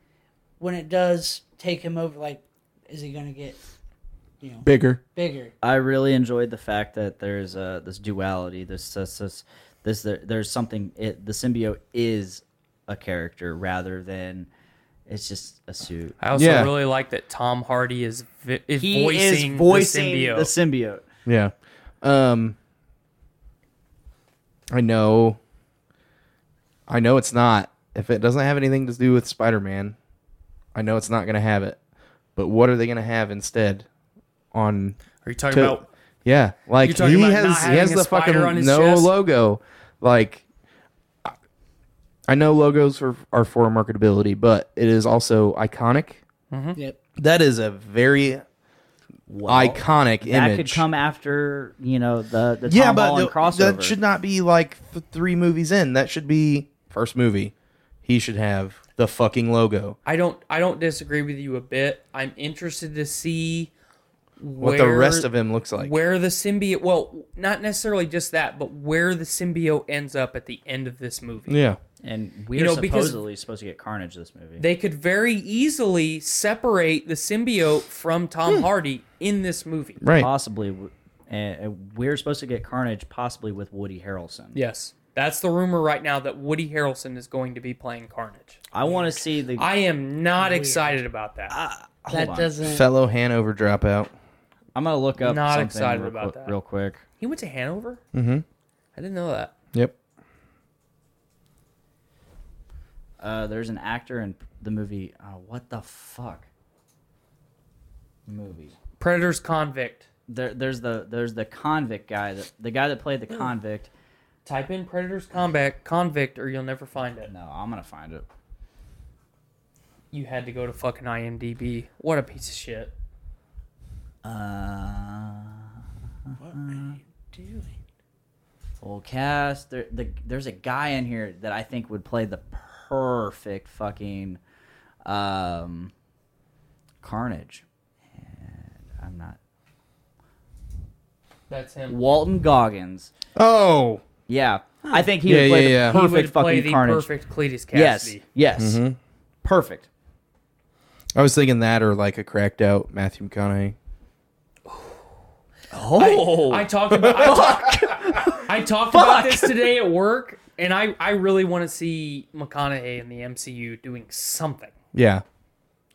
when it does take him over, like is he gonna get you know
Bigger.
bigger.
I really enjoyed the fact that there's uh, this duality. This this this, this there, there's something. It, the symbiote is a character rather than it's just a suit.
I also
Yeah.
really like that Tom Hardy is vi- is
He
voicing,
is voicing
the symbiote.
the symbiote.
Yeah. Um I know I know it's not. If it doesn't have anything to do with Spider-Man, I know it's not going to have it. But what are they going to have instead on
Are you talking
to-
about?
Yeah, like
You're talking
he
about not
has he
having
has
a
the
spider
fucking
on his
no
chest?
logo. Like I- I know logos are, are for marketability, but it is also iconic.
Mm-hmm.
Yep.
That is a very iconic
That
image.
could come after you know the the Tom
yeah, but
Holland
th-
crossover.
that should not be like th- three movies in. That should be first movie. He should have the fucking logo.
I don't I don't disagree with you a bit. I'm interested to see
What the rest of him looks like.
where the symbiote. Well, not necessarily just that, but where the symbiote ends up at the end of this movie.
yeah.
and we're
You know, because-
supposedly supposed to get Carnage this movie.
They could very easily separate the symbiote from Tom
Hmm.
Hardy in this movie.
Right.
possibly, w- and and we're supposed to get Carnage possibly with Woody Harrelson.
Yes. That's the rumor right now that Woody Harrelson is going to be playing Carnage.
I want to see the.
I am not excited about that.
that doesn't.
Fellow Hanover dropout.
I'm gonna look up.
Not
something
excited
real
about
quick-
that.
Real quick.
he went to Hanover? Mm-hmm. I didn't know that.
Yep.
Uh, there's an actor in the movie. Uh, what the fuck? Movie.
Predator's convict.
There, there's the there's the convict guy that the guy that played the convict.
Type in Predator's convict, convict, or you'll never find it.
No, I'm gonna find it.
You had to go to fucking IMDb. What a piece of shit.
Uh,
Dude,
full cast. There, the, there's a guy in here that I think would play the perfect fucking um, Carnage. And I'm not
That's him.
Walton Goggins.
Oh.
Yeah, I think he
Yeah,
would play
yeah,
the
yeah. He
perfect
he would
fucking
play the
Carnage.
perfect Cletus
yes,
Cassidy.
yes, perfect.
I was thinking that or like a cracked out Matthew McConaughey.
Oh. I talked about
[laughs]
I talked, I talked about this today at work, and I, I really want to see McConaughey in the MCU doing something.
Yeah.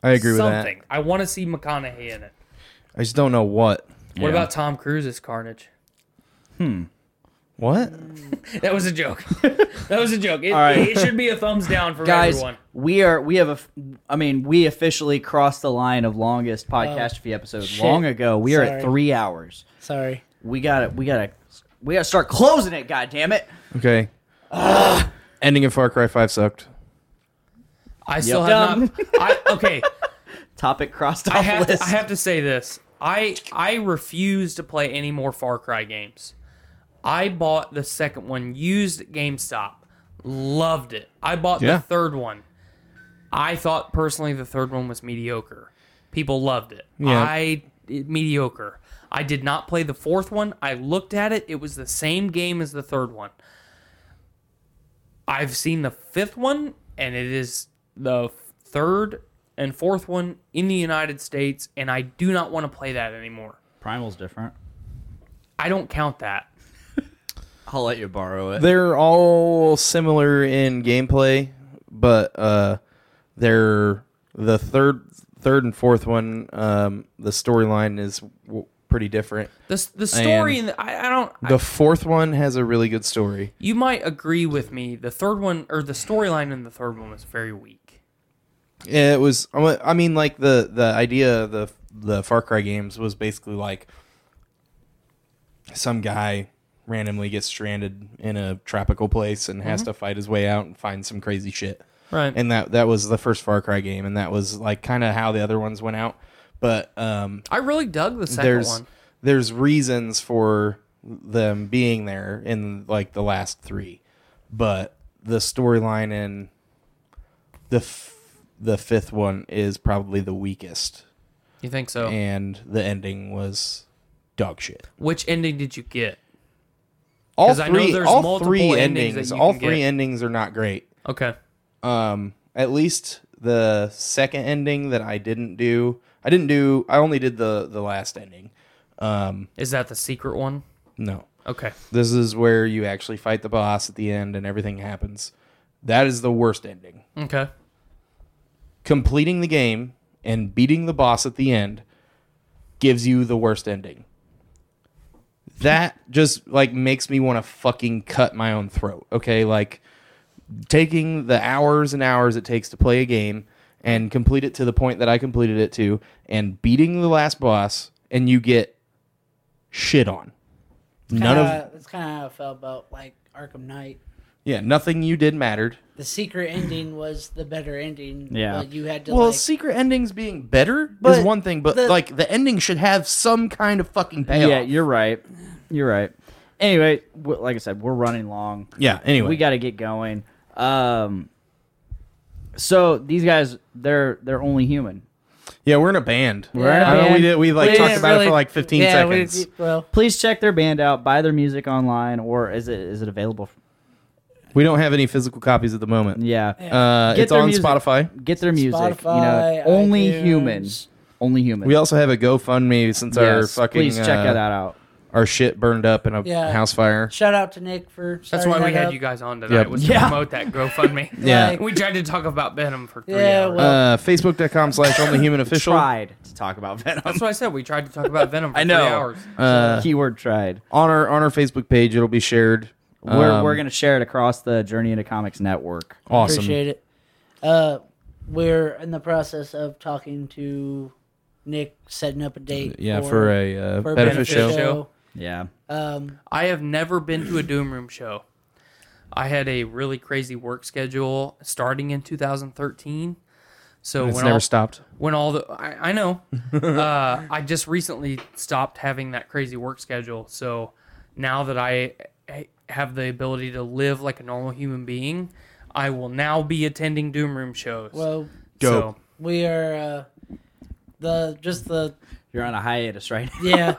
I agree
something.
with
I want to see McConaughey in it.
that. I just don't know what.
What about Tom Cruise's Carnage? [laughs]
What?
That was a
[laughs]
joke. that was a joke. It, it should be a thumbs down from
Guys,
everyone.
we are we have a. f- I mean, we officially crossed the line of
Oh,
longest podcast episode long ago. We are at
Sorry.
three hours.
sorry.
We got to We got to. We got to start closing it. God damn it.
Okay. Ending of Far Cry 5 sucked.
I still have
Dumb.
not. I, [laughs] okay,
topic crossed off
I have,
list.
to, I have to say this. I I refuse to play any more Far Cry games. I bought the second one used at GameStop. Loved it. I bought
Yeah.
the third one. I thought personally the third one was mediocre. People loved it.
Yeah.
I it- mediocre. I did not play the fourth one. I looked at it. It was the same game as the third one. I've seen the fifth one, and it is the third and fourth one in the United States, and I do not want to play that anymore.
Primal's different.
I don't count that.
I'll let you borrow it.
They're all similar in gameplay, but uh they're the third third and fourth one um the storyline is w- pretty different.
The, s- the story,
And
and I, I don't. I-
The fourth one has a really good story.
you might agree with me. The third one, or the storyline in the third one, was very weak.
Yeah, it was. I wa- I mean, like the the idea of the the Far Cry games was basically like some guy randomly gets stranded in a tropical place and has to fight his way out and find some crazy shit.
Right.
And that that was the first Far Cry game, and that was like kind of how the other ones went out. But um,
I really dug the second
there's
one.
there's reasons for them being there in like the last three, but the storyline in the f- the fifth one is probably the weakest,
You think so?
and the ending was dog shit.
Which ending did you get?
All
'Cause I know
three,
there's
all
multiple
three
endings that
endings,
you
all
can
three
get.
endings are not great.
Okay.
Um, at least the second ending that I didn't do. I didn't do. I only did the the last ending. Um,
Is that the secret one?
no,
Okay.
this is where you actually fight the boss at the end and everything happens. That is the worst ending.
Okay.
Completing the game and beating the boss at the end gives you the worst ending. That just like makes me want to fucking cut my own throat. Okay, like taking the hours and hours it takes to play a game and complete it to the point that I completed it to and beating the last boss and you get shit on. None of
Kinda- that's kind of how I felt about like Arkham Knight.
yeah, nothing you did mattered.
The secret ending was the better ending.
Yeah.
but you had to.
Well,
like,
secret endings being better is
But
one thing, but
the-
like the ending should have some kind of fucking
[laughs]
payoff.
Yeah, you're right. You're right. Anyway, w- like I said, we're running long.
Yeah, Anyway,
we got to get going. Um, so these guys, they're they're only human.
yeah, we're in a band. We're
in a
we
band.
did. We like
We
talked
didn't
about it for
really-
like 15
yeah, we-
seconds.
we-
well,
Please check their band out. Buy their music online, or is it is it available?
We don't have any physical copies at the moment.
Yeah,
Uh,
Get
it's
their
on
music.
Spotify.
get their music. you know,
Spotify,
only
iTunes.
humans. Only humans.
We also have a GoFundMe since our
Yes,
fucking
please check
uh,
that out.
Our shit burned up in a
Yeah.
house fire.
shout out to Nick for.
That's
starting
why we
that
had
up.
you guys on tonight
Yep.
was to
Yeah.
promote that GoFundMe.
[laughs] Yeah.
[laughs]
Like,
We tried to talk about Venom for three
Yeah,
hours.
well-
Uh, Facebook.com slash only human official.
Tried to talk about [laughs] Venom.
That's what I said. We tried to talk about
[laughs]
Venom for
I know.
three hours.
Uh,
Keyword tried.
on our on our Facebook page, it'll be shared.
We're,
Um,
we're gonna share it across the Journey into Comics network.
awesome.
Appreciate it. Uh, we're in the process of talking to Nick, setting up a date.
Yeah, for a uh,
for
benefit
benefit
show.
show.
Yeah,
Um,
I have never been to a Doom Room show. I had a really crazy work schedule starting in 2013. So
It's
when
never
all,
stopped.
when all the I, I know, uh, [laughs] I just recently stopped having that crazy work schedule. So now that I I have the ability to live like a normal human being, I will now be attending Doom Room shows.
well,
so,
Dope.
we are uh, the just the
you're on a hiatus right [laughs] now.
[laughs]
yeah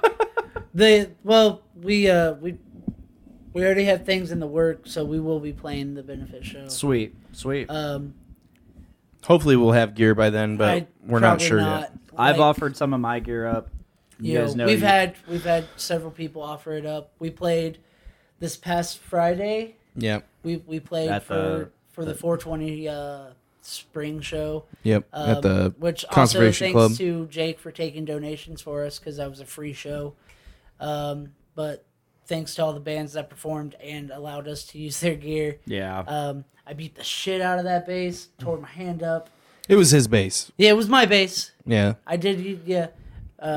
the well we uh we we already have things in the work, so we will be playing the benefit show.
Sweet, sweet.
Um,
Uh, Hopefully, we'll have gear by then, but
I-
uh, we're not
probably
sure
not.
yet.
I've
Like,
offered some of my gear up. You,
you
guys
know,
know
we've
you-
had we've had several people offer it up. We played this past Friday.
Yep.
We we played
At
for
the-
for the 420 uh, spring show.
Yep.
Um,
at the
which
Conservation
also
Club.
thanks to Jake for taking donations for us because that was a free show. Um, but thanks to all the bands that performed and allowed us to use their gear.
Yeah.
Um, I beat the shit out of that bass, tore my hand up.
it was his base.
Yeah, it was my bass.
Yeah.
I did. u- Yeah,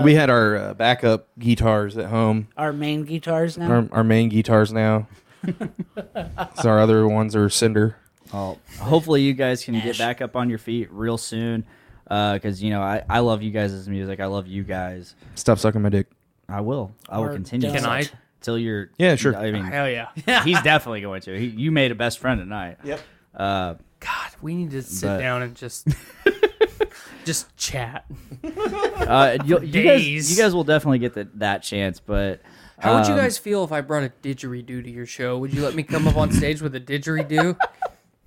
we had our uh, backup guitars at home.
our main guitars now.
Our, our main guitars now. so our other ones are Cinder.
Oh, hopefully you guys can get back up on your feet real soon. Because, you know, I, I love you guys' music. I love you guys.
Stop sucking my dick.
I will. I will
Or
continue.
don't.
can I?
Till you're.
Yeah, sure.
I mean,
[laughs]
Hell [laughs] yeah!
he's definitely going to. He, you made a best friend tonight. Yep. Uh,
God, we need to sit
But-
down and [laughs] just just chat.
uh, you'll- you,
Days.
guys, you guys will definitely get the, that chance, but.
How would you
um,
guys feel if I brought a didgeridoo to your show? Would you let me come up on stage with a [laughs] didgeridoo?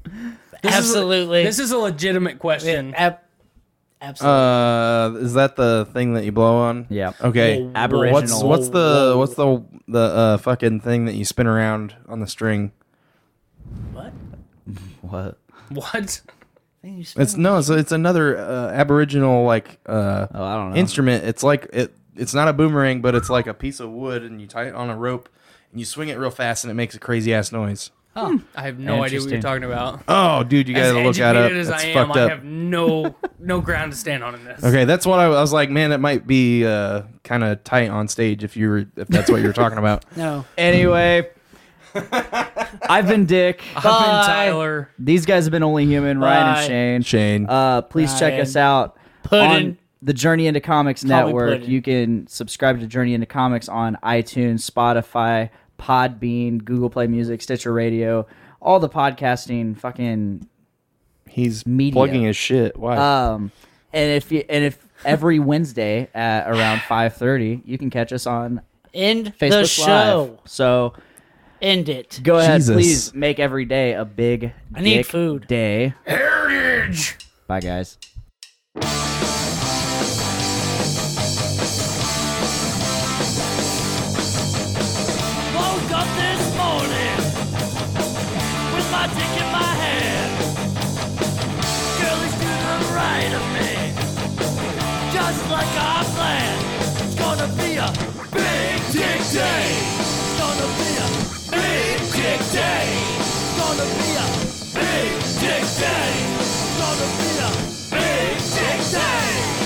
This is a-
Absolutely.
this is a legitimate question.
Ab- absolutely.
Uh, is that the thing that you blow on?
Yeah.
Okay.
Whoa, Aboriginal.
What's what's the what's the the uh, fucking thing that you spin around on the string?
what?
What?
What?
I think you spelled
It's no, it's, it's another uh, Aboriginal like uh,
Oh, I don't know.
instrument. It's like it. It's not a boomerang, but it's like a piece of wood, and you tie it on a rope, and you swing it real fast, and it makes a crazy ass noise.
I have no idea what you're
Interesting.
talking about.
Oh, dude, you
As
gotta look that up.
educated as
That's
I am,
fucked
I
up.
have no no ground to stand on in this.
Okay, that's what I, I was like. Man, it might be uh, kind of tight on stage if you were if that's what you're talking about. [laughs]
no. [laughs]
Anyway. I've been Dick.
I've been Tyler.
These guys have been only human, Ryan
Bye.
and Shane.
Shane,
Uh, please check
Ryan.
us out
Puddin'.
on the Journey into Comics
Call me
Network.
Puddin'.
You can subscribe to Journey into Comics on iTunes, Spotify, Podbean, Google Play Music, Stitcher Radio, all the podcasting fucking
he's
media.
plugging his shit. Why?
um and if you and if every Wednesday at around 5:30, you can catch us on
End the
Facebook
show.
Live. So
End it.
go ahead,
Jesus.
please make every day a big
I need
dick
food.
day.
Heritage.
Bye, guys.
Woke up this morning with my dick in my hand. Girlie's to the right of me, just like I planned. It's gonna be a big dick day. It's gonna be a big dick day. It's gonna be a big dick day. It's gonna be a big dick day.